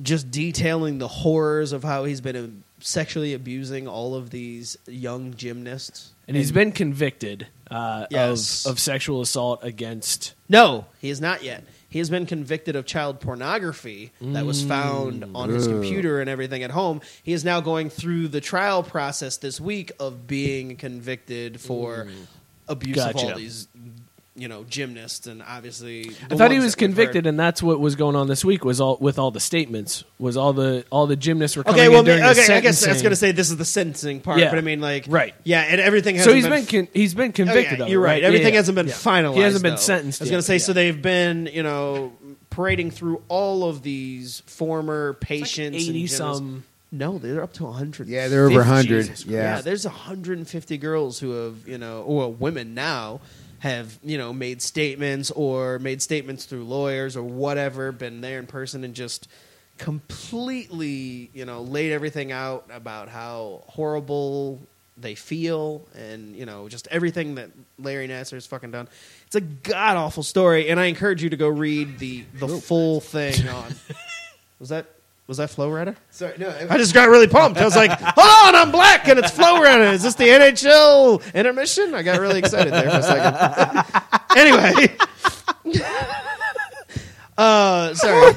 Speaker 2: just detailing the horrors of how he's been um, sexually abusing all of these young gymnasts,
Speaker 1: and he's been convicted uh,
Speaker 2: Yes.
Speaker 1: of of sexual assault against
Speaker 2: No, he is not yet. He has been convicted of child pornography that was found on his
Speaker 1: Ugh.
Speaker 2: computer and everything at home. He is now going through the trial process this week of being convicted for abuse of all
Speaker 1: Mm. Gotcha.
Speaker 2: these, you know, gymnasts and obviously.
Speaker 1: I thought he was convicted, and that's what was going on this week. Was all with all the statements was all the all the gymnasts were coming
Speaker 2: Okay, well,
Speaker 1: in during
Speaker 2: ma-
Speaker 1: the
Speaker 2: okay. I guess I was
Speaker 1: sentencing.
Speaker 2: going to say this is the sentencing part,
Speaker 1: Yeah.
Speaker 2: but I mean, like,
Speaker 1: Right.
Speaker 2: Yeah, and everything.
Speaker 1: So
Speaker 2: Hasn't
Speaker 1: he's been con- he's been convicted
Speaker 2: Oh, yeah,
Speaker 1: of it,
Speaker 2: you're right.
Speaker 1: right? Yeah,
Speaker 2: Everything
Speaker 1: yeah,
Speaker 2: hasn't been
Speaker 1: yeah.
Speaker 2: finalized.
Speaker 1: He hasn't been
Speaker 2: though.
Speaker 1: sentenced
Speaker 2: I was
Speaker 1: yet,
Speaker 2: going to say.
Speaker 1: yeah.
Speaker 2: So they've been, you know, parading through all of these former patients. and
Speaker 1: 80
Speaker 2: gyms.
Speaker 1: some-
Speaker 2: No, they're up to 100.
Speaker 8: Yeah, they're over 100. Yeah.
Speaker 2: yeah, there's 150 girls who have, you know, or women now have, you know, made statements or made statements through lawyers or whatever, been there in person and just completely, you know, laid everything out about how horrible they feel and, you know, just everything that Larry Nasser has fucking done. It's a god awful story, and I encourage you to go read the the full thing on. Was that was that Flow Rider?
Speaker 8: Sorry, no.
Speaker 2: I just got really pumped. I was like, "Hold on, I'm black and it's Flow Rider. Is this the NHL intermission?" I got really excited there for a second. anyway, uh, sorry.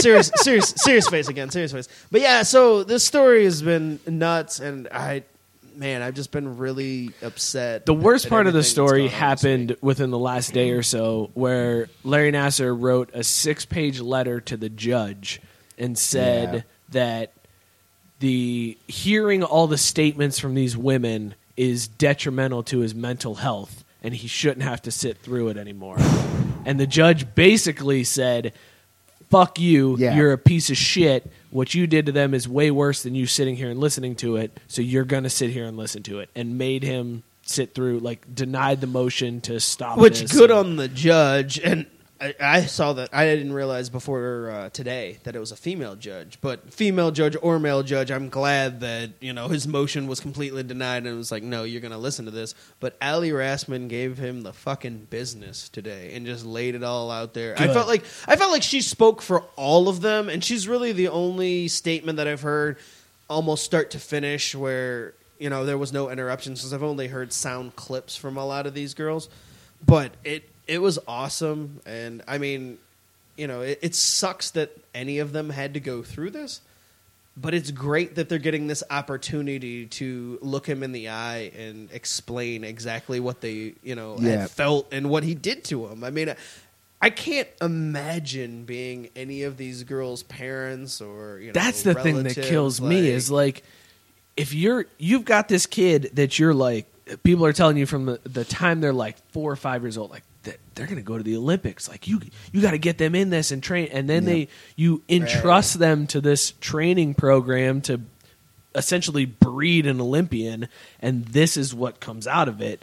Speaker 2: serious, serious, serious face again. Serious face. But yeah, so this story has been nuts, and I, man, I've just been really upset.
Speaker 1: The worst
Speaker 2: at
Speaker 1: part of the
Speaker 2: everything that's
Speaker 1: story
Speaker 2: gone on this week.
Speaker 1: happened within the last day or so, where Larry Nasser wrote a six-page letter to the judge and said
Speaker 10: Yeah.
Speaker 1: that the hearing all the statements from these women is detrimental to his mental health, and he shouldn't have to sit through it anymore. And the judge basically said, "Fuck you,
Speaker 8: Yeah.
Speaker 1: you're a piece of shit." What you did to them is way worse than you sitting here and listening to it. So you're going to sit here and listen to it, and made him sit through, like denied the motion to stop.
Speaker 2: Which
Speaker 1: this.
Speaker 2: good on the judge. And I, I saw that I didn't realize before uh, today that it was a female judge. But female judge or male judge, I'm glad that you know his motion was completely denied and it was like, no, you're going to listen to this. But Ali Rassman gave him the fucking business today and just laid it all out there. I
Speaker 1: Good.
Speaker 2: felt like I felt like she spoke for all of them, and she's really the only statement that I've heard almost start to finish where you know there was no interruptions because I've only heard sound clips from a lot of these girls, but it it was awesome, and I mean, you know, it, it sucks that any of them had to go through this, but it's great that they're getting this opportunity to look him in the eye and explain exactly what they you know had
Speaker 8: Yeah.
Speaker 2: felt and what he did to him. I mean. I can't imagine being any of these girls' parents or you know.
Speaker 1: That's the thing that
Speaker 2: relatives,
Speaker 1: kills me is like if you're you've got this kid that you're like people are telling you from the, the time they're like four or five years old like that they're gonna go to the Olympics like you you got to get them in this and train and then they you entrust them to this training program to essentially breed an Olympian and this is what comes out of it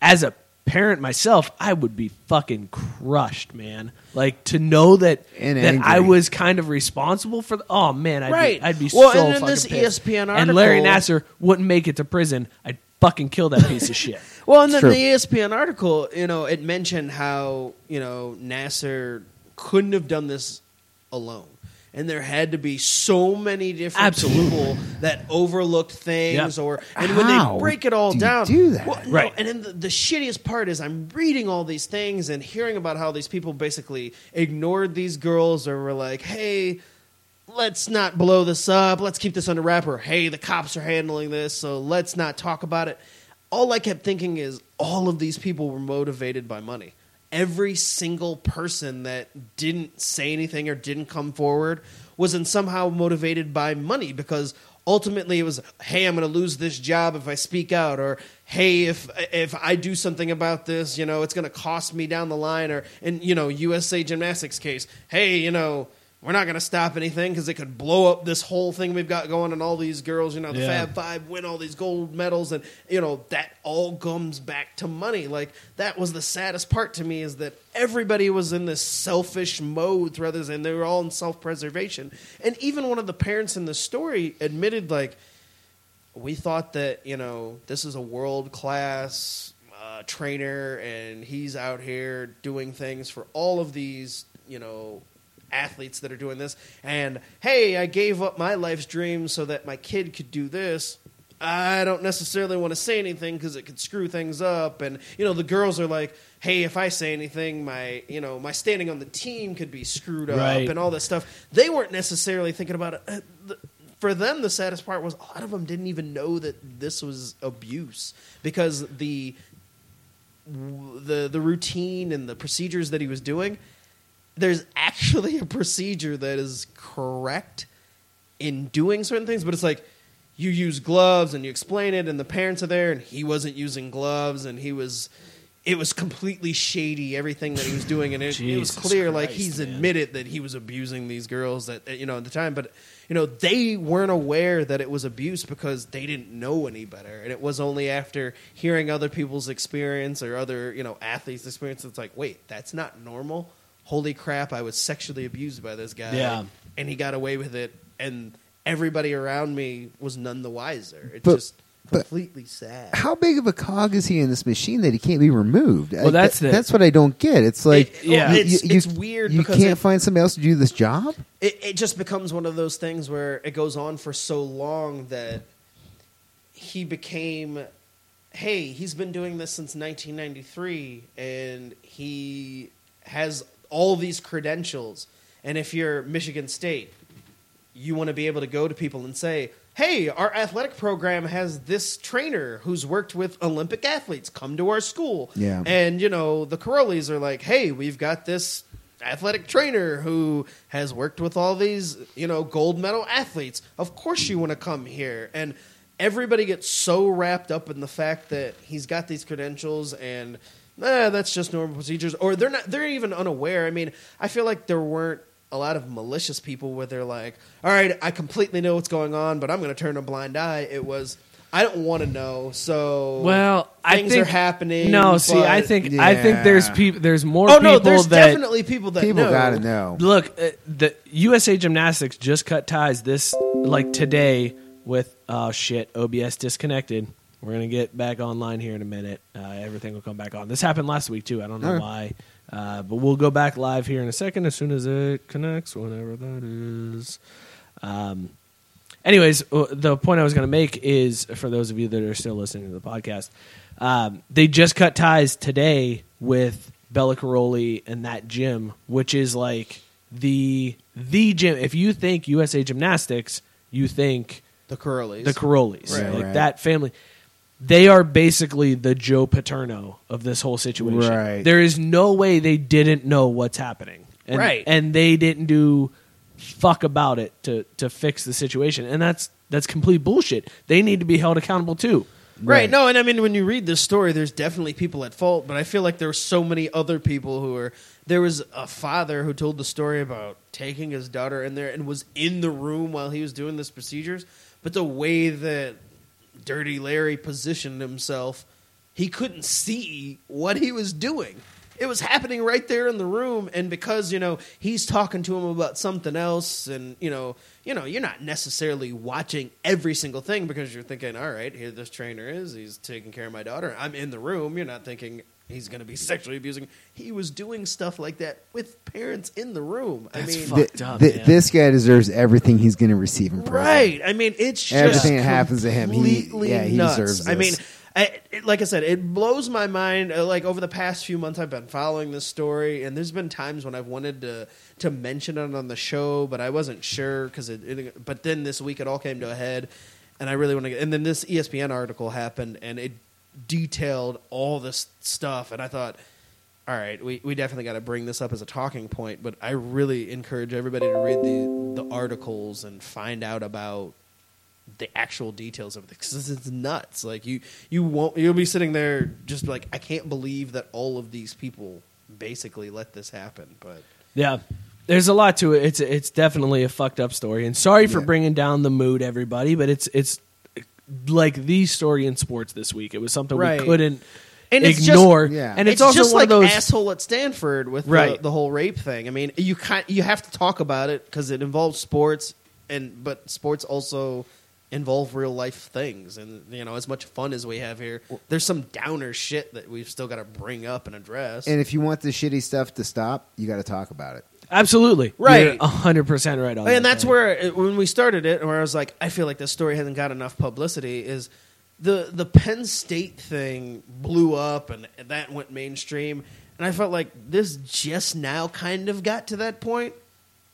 Speaker 1: as a parent myself I would be fucking crushed man like to know that
Speaker 8: And
Speaker 1: that I
Speaker 8: angry.
Speaker 1: was kind of responsible for the, oh man I'd
Speaker 2: Right.
Speaker 1: be, I'd be
Speaker 2: Well,
Speaker 1: so
Speaker 2: and then
Speaker 1: fucking
Speaker 2: this E
Speaker 1: pissed.
Speaker 2: ESPN
Speaker 1: And Larry
Speaker 2: article-
Speaker 1: Nasser wouldn't make it to prison. I'd fucking kill that piece of shit.
Speaker 2: Well, and then
Speaker 1: True.
Speaker 2: the E ESPN article, you know, it mentioned how you know Nasser couldn't have done this alone. and there had to be so many different
Speaker 1: Absolutely.
Speaker 2: people that overlooked things,
Speaker 1: Yep.
Speaker 2: or and when
Speaker 1: How
Speaker 2: they break it all
Speaker 1: do you
Speaker 2: down,
Speaker 1: do that?
Speaker 2: Well, no,
Speaker 1: Right.
Speaker 2: And then the, the shittiest part is I'm reading all these things and hearing about how these people basically ignored these girls or were like, hey. Let's not blow this up. Let's keep this under wrap. Or hey, the cops are handling this, so let's not talk about it. All I kept thinking is all of these people were motivated by money every single person that didn't say anything or didn't come forward was in somehow motivated by money because ultimately it was hey i'm going to lose this job if i speak out or hey if if i do something about this you know it's going to cost me down the line or in you know usa gymnastics case hey you know we're not going to stop anything because it could blow up this whole thing we've got going and all these girls you know the
Speaker 1: Yeah.
Speaker 2: fab five win all these gold medals and you know that all comes back to money like that was the saddest part to me is that everybody was in this selfish mode rather than they were all in self-preservation and even one of the parents in the story admitted like we thought that you know this is a world class uh, trainer and he's out here doing things for all of these you know athletes that are doing this and hey i gave up my life's dream so that my kid could do this i don't necessarily want to say anything because it could screw things up and you know the girls are like hey if i say anything my you know my standing on the team could be screwed up
Speaker 1: Right.
Speaker 2: and all this stuff they weren't necessarily thinking about it Uh, the- for them the saddest part was a lot of them didn't even know that this was abuse because the the the routine and the procedures that he was doing there's actually a procedure that is correct in doing certain things but it's like you use gloves and you explain it and the parents are there and he wasn't using gloves and he was it was completely shady everything that he was doing and it, it was
Speaker 1: Jesus
Speaker 2: clear like
Speaker 1: Christ,
Speaker 2: he's
Speaker 1: man.
Speaker 2: admitted that he was abusing these girls that that, you know at the time but you know they weren't aware that it was abuse because they didn't know any better and it was only after hearing other people's experience or other you know athletes experience it's like wait that's not normal holy crap i was sexually abused by this guy
Speaker 1: Yeah.
Speaker 2: and he got away with it and everybody around me was none the wiser it's
Speaker 8: But-
Speaker 2: just completely sad
Speaker 8: How big of a cog is he in this machine that he can't be removed?
Speaker 2: Well,
Speaker 8: I-
Speaker 2: that's the-
Speaker 8: that's what I don't get. It's like,
Speaker 2: It- yeah.
Speaker 8: you-
Speaker 2: It's-
Speaker 8: you-
Speaker 2: it's weird
Speaker 8: You
Speaker 2: because
Speaker 8: can't
Speaker 2: it-
Speaker 8: find somebody else to do this job.
Speaker 2: it, it just becomes one of those things where it goes on for so long that he became hey he's been doing this since 1993 and he has all these credentials and if you're michigan state you want to be able to go to people and say hey our athletic program has this trainer who's worked with olympic athletes come to our school
Speaker 8: Yeah.
Speaker 2: and you know, the Corollis are like, "Hey, we've got this athletic trainer who has worked with all these, you know, gold medal athletes. Of course you want to come here." And everybody gets so wrapped up in the fact that he's got these credentials and nah, Eh, that's just normal procedures or they're not they're even unaware. I mean, I feel like there weren't a lot of malicious people where they're like, "All right, I completely know what's going on, but I'm going to turn a blind eye." It was I don't want to know. So
Speaker 1: Well, I
Speaker 2: things
Speaker 1: think-
Speaker 2: are happening.
Speaker 1: No, see, I
Speaker 2: but-
Speaker 1: think I think there's people. There's more.
Speaker 2: Oh,
Speaker 1: people
Speaker 2: no, there's
Speaker 1: that,
Speaker 2: definitely people that People know. gotta know.
Speaker 1: Look, uh, the USA Gymnastics just cut ties this like today with oh shit, OBS disconnected. We're gonna get back online here in a minute. Uh, everything will come back on. This happened last week too. I don't know
Speaker 10: All right.
Speaker 1: why, uh, but we'll go back live here in a second as soon as it connects, whenever that is. Um, anyways, w- the point I was going to make is for those of you that are still listening to the podcast, um, they just cut ties today with Bella Caroli and that gym, which is like the the gym. If you think USA Gymnastics, you think
Speaker 2: the Carolis,
Speaker 1: the Carolis,
Speaker 2: Right.
Speaker 1: like
Speaker 2: Right.
Speaker 1: that family. They are basically the Joe Paterno of this whole situation.
Speaker 8: Right.
Speaker 1: There is no way they didn't know what's happening, and,
Speaker 2: Right.
Speaker 1: And they didn't do fuck about it to to fix the situation, and that's that's complete bullshit. They need to be held accountable too.
Speaker 2: Right. No, and I mean, when you read this story, there's definitely people at fault, but I feel like there were so many other people who were. There was a father who told the story about taking his daughter in there and was in the room while he was doing this procedures, but the way that Dirty Larry positioned himself, he couldn't see what he was doing. It was happening right there in the room, and because you know he's talking to him about something else, and you know, you know, you're not necessarily watching every single thing because you're thinking, all right, here this trainer is, he's taking care of my daughter. I'm in the room. You're not thinking, he's going to be sexually abusing. He was doing stuff like that with parents in the room.
Speaker 1: That's
Speaker 2: I mean,
Speaker 8: Th- th- This guy deserves everything he's going to receive in prison.
Speaker 2: Right. I mean, it's just
Speaker 8: Everything that happens to him, he-
Speaker 2: completely
Speaker 8: yeah, he
Speaker 2: nuts.
Speaker 8: deserves
Speaker 2: I
Speaker 8: this.
Speaker 2: mean, I, it, like I said, it blows my mind. Uh, Like over the past few months, I've been following this story, and there's been times when I've wanted to to mention it on the show, but I wasn't sure because it, it. But then this week, it all came to a head, and I really want to. And then this E ESPN article happened, and it detailed all this stuff, and I thought. All right, we, we definitely got to bring this up as a talking point, but I really encourage everybody to read the the articles and find out about the actual details of it because it's nuts. Like you, you won't. You'll be sitting there just like, I can't believe that all of these people basically let this happen. But
Speaker 1: Yeah. There's a lot to it. It's it's definitely a fucked up story. And sorry for bringing down the mood everybody, but it's it's like the story in sports this week. It was something
Speaker 2: Right.
Speaker 1: we couldn't
Speaker 2: and it's
Speaker 1: ignore.
Speaker 2: just,
Speaker 1: And it's, also
Speaker 2: just
Speaker 1: one
Speaker 2: like
Speaker 1: of those
Speaker 2: asshole at Stanford with
Speaker 1: Right.
Speaker 2: the, the whole rape thing. I mean, you can you have to talk about it because it involves sports, and but sports also involve real life things. And you know, as much fun as we have here, there's some downer shit that we've still got to bring up and address.
Speaker 8: And if you want the shitty stuff to stop, you got to talk about it.
Speaker 1: Absolutely.
Speaker 2: Right.
Speaker 1: You're 100% right on that.
Speaker 2: and that's where it, when we started it, where I was like, I feel like this story hasn't got enough publicity. Is the the Penn State thing blew up and that went mainstream, and I felt like this just now kind of got to that point,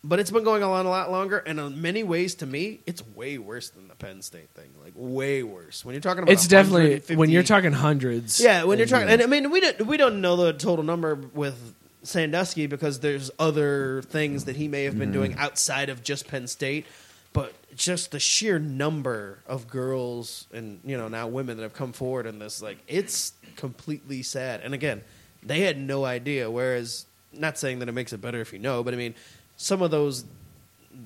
Speaker 2: but it's been going on a lot longer. And in many ways, to me, it's way worse than the Penn State thing. Like way worse. When you're talking about
Speaker 1: It's definitely
Speaker 2: 150
Speaker 1: when you're talking hundreds.
Speaker 2: yeah, when you're
Speaker 1: and-
Speaker 2: talking, and I mean, we don't we don't know the total number with Sandusky because there's other things that he may have been
Speaker 1: Mhm.
Speaker 2: doing outside of just Penn State, but just the sheer number of girls and you know now women that have come forward in this, like it's completely sad. And again, they had no idea. Whereas, not saying that it makes it better if you know, but I mean, some of those.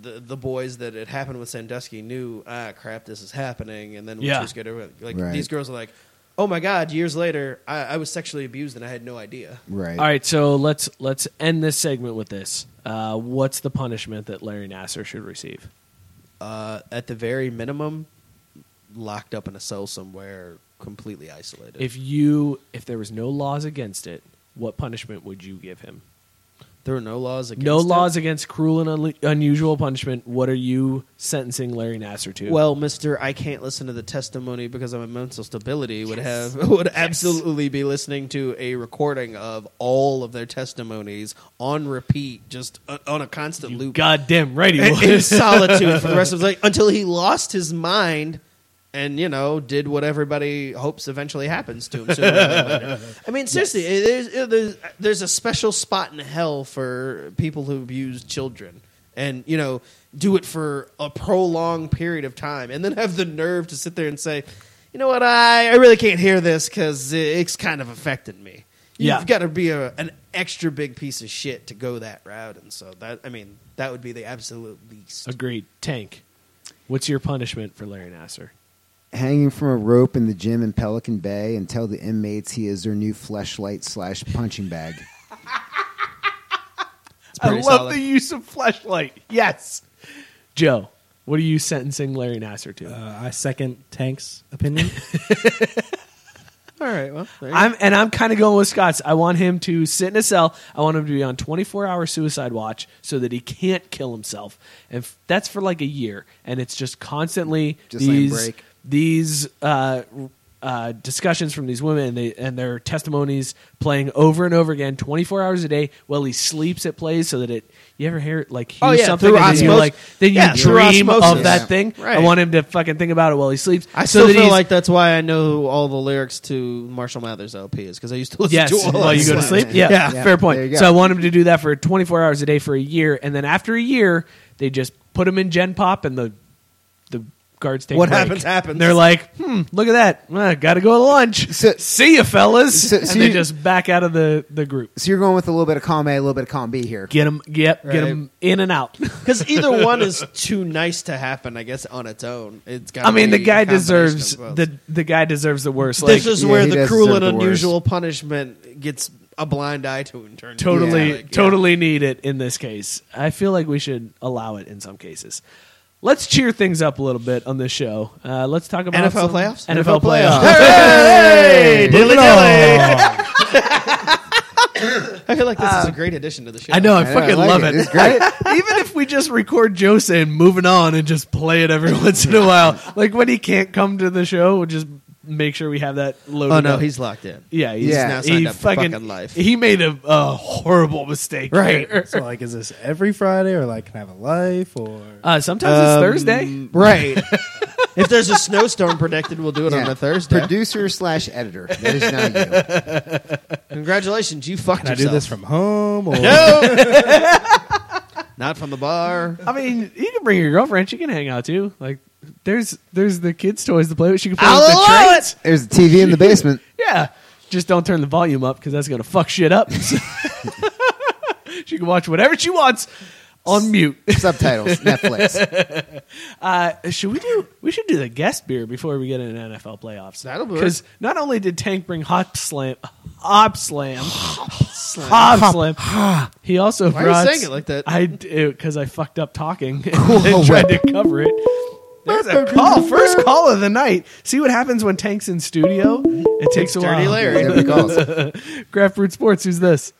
Speaker 2: The, the boys that it happened with Sandusky knew ah crap this is happening and then we
Speaker 1: Yeah.
Speaker 2: just get over it. like
Speaker 1: Right.
Speaker 2: these girls are like oh my god years later I, I was sexually abused and i had no idea
Speaker 8: Right.
Speaker 1: All right, so let's let's end this segment with this. Uh, what's the punishment that Larry Nasser should receive?
Speaker 2: uh, at the very minimum locked up in a cell somewhere completely isolated
Speaker 1: If you if there was no laws against it, what punishment would you give him?
Speaker 2: there are no laws against
Speaker 1: no
Speaker 2: it-
Speaker 1: laws against cruel and unle- unusual punishment. What are you sentencing Larry Nasser to?
Speaker 2: well mr i can't listen to the testimony because i'm a mental stability would
Speaker 1: Yes.
Speaker 2: have would
Speaker 1: Yes.
Speaker 2: absolutely be listening to a recording of all of their testimonies on repeat just uh, on a constant loop
Speaker 1: goddamn right he
Speaker 2: in,
Speaker 1: would.
Speaker 2: in solitude for the rest of his life until he lost his mind and you know did what everybody hopes eventually happens to him sooner than later. i mean seriously it- there's, it- there's, there's a special spot in hell for people who abuse children and you know do it for a prolonged period of time and then have the nerve to sit there and say you know what i, I really can't hear this because it's kind of affected me You've
Speaker 1: Yeah.
Speaker 2: got to be a, an extra big piece of shit to go that route, and so that I mean that would be the absolute least.
Speaker 1: Agreed. Tank. What's your punishment for Larry Nasser?
Speaker 8: Hanging from a rope in the gym in Pelican Bay and tell the inmates he is their new fleshlight slash punching bag.
Speaker 1: I
Speaker 8: pretty
Speaker 1: love
Speaker 8: solid.
Speaker 1: the use of flashlight. Yes. Joe, what are you sentencing Larry Nasser to? Uh, I second Tank's opinion.
Speaker 2: All right, well, there you
Speaker 1: I'm
Speaker 2: go.
Speaker 1: and I'm kind of going with Scott's. I want him to sit in a cell. I want him to be on 24 hour suicide watch so that he can't kill himself. And f- that's for like a year. And it's just constantly
Speaker 8: Just let him
Speaker 1: these
Speaker 8: break.
Speaker 1: these uh, uh, discussions from these women and, they, and their testimonies playing over and over again, 24 hours a day. While he sleeps, it plays so that it. You ever hear it like hear
Speaker 2: Oh, yeah,
Speaker 1: something
Speaker 2: through
Speaker 1: and then you
Speaker 2: osmosis.
Speaker 1: like then you
Speaker 2: Yeah, through
Speaker 1: dream of
Speaker 2: osmosis.
Speaker 1: that
Speaker 2: Yeah.
Speaker 1: thing? I
Speaker 2: Right.
Speaker 1: want him to fucking think about it while he sleeps.
Speaker 2: I
Speaker 1: so
Speaker 2: still
Speaker 1: that
Speaker 2: feel
Speaker 1: he's-
Speaker 2: like that's why I know all the lyrics to Marshall Mathers LP is because I used to listen
Speaker 1: yes.
Speaker 2: to all.
Speaker 1: while you go to sleep. Yeah, fair
Speaker 2: There you
Speaker 1: point.
Speaker 2: go.
Speaker 1: So I want him to do that for 24 hours a day for a year, and then after a year, they just put him in Gen Pop, and the the guards take a
Speaker 2: What
Speaker 1: break.
Speaker 2: happens, happens.
Speaker 1: And they're like, hmm, look at that, Well, gotta go to lunch. See you, fellas.
Speaker 8: so- so
Speaker 1: and they
Speaker 8: you-
Speaker 1: just back out of the the group.
Speaker 8: So you're going with a little bit of column A, a little bit of column B here.
Speaker 1: Get him, yep, get him in and out.
Speaker 2: Because either one is too nice to happen, I guess, on its own. It's got.
Speaker 1: I mean, the guy deserves the the guy deserves the worst. Like,
Speaker 2: this is where the cruel and unusual punishment gets a blind eye to and turned
Speaker 1: totally
Speaker 2: into, like, yeah.
Speaker 1: totally need it in this case. I feel like we should allow it in some cases. Let's cheer things up a little bit on this show. Uh, let's talk about
Speaker 2: NFL
Speaker 1: some-
Speaker 2: playoffs?
Speaker 1: NFL playoffs.
Speaker 2: Hooray! Dilly
Speaker 1: Look at
Speaker 2: dilly.
Speaker 1: all.
Speaker 2: I feel like this is a great addition to the show.
Speaker 10: I know. I, fucking
Speaker 2: like
Speaker 10: love it.
Speaker 2: It's great.
Speaker 10: I- even if we just record Joe saying "moving on" and just play it every once in a while, like when he can't come to the show, we'll just make sure we have that loaded.
Speaker 2: Oh, no,
Speaker 10: up.
Speaker 2: he's locked in.
Speaker 10: Yeah, he's,
Speaker 2: He's now signed
Speaker 10: he
Speaker 2: up for
Speaker 10: fucking,
Speaker 2: fucking life.
Speaker 10: He made a, a horrible mistake.
Speaker 9: Right.
Speaker 10: there.
Speaker 9: so like, is this every Friday or like can I have a life or?
Speaker 10: Uh, sometimes it's
Speaker 9: Um,
Speaker 10: Thursday.
Speaker 2: Right. if there's a snowstorm predicted, we'll do it on
Speaker 8: Yeah.
Speaker 2: a Thursday.
Speaker 8: Producer slash editor. That is now you.
Speaker 2: Congratulations, you fucked
Speaker 9: Can I
Speaker 2: yourself.
Speaker 9: do this from home or?
Speaker 2: No. Not from the bar.
Speaker 10: I mean, you can bring your girlfriend. She can hang out too. Like, there's there's the kids' toys to play with. She can play
Speaker 2: I'll
Speaker 10: with the
Speaker 2: allow
Speaker 10: trains.
Speaker 8: There's a TV in the basement.
Speaker 10: Yeah. Just don't turn the volume up because that's going to fuck shit up. she can watch whatever she wants on mute.
Speaker 8: Subtitles, Netflix.
Speaker 10: Uh, should we do? We should do the guest beer before we get into NFL playoffs.
Speaker 2: That'll work.
Speaker 10: because not only did Tank bring Hop Slam, Hop Slam,
Speaker 2: slam.
Speaker 10: Hop
Speaker 2: Hop.
Speaker 10: Slam, he also
Speaker 2: Why are you
Speaker 10: brought.
Speaker 2: saying it like that?
Speaker 10: I because I fucked up talking and, tried to cover it. There's a call, first call of the night. See what happens when Tank's in studio. It takes
Speaker 2: It's
Speaker 10: a while.
Speaker 2: Dirty Larry. There he
Speaker 10: calls. Graph Root Sports. Who's this?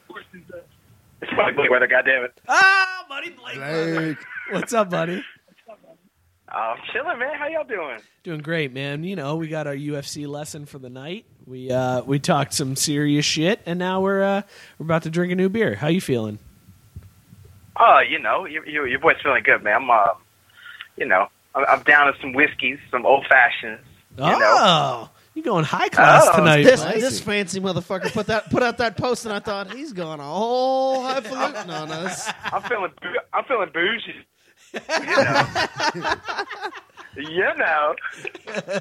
Speaker 3: It's my Blake Weather, goddammit.
Speaker 10: Ah, buddy Blake. What's up, buddy?
Speaker 3: Oh, I'm chilling, man. How y'all doing?
Speaker 10: Doing great, man. You know, we got our UFC lesson for the night. We uh, we talked some serious shit, and now we're uh, we're about to drink a new beer. How you feeling?
Speaker 3: Oh, you know, you, you, your boy's feeling good, man. I'm, uh, you know, I'm, I'm down to some whiskeys, some old fashions. You
Speaker 1: Ah!
Speaker 3: know.
Speaker 10: Oh, you going high class
Speaker 3: Oh,
Speaker 10: tonight?
Speaker 2: This, this fancy motherfucker put that put out that post, and I thought he's going all highfalutin on us.
Speaker 3: I'm feeling, bou- I'm feeling bougie. You know. you know.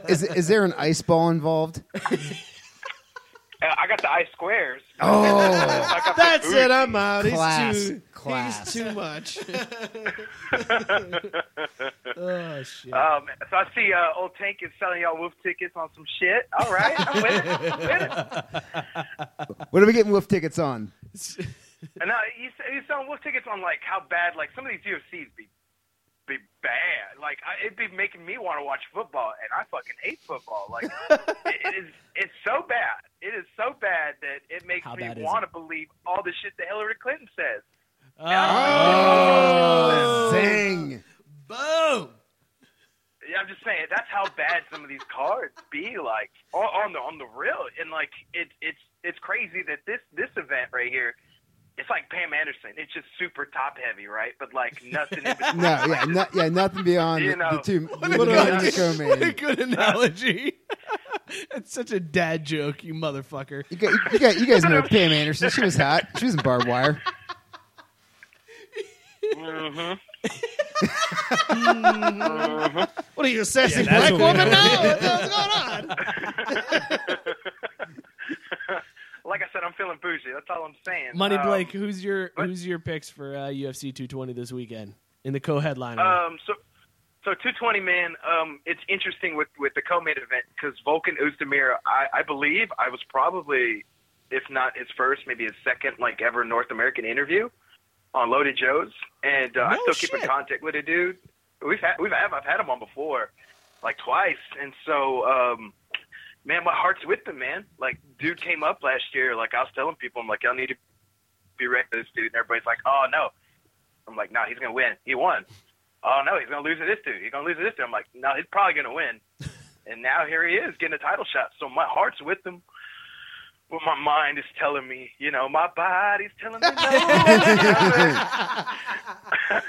Speaker 8: Is is there an ice ball involved?
Speaker 3: Uh, I got the ice squares. I
Speaker 2: Oh,
Speaker 3: got the
Speaker 2: that's
Speaker 3: bougie.
Speaker 2: it. I'm out. He's
Speaker 8: Class.
Speaker 2: too
Speaker 8: Class.
Speaker 2: He's too much.
Speaker 3: oh
Speaker 10: shit!
Speaker 3: Um, so I see uh, old Tank is selling y'all wolf tickets on some shit. All right, I'm with it. I'm with it.
Speaker 8: What are we getting wolf tickets on?
Speaker 3: And uh, you you selling wolf tickets on like how bad like some of these UFCs be be bad. Like I, it'd be making me want to watch football, and I fucking hate football. Like it, it is it's so bad. It is so bad that it makes
Speaker 10: How
Speaker 3: me
Speaker 10: bad is
Speaker 3: want to believe all the shit that Hillary Clinton says.
Speaker 10: Oh,
Speaker 8: zing!
Speaker 10: Boom!
Speaker 3: Yeah, I'm just saying that's how bad some of these cards be like on, on the on the real, and like it's it's it's crazy that this this event right here. It's like Pam Anderson. It's just super top heavy, right? But like nothing in between.
Speaker 8: No, yeah, no, yeah, nothing beyond
Speaker 3: You
Speaker 8: the,
Speaker 3: know,
Speaker 8: the two.
Speaker 3: what
Speaker 8: the
Speaker 3: a
Speaker 8: main
Speaker 3: good-
Speaker 8: disco
Speaker 10: What a
Speaker 8: man.
Speaker 10: good analogy. It's such a dad joke, you motherfucker.
Speaker 8: You, got- you got- you guys know Pam Anderson. She was hot. She was in barbed wire.
Speaker 3: Mhm.
Speaker 10: Mm-hmm.
Speaker 2: What are you, a sassy
Speaker 3: Yeah, that's
Speaker 2: black
Speaker 3: what we
Speaker 2: woman
Speaker 3: know.
Speaker 2: now? What the hell's going on?
Speaker 3: like I said, I'm feeling bougie. That's all I'm saying.
Speaker 10: Money
Speaker 3: Um,
Speaker 10: Blake, who's your who's your picks for uh, UFC 220 this weekend in the co-headliner?
Speaker 3: Um, so, so 220 man. Um, it's interesting with with the co-main event because Vulcan Uzdemir, I, I believe I was probably, if not his first, maybe his second like ever North American interview on Loaded Joe's, and uh, I
Speaker 10: No
Speaker 3: still keep in
Speaker 10: shit.
Speaker 3: contact with the dude. We've had we've have, I've had him on before, like twice, and so. um Man, my heart's with him, man. Like, dude came up last year. Like, I was telling people, I'm like, y'all need to be ready for this dude. And everybody's like, oh, no. I'm like, no, he's going to win. He won. Oh, no, he's going to lose to this dude. He's going to lose to this dude. I'm like, no, he's probably going to win. and now here he is getting a title shot. So my heart's with him. But my mind is telling me, you know, my body's telling me no.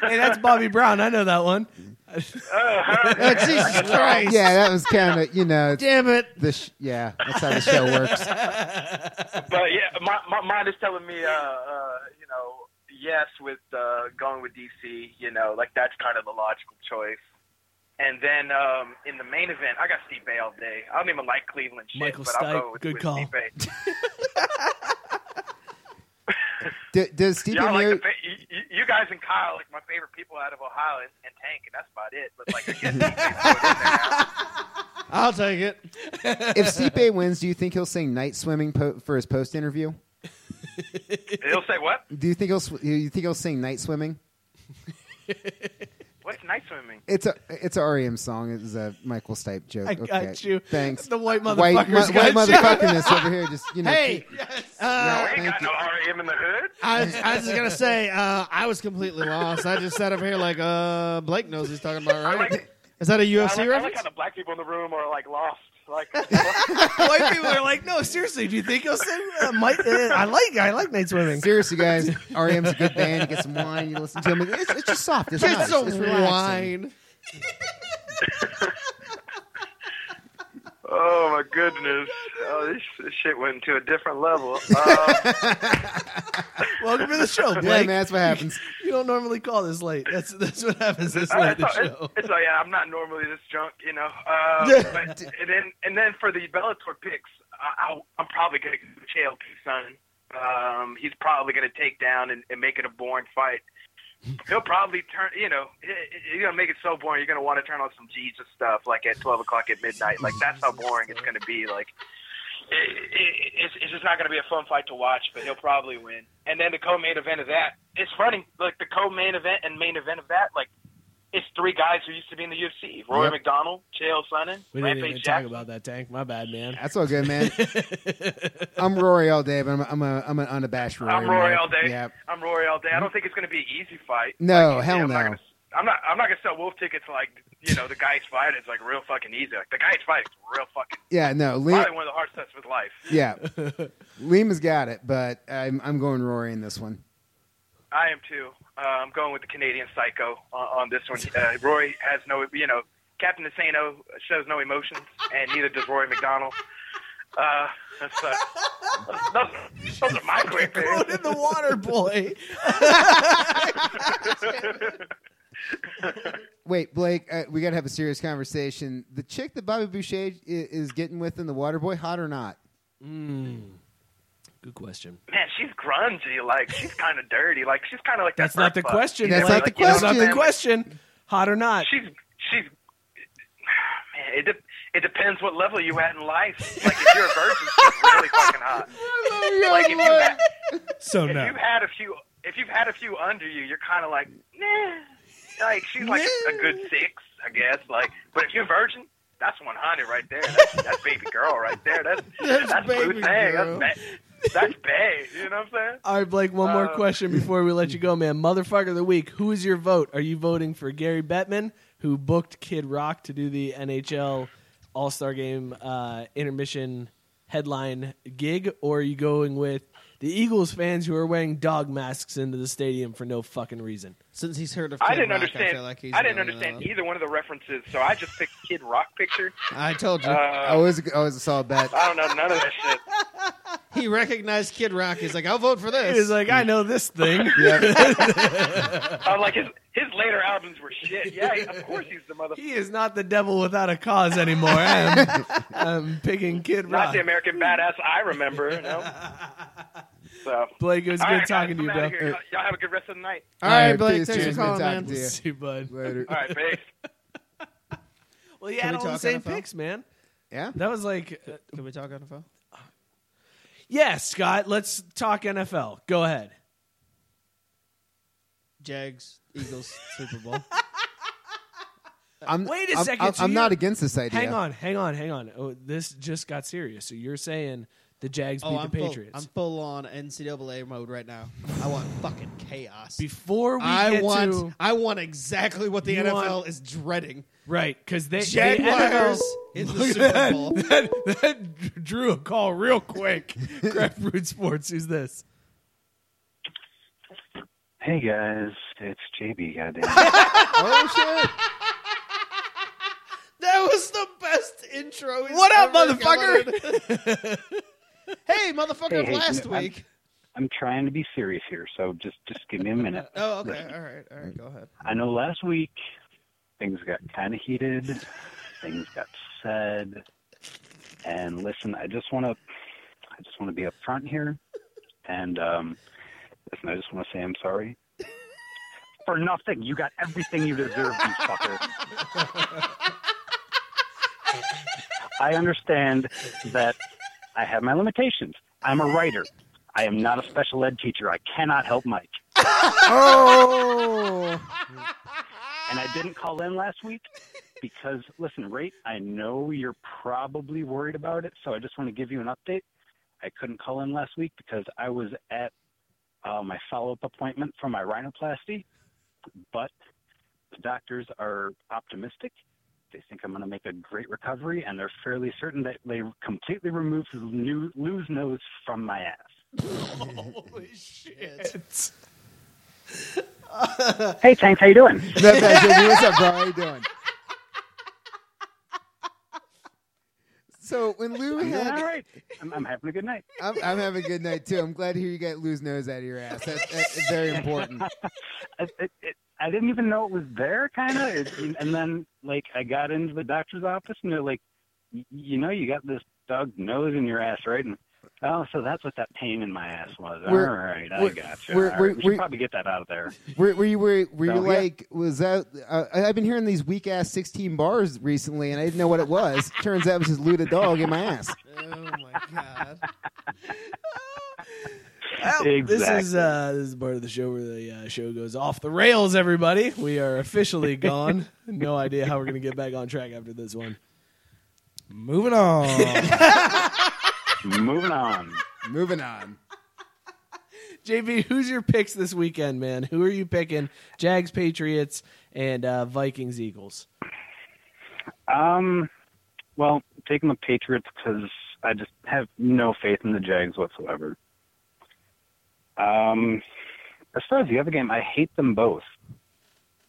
Speaker 10: hey, that's Bobby Brown. I know that one.
Speaker 3: oh,
Speaker 2: Jesus Christ.
Speaker 8: Yeah, that was kind of you know.
Speaker 2: Damn it.
Speaker 8: The sh- yeah, that's how the show works.
Speaker 3: but yeah, my, my mind is telling me, uh, uh, you know, yes, with uh, going with DC, you know, like that's kind of the logical choice. And then um, in the main event, I got Steve Bay all day. I don't even like Cleveland shit,
Speaker 10: Michael
Speaker 3: but I'll
Speaker 10: Stipe,
Speaker 3: go with,
Speaker 10: good
Speaker 3: with
Speaker 10: call.
Speaker 3: Steve Bay.
Speaker 8: D- does Steve
Speaker 3: Y'all like
Speaker 8: Amir-
Speaker 3: the fa- you- you, you guys and Kyle are like my favorite people out of Ohio and, and Tank, and that's about it. But like, I guess
Speaker 2: I'll take it.
Speaker 8: if Stipe wins, do you think he'll sing "Night Swimming" po- for his post interview?
Speaker 3: he'll say what?
Speaker 8: Do you think he'll sw- you think he'll sing "Night Swimming"?
Speaker 3: What's high swimming.
Speaker 8: It's a it's a REM song. It's a Michael Stipe joke.
Speaker 1: I got
Speaker 8: Okay.
Speaker 1: you.
Speaker 8: Thanks.
Speaker 1: The white
Speaker 8: White-
Speaker 1: motherfuckers
Speaker 8: white,
Speaker 1: got you.
Speaker 8: motherfuckerness over here. Just you know.
Speaker 2: Hey,
Speaker 8: keep-
Speaker 2: uh,
Speaker 3: we ain't got no REM in the hood.
Speaker 2: I was, I was just gonna say uh, I was completely lost. I just sat up here like uh, Blake knows he's talking about right. Is that a
Speaker 3: I
Speaker 2: UFC
Speaker 3: like, I like
Speaker 2: reference?
Speaker 3: how the black people in the room are like lost. Like
Speaker 10: White people are like, no, seriously. Do you think he'll sing? Uh, Mike, uh, I like, I like night swimming.
Speaker 8: Seriously, guys, REM's a good band. You get some wine. You listen to them. It's, it's just soft. It's,
Speaker 2: Get
Speaker 8: nice.
Speaker 2: some
Speaker 8: it's relaxing.
Speaker 2: wine.
Speaker 3: Oh my goodness! Oh, this, this shit went to a different level. Um,
Speaker 10: Welcome to the show, Blake.
Speaker 8: Yeah, man, that's what happens.
Speaker 10: You don't normally call this late. That's that's what happens this
Speaker 3: I-
Speaker 10: late. in The
Speaker 3: Uh, it's,
Speaker 10: show.
Speaker 3: it's, it's like, yeah, I'm not normally this drunk, you know. Uh, but, and then and then for the Bellator picks, I, I, I'm probably gonna go with Chael Sonnen. Um, he's probably gonna take down and, and make it a boring fight. He'll probably turn, you know, he- he- you're gonna make it so boring. You're gonna want to turn on some Jesus stuff, like at 12 o'clock at midnight. Like that's how boring it's gonna be. Like it, it, it's, it's just not going to be a fun fight to watch, but he'll probably win. And then the co-main event of that, it's funny. Like the co-main event and main event of that, like it's three guys who used to be in the UFC: Roy
Speaker 1: Yep.
Speaker 3: McDonald, Chael Sonnen,
Speaker 1: We didn't
Speaker 3: Rampage
Speaker 1: even talk
Speaker 3: Jackson.
Speaker 1: about that tank. My bad, man.
Speaker 8: That's all good, man. I'm Rory all day, but I'm a, I'm, a, I'm an unabashed Rory.
Speaker 3: I'm Rory
Speaker 8: man.
Speaker 3: all day.
Speaker 8: Yeah.
Speaker 3: I'm Rory all day. I don't think it's going to be an easy fight.
Speaker 8: No,
Speaker 3: Like,
Speaker 8: hell
Speaker 3: I'm
Speaker 8: no.
Speaker 3: Not gonna, I'm not. I'm not going to sell wolf tickets like you know the guy's fight is like real fucking easy. Like the guy's fight is real fucking.
Speaker 8: Yeah, no. Liam-
Speaker 3: Probably one of the hardest tests of his life.
Speaker 8: Yeah, Lima's got it, but I'm I'm going Rory in this one.
Speaker 3: I am too. Uh, I'm going with the Canadian Psycho on, on this one. Uh, Roy has no, you know, Captain Asano shows no emotions, and neither does Roy McDonald. Uh, that's, uh, those, those are my quick picks.
Speaker 10: in the water, boy.
Speaker 8: Wait, Blake, uh, we got to have a serious conversation. The chick that Bobby Boucher is, is getting with in the Waterboy, hot or not?
Speaker 1: Mm. Good question.
Speaker 3: Man, she's grungy. Like she's kind of dirty. Like she's kind of like
Speaker 1: That's
Speaker 3: that
Speaker 1: not the
Speaker 3: Earth bug.
Speaker 1: question.
Speaker 3: You know,
Speaker 1: Blake.
Speaker 3: like, you know what I'm
Speaker 1: That's not the
Speaker 3: saying?
Speaker 1: question. Hot or not?
Speaker 3: She's she's. Man, it, de- it depends what level you at in life. Like if you're a virgin, she's really fucking hot. Like if you had,
Speaker 9: So
Speaker 3: if
Speaker 9: no.
Speaker 3: you had a few, if you've had a few under you, you're kind of like, nah. Like she's like a good six, I guess. Like, but if you're virgin, that's 100 right there. That's, that's baby girl right there. That's
Speaker 10: That's
Speaker 3: that's,
Speaker 10: baby
Speaker 3: Wu-Tang. That's
Speaker 10: girl.
Speaker 3: ba- that's bae. You know what I'm saying?
Speaker 10: All right, Blake, one more
Speaker 3: Uh,
Speaker 10: question before we let you go, man. Motherfucker of the week. Who is your vote? Are you voting for Gary Bettman, who booked Kid Rock to do the NHL All Star Game uh, intermission headline gig? Or are you going with the Eagles fans who are wearing dog masks into the stadium for no fucking reason?
Speaker 2: Since he's heard of Kid
Speaker 3: I didn't
Speaker 2: Rock, I
Speaker 3: understand.
Speaker 2: feel like he's
Speaker 3: I didn't
Speaker 2: really
Speaker 3: understand
Speaker 2: loud.
Speaker 3: either one of the references, so I just picked Kid Rock picture.
Speaker 2: I told you.
Speaker 3: Uh,
Speaker 8: I was I was a solid bet.
Speaker 3: I don't know none of that shit.
Speaker 2: he recognized Kid Rock. He's like, I'll vote for this.
Speaker 10: He's like, I know this thing.
Speaker 3: I'm like his his later albums were shit. Yeah, of course he's the motherfucker.
Speaker 10: He is not the devil without a cause anymore. I am, I'm picking Kid
Speaker 3: Not
Speaker 10: Rock.
Speaker 3: the American badass I remember. You know? So
Speaker 10: Blake, it was
Speaker 3: All
Speaker 10: good
Speaker 3: right,
Speaker 10: talking to
Speaker 3: guys,
Speaker 10: you,
Speaker 3: I'm outta
Speaker 10: bro.
Speaker 3: here. Y'all, y'all have a good rest of the night.
Speaker 2: All right, Blake,
Speaker 8: peace,
Speaker 2: thanks for
Speaker 8: cheers, good
Speaker 2: calling,
Speaker 8: talking
Speaker 2: man.
Speaker 8: to you.
Speaker 10: See you, bud.
Speaker 8: Later.
Speaker 3: All right, peace.
Speaker 10: Well, you
Speaker 2: Can
Speaker 10: had
Speaker 2: we
Speaker 10: all the
Speaker 2: talk
Speaker 10: same
Speaker 2: NFL?
Speaker 10: picks, man.
Speaker 8: Yeah?
Speaker 10: That was like, uh,
Speaker 2: Can we talk on the phone?
Speaker 10: yeah, Scott, let's talk NFL. Go ahead.
Speaker 2: Jags, Eagles, Super Bowl.
Speaker 8: I'm,
Speaker 10: Wait a
Speaker 8: I'm-
Speaker 10: second,
Speaker 8: I'm,
Speaker 10: so
Speaker 8: I'm
Speaker 10: you-
Speaker 8: not against this idea.
Speaker 10: Hang on, hang on, hang on. Oh, this just got serious. So you're saying the Jags beat
Speaker 2: Oh,
Speaker 10: the
Speaker 2: I'm full,
Speaker 10: Patriots.
Speaker 2: I'm full on NCAA mode right now. I want fucking chaos.
Speaker 10: Before we
Speaker 2: I
Speaker 10: get
Speaker 2: want,
Speaker 10: to
Speaker 2: I want exactly what the
Speaker 10: You
Speaker 2: NFL
Speaker 10: want-
Speaker 2: is dreading.
Speaker 10: right, because they
Speaker 2: Jaguars
Speaker 10: the
Speaker 2: in
Speaker 10: NFL,
Speaker 2: the
Speaker 10: Look at
Speaker 2: Super
Speaker 10: that.
Speaker 2: Bowl.
Speaker 10: That, that drew a call real quick. Grassroots Sports, who's this?
Speaker 15: Hey guys, it's JB. Goddamn.
Speaker 8: oh shit!
Speaker 2: That was the best intro. he's
Speaker 10: What up,
Speaker 2: ever
Speaker 10: motherfucker?
Speaker 2: gotten. hey, motherfucker!
Speaker 15: Hey, hey,
Speaker 2: last
Speaker 15: no, I'm-
Speaker 2: week.
Speaker 15: I'm trying to be serious here, so just just give me a minute.
Speaker 2: Oh, okay.
Speaker 15: Listen,
Speaker 2: All right. All right. Go ahead.
Speaker 15: I know last week things got kind of heated, things got said, and listen, I just want to, I just want to be upfront here, and um, listen, I just want to say I'm sorry for nothing. You got everything you deserve, you fucker. I understand that I have my limitations. I'm a writer. I am not a special ed teacher. I cannot help Mike.
Speaker 8: Oh,
Speaker 15: And I didn't call in last week because, listen, rate, I know you're probably worried about it, so I just want to give you an update. I couldn't call in last week because I was at uh, my follow up appointment for my rhinoplasty, but the doctors are optimistic. They think I'm going to make a great recovery, and they're fairly certain that they completely removed the new lose nose from my ass.
Speaker 1: Holy shit.
Speaker 15: hey, Tank, how you doing?
Speaker 8: Not bad, Jimmy. What's up, bro? How you doing? So when Lou
Speaker 15: I'm doing
Speaker 8: had,
Speaker 15: all right. I'm, I'm having a good night.
Speaker 8: I'm, I'm having a good night too. I'm glad to hear you got Lou's nose out of your ass. That's, that's very important.
Speaker 15: I, it, it, I didn't even know it was there, kind of. And then, like, I got into the doctor's office, and they're like, "Y- "You know, you got this dog nose in your ass, right?" And oh, so that's what that pain in my ass was.
Speaker 8: We're-
Speaker 15: all right, I
Speaker 8: we're-
Speaker 15: got you.
Speaker 8: we're- we're-
Speaker 15: we
Speaker 8: we're-
Speaker 15: should probably get that out of there.
Speaker 8: Were, were you were, were you
Speaker 15: So, yeah.
Speaker 8: like was that? Uh, I- I've been hearing these weak ass sixteen bars recently, and I didn't know what it was. Turns out it was just Lou the dog in my ass.
Speaker 4: Oh my god.
Speaker 1: This is uh, this is part of the show where the uh, show goes off the rails. Everybody, we are officially gone. no idea how we're gonna get back on track after this one.
Speaker 4: Moving on.
Speaker 15: Moving on.
Speaker 8: Moving on.
Speaker 1: JB, who's your picks this weekend, man? Who are you picking? Jags, Patriots, and uh, Vikings, Eagles.
Speaker 15: Um, well, taking the Patriots because I just have no faith in the Jags whatsoever. Um, as far as the other game, I hate them both.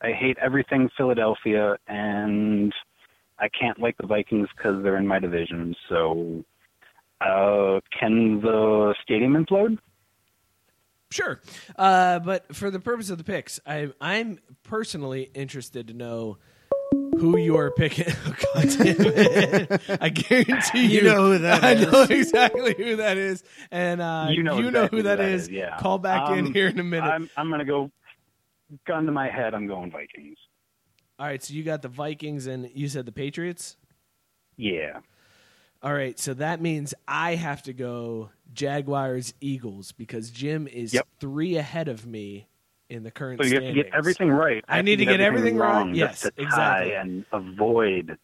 Speaker 15: I hate everything Philadelphia, and I can't like the Vikings because they're in my division. So, uh, can the stadium implode?
Speaker 1: Sure, uh, but for the purpose of the picks, I, I'm personally interested to know who you are picking. Oh, God damn it. I guarantee you,
Speaker 4: You know who that
Speaker 1: I know
Speaker 4: is.
Speaker 1: exactly who that is, and uh, you know,
Speaker 15: exactly
Speaker 1: who that is.
Speaker 15: yeah.
Speaker 1: Call back in
Speaker 15: Um,
Speaker 1: here in a minute.
Speaker 15: I'm, I'm gonna go gun to my head. I'm going Vikings.
Speaker 1: All right, so you got the Vikings, and you said the Patriots.
Speaker 15: Yeah.
Speaker 1: All right, so that means I have to go Jaguars Eagles because Jim is
Speaker 15: Yep.
Speaker 1: three ahead of me in the current.
Speaker 15: So you have to get
Speaker 1: standings.
Speaker 15: everything right.
Speaker 1: I need to get everything
Speaker 15: wrong.
Speaker 1: wrong. Yes,
Speaker 15: just to tie
Speaker 1: exactly. Mm-hmm.
Speaker 15: And avoid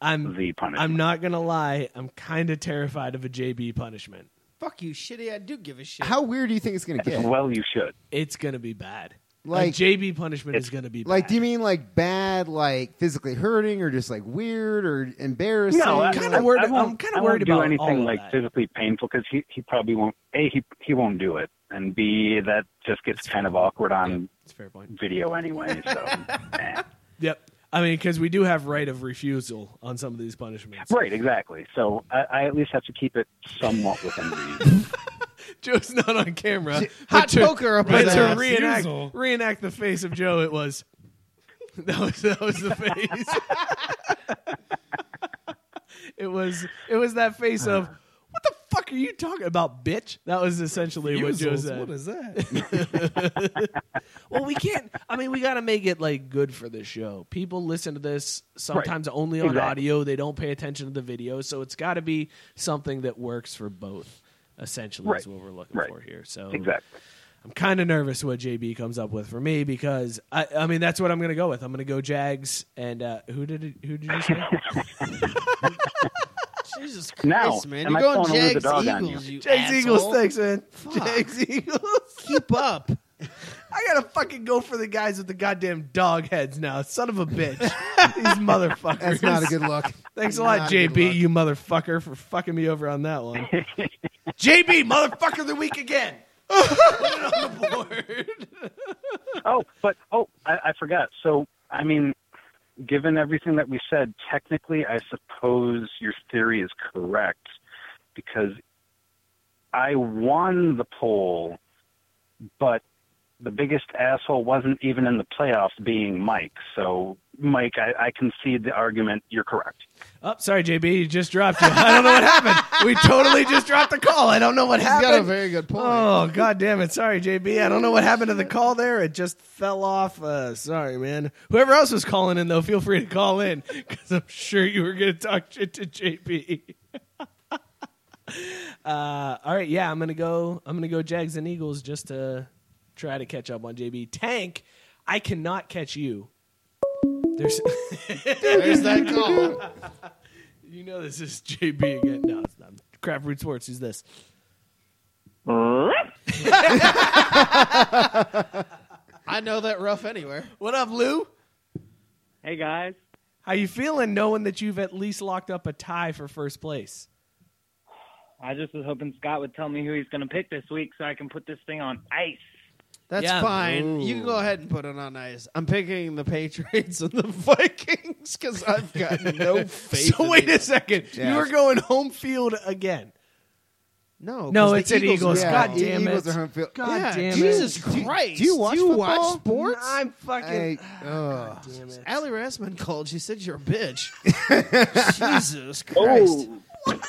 Speaker 1: I'm
Speaker 15: the punishment.
Speaker 1: I'm not gonna lie. I'm kind of terrified of a JB punishment.
Speaker 10: Fuck you, shitty. I do give a shit.
Speaker 8: How weird do you think it's gonna get?
Speaker 15: Well, you should.
Speaker 1: It's gonna be bad. Like,
Speaker 8: Like-
Speaker 1: JB punishment is gonna be bad.
Speaker 8: Like, do you mean like bad, like physically hurting, or just like weird or embarrassing?
Speaker 15: No, I,
Speaker 8: Or,
Speaker 15: I-
Speaker 8: like-
Speaker 15: I won't- I won't do anything like physically painful because he, he probably won't. A he he won't do it, and B that just gets kind of awkward on video anyway. So eh.
Speaker 1: Yep. I mean, because we do have right of refusal on some of these punishments.
Speaker 15: right, exactly. So I, I at least have to keep it somewhat within reason.
Speaker 1: Joe's not on camera.
Speaker 10: hot
Speaker 1: but to-
Speaker 10: poker up
Speaker 1: but
Speaker 10: his
Speaker 1: to
Speaker 10: ass.
Speaker 1: reenact
Speaker 10: Refusal.
Speaker 1: reenact the face of Joe. It was that was that was the face. it was it was that face of what the fuck are you talking about, bitch? That was essentially what Joe
Speaker 4: Refusals?
Speaker 1: said.
Speaker 4: What is
Speaker 1: that? well, we can't. I mean, we got to make it like good for the show. People listen to this sometimes only on
Speaker 4: Exactly.
Speaker 1: audio. They don't pay attention to the video, so it's got to be something that works for both. Essentially, is
Speaker 15: Right.
Speaker 1: what we're looking
Speaker 15: Right.
Speaker 1: for here. So
Speaker 15: Exactly.
Speaker 1: I'm kind of nervous what JB comes up with for me because I, I mean that's what I'm going to go with. I'm going to go Jags and uh, who did it, who did you say?
Speaker 10: Jesus Christ,
Speaker 1: Now,
Speaker 10: man.
Speaker 1: am
Speaker 10: You're
Speaker 1: I
Speaker 10: going
Speaker 1: pulling a loser
Speaker 10: Jags
Speaker 1: dog on
Speaker 10: Eagles,
Speaker 1: you?
Speaker 10: you
Speaker 1: Jags,
Speaker 10: asshole.
Speaker 1: Eagles, thanks, man.
Speaker 10: Fuck.
Speaker 1: Jags Eagles.
Speaker 10: Keep up.
Speaker 1: I gotta fucking go for the guys with the goddamn dog heads now. Son of a bitch. These motherfuckers.
Speaker 8: That's not a good look.
Speaker 1: Thanks a
Speaker 8: Not
Speaker 1: lot,
Speaker 8: a good
Speaker 1: JB,
Speaker 8: look.
Speaker 1: you motherfucker, for fucking me over on that one. JB, motherfucker of the week again.
Speaker 15: oh, but oh, I, I forgot. So, I mean, given everything that we said, technically, I suppose your theory is correct because I won the poll, but the biggest asshole wasn't even in the playoffs, being Mike. So, Mike, I, I concede the argument. You're correct.
Speaker 1: Oh, sorry, JB, you just dropped you. I don't know what happened. We totally just dropped the call. I don't know what
Speaker 8: He's got
Speaker 1: happened.
Speaker 8: a very good point.
Speaker 1: Oh, god damn it. Sorry, JB. I don't know what happened to the call there. It just fell off. Uh, sorry, man. Whoever else was calling in, though, feel free to call in because I'm sure you were going to talk shit to JB. uh, all right, yeah, I'm gonna go. I'm gonna go Jags and Eagles just to try to catch up on JB. Tank, I cannot catch you There's,
Speaker 9: There's that call.
Speaker 1: You know this is JB again. No, it's not. Craft Root Sports. Who's this?
Speaker 2: I know that rough anywhere.
Speaker 1: What up, Lou?
Speaker 16: Hey guys.
Speaker 1: How you feeling knowing that you've at least locked up a tie for first place?
Speaker 16: I just was hoping Scott would tell me who he's going to pick this week so I can put this thing on ice.
Speaker 2: That's
Speaker 16: Yeah.
Speaker 2: fine. You can go ahead and put it on ice. I'm picking the Patriots and the Vikings because I've got no faith.
Speaker 1: so
Speaker 2: in
Speaker 1: wait
Speaker 2: it.
Speaker 1: a second. You were going home field again.
Speaker 2: No,
Speaker 1: No,
Speaker 2: 'cause the
Speaker 1: it's at Eagles.
Speaker 2: win.
Speaker 1: God damn it.
Speaker 8: Eagles are home field.
Speaker 1: God
Speaker 2: Yeah,
Speaker 1: damn it.
Speaker 2: Jesus
Speaker 1: Do-
Speaker 2: Christ.
Speaker 1: do you watch football?
Speaker 2: sports?
Speaker 1: I'm fucking- Ah,
Speaker 2: I, oh.
Speaker 1: damn it.
Speaker 2: Allie Rassman called. She said you're a bitch. Jesus
Speaker 1: Oh.
Speaker 2: Christ.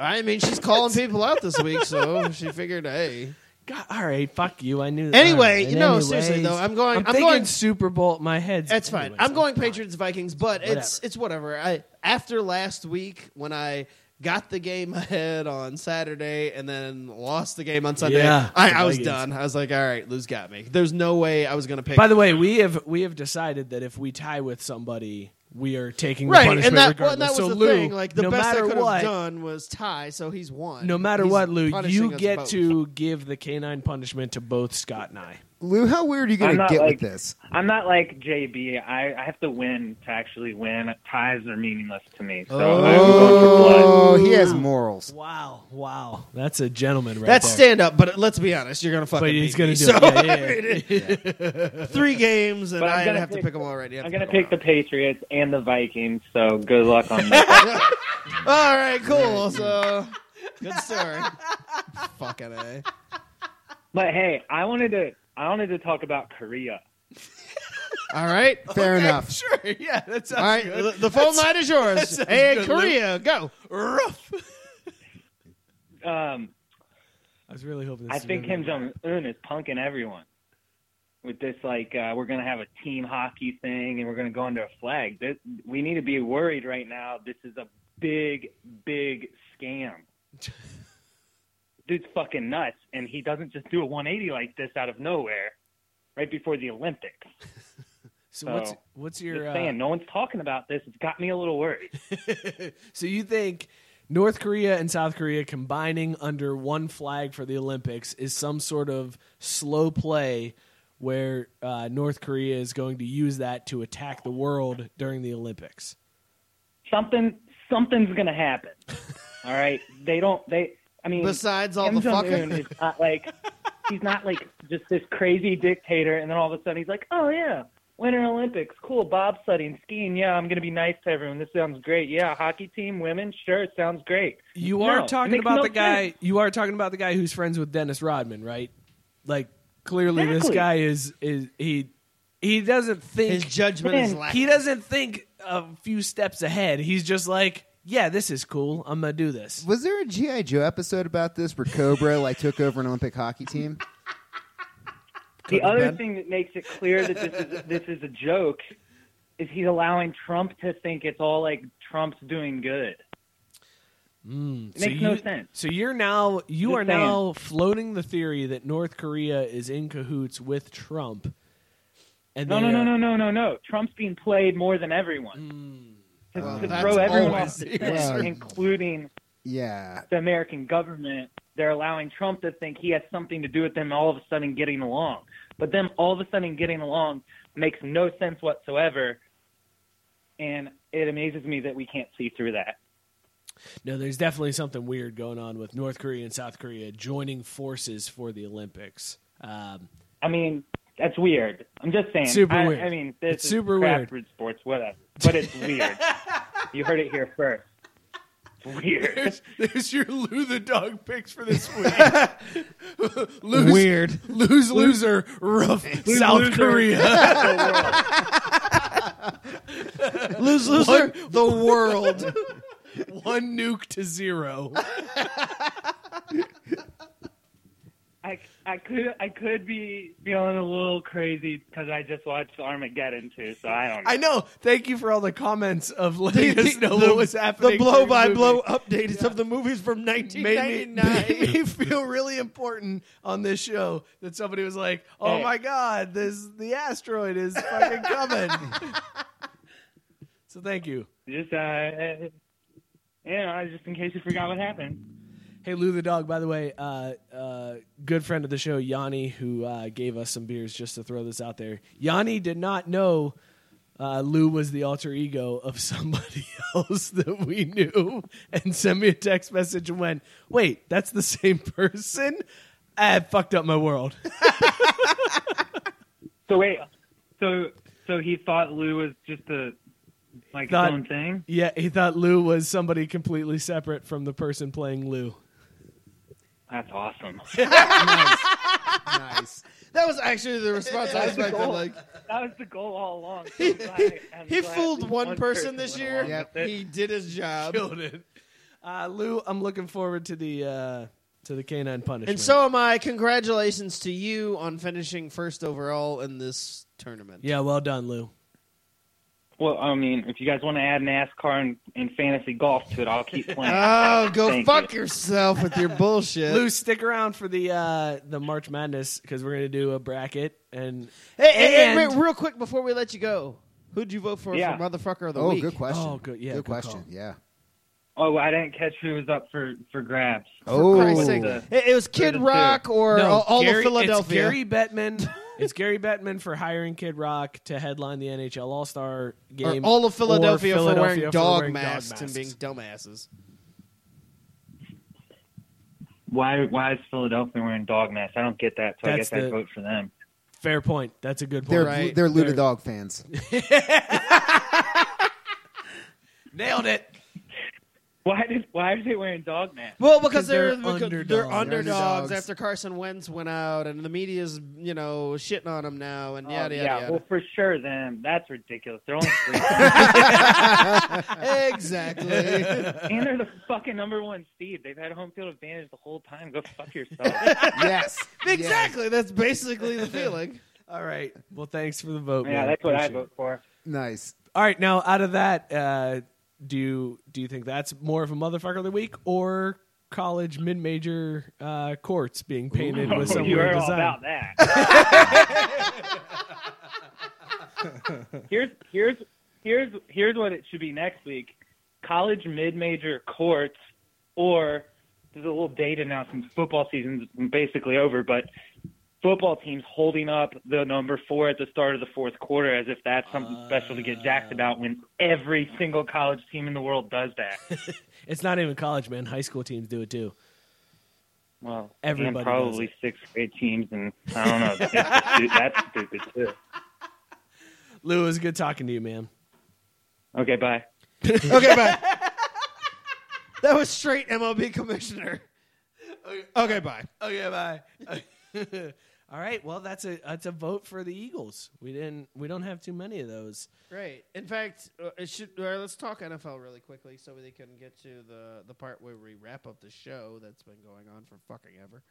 Speaker 2: I mean, she's calling people out this week, so she figured, hey.
Speaker 1: God, all right, fuck you. I knew.
Speaker 2: Anyway,
Speaker 1: all right,
Speaker 2: no, seriously, though, I'm going-
Speaker 1: I'm,
Speaker 2: I'm
Speaker 1: thinking
Speaker 2: going-
Speaker 1: Super Bowl. My head's.
Speaker 2: That's fine. I'm going Patriots Vikings, but it's
Speaker 1: Whatever.
Speaker 2: it's whatever. I after last week when I got the game ahead on Saturday and then lost the game on Sunday,
Speaker 1: Yeah,
Speaker 2: I,
Speaker 1: the
Speaker 2: I was
Speaker 1: Vikings.
Speaker 2: done. I was like, all right, Lou's got me. There's no way I was going to pick.
Speaker 1: By the way, we have we have decided that if we tie with somebody, we are taking the
Speaker 2: right, and
Speaker 1: punishment
Speaker 2: that, well,
Speaker 1: regardless.
Speaker 2: and that was
Speaker 1: so
Speaker 2: the
Speaker 1: Lou,
Speaker 2: thing. Like the
Speaker 1: no
Speaker 2: best I
Speaker 1: matter
Speaker 2: could
Speaker 1: what,
Speaker 2: have done was tie, so he's won.
Speaker 1: no matter
Speaker 2: He's
Speaker 1: what, Lou,
Speaker 2: punishing
Speaker 1: you
Speaker 2: us
Speaker 1: get
Speaker 2: both.
Speaker 1: to give the canine punishment to both Scott and I.
Speaker 8: Lou, how weird are you going
Speaker 16: I'm
Speaker 8: to
Speaker 16: not
Speaker 8: get
Speaker 16: like-
Speaker 8: with this?
Speaker 16: I'm not like JB. I, I have to win to actually win. Ties are meaningless to me. So
Speaker 8: Oh, he has morals.
Speaker 1: Wow, wow, that's a gentleman right
Speaker 2: That's
Speaker 1: there.
Speaker 2: stand up, but let's be honest, you're gonna fucking.
Speaker 1: But he's
Speaker 2: beat
Speaker 1: gonna
Speaker 2: me,
Speaker 1: do
Speaker 2: so-
Speaker 1: it. Yeah, yeah,
Speaker 2: Three games, and
Speaker 16: But I'm
Speaker 2: I
Speaker 16: gonna
Speaker 2: have to
Speaker 16: pick-
Speaker 2: pick them already.
Speaker 16: I'm going to pick the Patriots and the Vikings. So good luck on that.
Speaker 2: All right, cool. So good story. Fucking a.
Speaker 16: but hey, I wanted to I wanted to talk about Korea.
Speaker 2: All right, fair
Speaker 1: Okay,
Speaker 2: enough.
Speaker 1: Sure, yeah, that sounds
Speaker 2: All right,
Speaker 1: good.
Speaker 2: the- the phone
Speaker 1: That's-
Speaker 2: line is yours.
Speaker 1: that sounds
Speaker 2: Hey,
Speaker 1: good,
Speaker 2: Korea, go.
Speaker 1: Rough.
Speaker 16: Um,
Speaker 1: I was really hoping. This
Speaker 16: I
Speaker 1: was
Speaker 16: think
Speaker 1: gonna
Speaker 16: Kim
Speaker 1: be-
Speaker 16: Jong Un is punking everyone with this. Like, uh, we're going to have a team hockey thing, and we're going to go under a flag. This, we need to be worried right now. This is a big, big scam. Dude's fucking nuts, and he doesn't just do a 180 like this out of nowhere, right before the Olympics.
Speaker 1: So what's what's your
Speaker 16: just
Speaker 1: uh,
Speaker 16: saying? No one's talking about this. It's got me a little worried.
Speaker 1: So you think North Korea and South Korea combining under one flag for the Olympics is some sort of slow play where uh, North Korea is going to use that to attack the world during the Olympics?
Speaker 16: Something, something's gonna happen. All right, they don't. They, I mean,
Speaker 2: Besides all
Speaker 16: Kim
Speaker 2: the
Speaker 16: Jong-un
Speaker 2: fucking-
Speaker 16: is not like he's not like just this crazy dictator, and then all of a sudden he's like, oh yeah, Winter Olympics, cool, bobsledding, skiing, yeah, I'm gonna be nice to everyone. This sounds great. Yeah, hockey team, women, sure, it sounds great.
Speaker 1: You
Speaker 16: No,
Speaker 1: are
Speaker 16: it
Speaker 1: talking
Speaker 16: makes
Speaker 1: about
Speaker 16: no
Speaker 1: the guy.
Speaker 16: sense.
Speaker 1: You are talking about the guy who's friends with Dennis Rodman, right? Like clearly, this
Speaker 16: Exactly.
Speaker 1: guy is is he he doesn't think
Speaker 2: His judgment is Man. lacking.
Speaker 1: He doesn't think a few steps ahead. He's just like, yeah, this is cool. I'm gonna do this.
Speaker 8: Was there a GI Joe episode about this where Cobra like took over an Olympic hockey team?
Speaker 16: The
Speaker 8: Could've
Speaker 16: other
Speaker 8: been.
Speaker 16: thing that makes it clear that this is this is a joke is he's allowing Trump to think it's all like Trump's doing good.
Speaker 1: Mm,
Speaker 16: It makes no
Speaker 1: you-
Speaker 16: sense.
Speaker 1: So you're now you
Speaker 16: Just
Speaker 1: are now floating the theory that North Korea is in cahoots with Trump. And
Speaker 16: No,
Speaker 1: they
Speaker 16: no, no,
Speaker 1: are-
Speaker 16: no, no, no, no. Trump's being played more than everyone.
Speaker 1: Hmm.
Speaker 16: To,
Speaker 8: Well,
Speaker 16: to
Speaker 8: Oh, that's
Speaker 16: throw everyone
Speaker 8: always
Speaker 16: off the
Speaker 8: the
Speaker 16: scent,
Speaker 8: answer.
Speaker 16: including
Speaker 8: Yeah.
Speaker 16: the American government. They're allowing Trump to think he has something to do with them all of a sudden getting along. But them all of a sudden getting along makes no sense whatsoever. And it amazes me that we can't see through that.
Speaker 1: No, there's definitely something weird going on with North Korea and South Korea joining forces for the Olympics. Um,
Speaker 16: I mean, that's weird. I'm just saying.
Speaker 1: Super
Speaker 16: I,
Speaker 1: weird.
Speaker 16: I mean, this
Speaker 1: It's
Speaker 16: is
Speaker 1: super
Speaker 16: craft
Speaker 1: weird.
Speaker 16: root sports, whatever. But it's weird. you heard it here first. It's weird.
Speaker 1: There's, there's your Lou the dog picks for this week.
Speaker 2: Lose- Weird.
Speaker 1: Lose loser rough South Korea.
Speaker 2: Lose loser the world.
Speaker 1: One nuke to zero.
Speaker 16: I, I could I could be feeling a little crazy because I just watched Armageddon too, so I don't. know.
Speaker 10: I know. Thank you for all the comments of letting us know
Speaker 2: the-
Speaker 10: what was happening.
Speaker 2: The blow by blow
Speaker 10: update
Speaker 2: updates of the movies from
Speaker 10: made
Speaker 2: 1999.
Speaker 10: me, made me feel really important on this show that somebody was like, "Oh
Speaker 2: Hey.
Speaker 10: my god, this the asteroid is fucking coming." so thank you.
Speaker 16: Just uh, you know, just in case you forgot what happened.
Speaker 1: Hey, Lou the dog. By the way, uh, uh, good friend of the show, Yanni, who uh, gave us some beers just to throw this out there. Yanni did not know uh, Lou was the alter ego of somebody else that we knew, and sent me a text message and went, "Wait, that's the same person." I fucked up my world.
Speaker 16: So wait, so so he thought Lou was just a like his
Speaker 1: Thought-
Speaker 16: own thing.
Speaker 1: Yeah, he thought Lou was somebody completely separate from the person playing Lou.
Speaker 16: That's awesome.
Speaker 8: nice.
Speaker 2: That was actually the response I
Speaker 16: That's the
Speaker 2: expected.
Speaker 16: goal.
Speaker 2: Like
Speaker 16: that was the goal all along.
Speaker 2: he,
Speaker 16: So
Speaker 2: he-
Speaker 16: I'm
Speaker 2: he
Speaker 16: glad
Speaker 2: fooled one, person
Speaker 16: went
Speaker 2: this year.
Speaker 16: along with it.
Speaker 2: He did his job.
Speaker 1: Killed it. Uh, Lou, I'm looking forward to the uh, to the canine punishment.
Speaker 2: And so am I. Congratulations to you on finishing first overall in this tournament.
Speaker 1: yeah, well done, Lou.
Speaker 16: Well, I mean, if you guys want to add NASCAR and, and fantasy golf to it, I'll keep playing.
Speaker 2: Oh, go
Speaker 16: Thank
Speaker 2: fuck yourself with your bullshit.
Speaker 1: Lou, stick around for the uh, the March Madness because we're gonna do a bracket and
Speaker 2: Hey, hey, hey,
Speaker 1: and-
Speaker 2: wait, real quick before we let you go, who'd you vote for
Speaker 16: Yeah.
Speaker 2: for motherfucker of the
Speaker 8: Oh,
Speaker 2: week?
Speaker 8: good question.
Speaker 1: Oh, good- yeah,
Speaker 8: good,
Speaker 1: good
Speaker 8: question. Yeah.
Speaker 16: Oh, I didn't catch who was up for for grabs.
Speaker 8: Oh.
Speaker 2: For Christ's sake.
Speaker 8: The-
Speaker 2: it, it was Kid Rock or
Speaker 1: No,
Speaker 2: all, all
Speaker 1: Gary-
Speaker 2: of Philadelphia.
Speaker 1: It's Gary Bettman. it's Gary Bettman for hiring Kid Rock to headline the NHL All Star game.
Speaker 2: or all of
Speaker 1: or
Speaker 2: Philadelphia, for wearing
Speaker 1: Philadelphia
Speaker 2: dog
Speaker 1: wearing
Speaker 2: masks and being dumbasses.
Speaker 16: Why why is Philadelphia wearing dog masks? I don't get that, so
Speaker 1: That's
Speaker 16: I guess
Speaker 1: the-
Speaker 16: I vote for them.
Speaker 1: Fair point. That's a good point.
Speaker 8: They're they're Luda Dog fans.
Speaker 1: Nailed it.
Speaker 16: Why did why are they wearing dog masks?
Speaker 2: Well, because they're
Speaker 16: They're
Speaker 2: because they're underdogs,
Speaker 16: underdogs. They're underdogs.
Speaker 2: after Carson Wentz went out, and the media's you know shitting on him now, and
Speaker 16: Oh,
Speaker 2: yada
Speaker 16: yeah,
Speaker 2: yada yada.
Speaker 16: well, for sure, them. That's ridiculous. They're only three.
Speaker 2: Exactly.
Speaker 16: and they're the fucking number one seed. They've had home field advantage the whole time. Go fuck yourself.
Speaker 8: yes.
Speaker 2: exactly. That's basically the feeling.
Speaker 1: All right. Well, thanks for the vote.
Speaker 16: Yeah,
Speaker 1: man.
Speaker 16: that's what I
Speaker 1: Appreciate it.
Speaker 16: vote for.
Speaker 8: Nice.
Speaker 1: All right, now out of that, uh, do you do you think that's more of a motherfucker of the week or college mid major uh, courts being painted with some
Speaker 16: you
Speaker 1: weird
Speaker 16: heard all
Speaker 1: design?
Speaker 16: about that. here's here's here's here's what it should be next week: college mid-major courts, or there's a little date announcement. Football season's basically over, but football teams holding up the number four at the start of the fourth quarter as if that's something special to get jacked about when every single college team in the world does that.
Speaker 1: It's not even college, man. High school teams do it too.
Speaker 16: Well,
Speaker 1: Everybody
Speaker 16: and
Speaker 1: does
Speaker 16: probably
Speaker 1: it.
Speaker 16: sixth grade teams, and I don't know. That's stupid- that's stupid too.
Speaker 1: Lou, it was good talking to you, man.
Speaker 16: Okay, bye.
Speaker 2: okay, bye. That was straight MLB commissioner. Okay, bye.
Speaker 1: Okay, bye. All right, well that's a that's a vote for the Eagles. We didn't we don't have too many of those.
Speaker 2: Right. In fact, uh, it should. Uh, let's talk NFL really quickly so they can get to the the part where we wrap up the show that's been going on for fucking ever.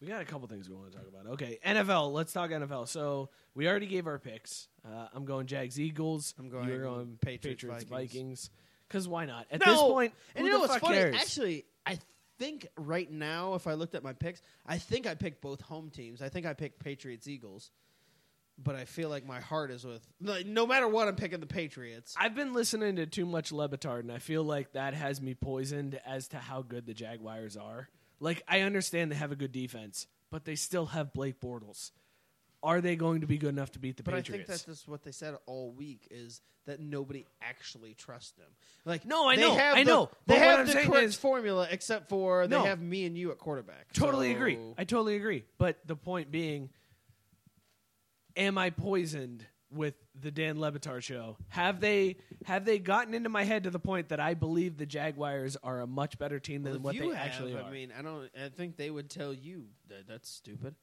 Speaker 1: We got a couple things we want to talk about. Okay, NFL. Let's talk NFL. So we already gave our picks. Uh, I'm going Jags Eagles. I'm
Speaker 2: going
Speaker 1: You're going
Speaker 2: Patriots,
Speaker 1: Patriots, Vikings. Because why not? At
Speaker 2: No!
Speaker 1: this point,
Speaker 2: and
Speaker 1: who
Speaker 2: you know
Speaker 1: the
Speaker 2: what's
Speaker 1: fuck
Speaker 2: funny?
Speaker 1: cares?
Speaker 2: Actually, I think right now, if I looked at my picks, I think I picked both home teams. I think I picked Patriots Eagles, but I feel like my heart is with like, no matter what, I'm picking the Patriots.
Speaker 1: I've been listening to too much Levitard, and I feel like that has me poisoned as to how good the Jaguars are. Like, I understand they have a good defense, but they still have Blake Bortles. Are they going to be good enough to beat the
Speaker 2: But I think
Speaker 1: Patriots?
Speaker 2: that's just what they said all week is that nobody actually trusts them. Like
Speaker 1: No, I
Speaker 2: they
Speaker 1: know,
Speaker 2: have
Speaker 1: I
Speaker 2: the-
Speaker 1: know.
Speaker 2: They
Speaker 1: But what
Speaker 2: have
Speaker 1: I'm
Speaker 2: the
Speaker 1: saying
Speaker 2: correct
Speaker 1: is-
Speaker 2: formula except for
Speaker 1: No.
Speaker 2: they have me and you at quarterback.
Speaker 1: Totally
Speaker 2: So-
Speaker 1: agree. I totally agree. But the point being, am I poisoned with the Dan Lebitard show. Have they have they gotten into my head to the point that I believe the Jaguars are a much better team than
Speaker 2: If
Speaker 1: what
Speaker 2: you
Speaker 1: they
Speaker 2: have,
Speaker 1: actually are?
Speaker 2: I mean, I don't. I think they would tell you that that's stupid.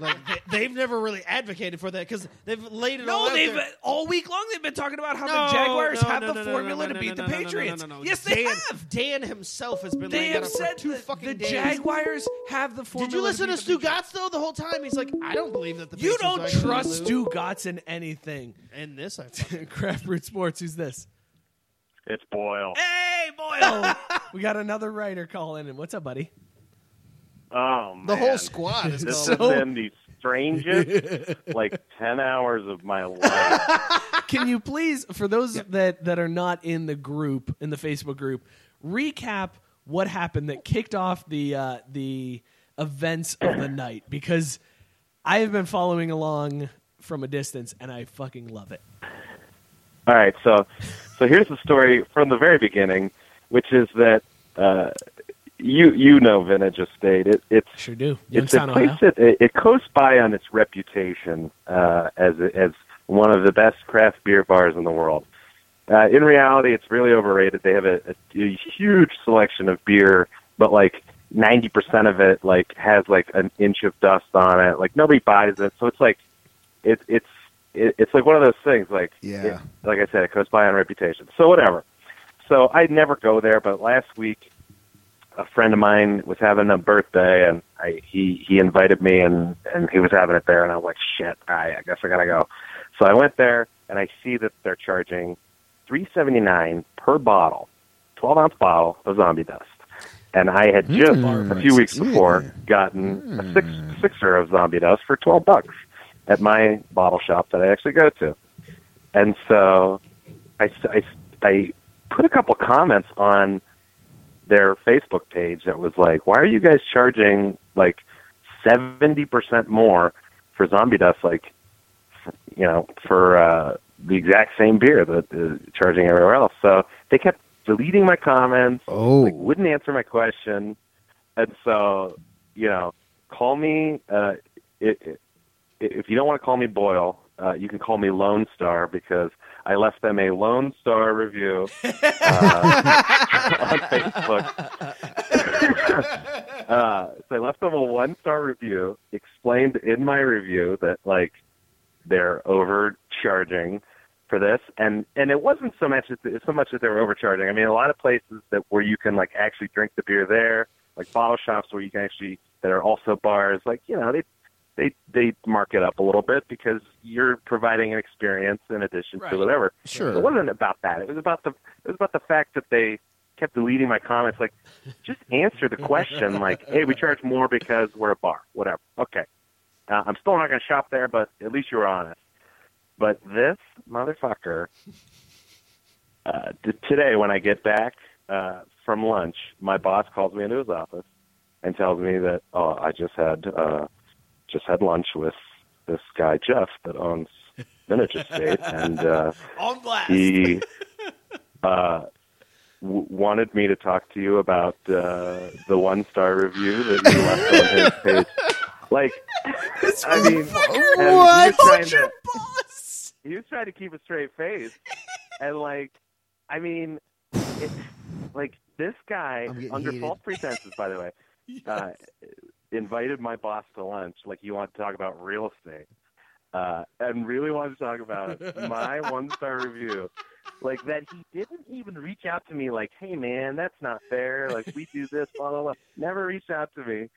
Speaker 2: like they, they've never really advocated for that because they've laid it all
Speaker 1: no,
Speaker 2: out
Speaker 1: they've
Speaker 2: there.
Speaker 1: all week long they've been talking about how
Speaker 2: No,
Speaker 1: the Jaguars
Speaker 2: no,
Speaker 1: have
Speaker 2: no,
Speaker 1: the
Speaker 2: no, no,
Speaker 1: formula
Speaker 2: no, no,
Speaker 1: to beat
Speaker 2: no,
Speaker 1: the
Speaker 2: no, no, no,
Speaker 1: Patriots.
Speaker 2: no, no, no.
Speaker 1: Yes, they
Speaker 2: Dan-
Speaker 1: have.
Speaker 2: Dan himself has been.
Speaker 1: They
Speaker 2: laying
Speaker 1: have
Speaker 2: it out for
Speaker 1: said
Speaker 2: two
Speaker 1: the,
Speaker 2: fucking
Speaker 1: the
Speaker 2: days.
Speaker 1: Jaguars have the formula.
Speaker 2: Did you listen to
Speaker 1: beat the
Speaker 2: Stu Gatz though the whole time? He's like, I don't believe that the
Speaker 1: You
Speaker 2: Patriots
Speaker 1: don't
Speaker 2: actually
Speaker 1: trust
Speaker 2: lose.
Speaker 1: Stu Gotts in anything.
Speaker 2: And this, I fucking-
Speaker 1: Craft Root Sports. Who's this?
Speaker 15: It's Boyle.
Speaker 1: Hey, Boyle. we got another writer calling in. What's up, buddy?
Speaker 17: Oh, man.
Speaker 1: The whole squad is
Speaker 17: This
Speaker 1: gone.
Speaker 17: has been the strangest, like, 10 hours of my life.
Speaker 1: Can you please, for those that, that are not in the group, in the Facebook group, recap what happened that kicked off the uh, the events of the night? Because I have been following along from a distance, and I fucking love it.
Speaker 17: All right, so so here's the story from the very beginning, which is that uh, you you know Vintage Estate. It, it's
Speaker 1: sure do.
Speaker 17: It's a
Speaker 1: Youngstown,
Speaker 17: place that it, it coasts by on its reputation uh, as as one of the best craft beer bars in the world. Uh, in reality, it's really overrated. They have a, a, a huge selection of beer, but like ninety percent of it like has like an inch of dust on it. Like nobody buys it, so it's like it, it's it, it's like one of those things. Like
Speaker 8: Yeah.
Speaker 17: it- like I said, it goes by on reputation. So whatever. So I never go there, but last week a friend of mine was having a birthday, and I, he he invited me, and and he was having it there, and I was like, shit, all right, I guess I gotta go. So I went there, and I see that they're charging three seventy nine per bottle, twelve ounce bottle of zombie dust. And I had just a few weeks before gotten a six sixer of zombie dust for twelve bucks at my bottle shop that I actually go to. And so I, I, I put a couple comments on their Facebook page that was like, why are you guys charging like 70% more for zombie dust? Like, f- you know, for uh, the exact same beer that is charging everywhere else. So they kept deleting my comments.
Speaker 8: Oh.
Speaker 17: Like, wouldn't answer my question. And so, you know, call me, uh, it, it, if you don't want to call me Boyle, uh, you can call me Lone Star because I left them a Lone Star review uh, on Facebook. uh, so I left them a one star review, explained in my review that like they're overcharging for this, and and it wasn't so much that so much that they were overcharging. I mean, a lot of places that where you can like actually drink the beer there, like bottle shops where you can actually that are also bars, like you know they they they mark it up a little bit because you're providing an experience in addition to
Speaker 8: Right.
Speaker 17: whatever.
Speaker 8: Sure.
Speaker 17: It wasn't about that. It was about the it was about the fact that they kept deleting my comments. Like, just answer the question. like, hey, we charge more because we're a bar. Whatever. Okay. Uh, I'm still not going to shop there, but at least you were honest. But this motherfucker uh, t- today, when I get back uh, from lunch, my boss calls me into his office and tells me that oh, I just had uh, just had lunch with this guy Jeff that owns Vintage Estate, and uh,
Speaker 1: On blast.
Speaker 17: he uh, w- wanted me to talk to you about uh, the one star review that you left on his page. Like, I mean, and he was trying to-
Speaker 3: uh,
Speaker 17: he was trying to keep a straight face, and like, I mean, it, like this guy under
Speaker 8: heated.
Speaker 17: false pretenses, by the way, uh, invited my boss to lunch. Like, you want to talk about real estate, uh, and really wanted to talk about my one star review. Like that, he didn't even reach out to me. Like, hey man, that's not fair. Like we do this, blah blah blah. Never reached out to me,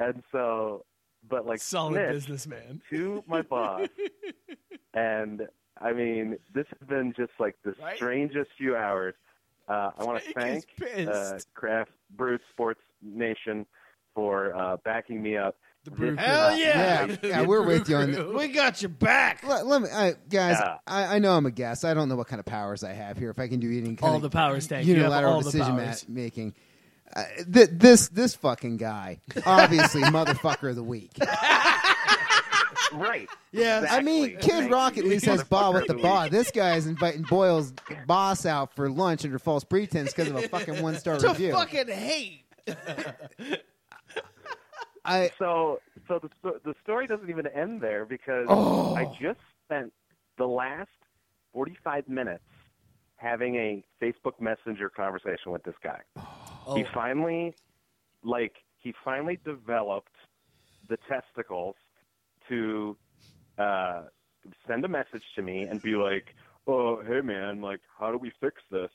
Speaker 17: and so, but like
Speaker 1: Solid
Speaker 17: Mitch,
Speaker 1: businessman.
Speaker 17: to my boss. and I mean, this has been just like the
Speaker 1: Right?
Speaker 17: strangest few hours. Uh, I want to
Speaker 1: is
Speaker 17: thank uh,
Speaker 1: pissed.
Speaker 17: Craft Brew Sports Nation for uh, backing me up. This-
Speaker 2: Hell yeah!
Speaker 8: Yeah, yeah, we're with you on that.
Speaker 2: We got your back.
Speaker 8: Let, let me, I, guys.
Speaker 17: Yeah.
Speaker 8: I, I know I'm a guest. I don't know what kind of powers I have here. If I can do any kind
Speaker 1: All
Speaker 8: of
Speaker 1: the powers, thank you. You have
Speaker 8: unilateral
Speaker 1: all the
Speaker 8: decision
Speaker 1: powers.
Speaker 8: ma- making. Uh, th- this this fucking guy, obviously, motherfucker of the week.
Speaker 17: Right.
Speaker 8: Yeah, I mean, Kid Rock at least has ba with the ba. This guy is inviting Boyle's boss out for lunch under false pretense because of a fucking one star
Speaker 2: to
Speaker 8: review.
Speaker 2: fucking hate.
Speaker 8: I
Speaker 17: so so the sto- the story doesn't even end there because I just spent the last 45 minutes having a Facebook Messenger conversation with this guy. He finally, like, he finally developed the testicles to uh, send a message to me and be like, "Oh, hey man, like, how do we fix this?"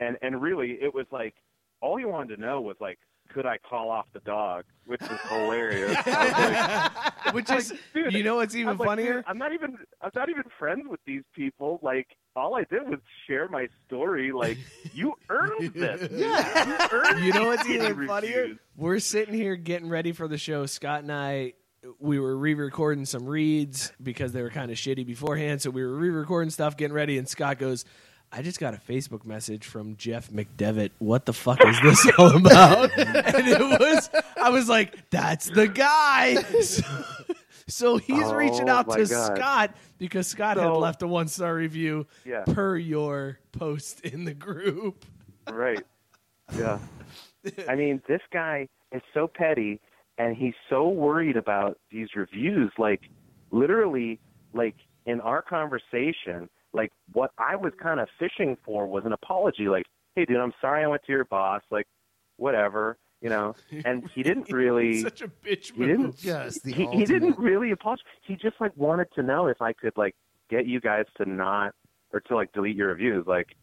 Speaker 17: And and really, it was like all he wanted to know was like, "Could I call off the dog?" Which is hilarious.
Speaker 1: Which is, you know, what's even
Speaker 17: I'm like,
Speaker 1: funnier.
Speaker 17: "Dude, I'm not even I'm not even friends with these people. Like all I did was share my story. Like you earned this. You earned
Speaker 1: you know what's
Speaker 17: these
Speaker 1: even
Speaker 17: reviews.
Speaker 1: funnier? We're sitting here getting ready for the show. Scott and I, we were re-recording some reads because they were kind of shitty beforehand. So we were re-recording stuff, getting ready, and Scott goes, "I just got a Facebook message from Jeff McDevitt. What the fuck is this all about?" and it was, I was like, "That's the guy." So, so he's
Speaker 10: Oh,
Speaker 1: reaching out
Speaker 10: my
Speaker 1: to
Speaker 10: God.
Speaker 1: Scott because Scott had
Speaker 10: So-
Speaker 1: left a one-star review
Speaker 10: Yeah.
Speaker 1: per your post in the group.
Speaker 17: Right. Yeah. I mean, this guy is so petty and he's so worried about these reviews. Like, literally, like in our conversation, like what I was kind of fishing for was an apology. Like, hey, dude, I'm sorry I went to your boss. Like, whatever, you know. And he didn't really.
Speaker 10: Such a bitch
Speaker 17: He didn't.
Speaker 10: move. Just the
Speaker 17: he, he
Speaker 10: ultimate.
Speaker 17: didn't really apologize. He just like wanted to know if I could like get you guys to not or to like delete your reviews. Like,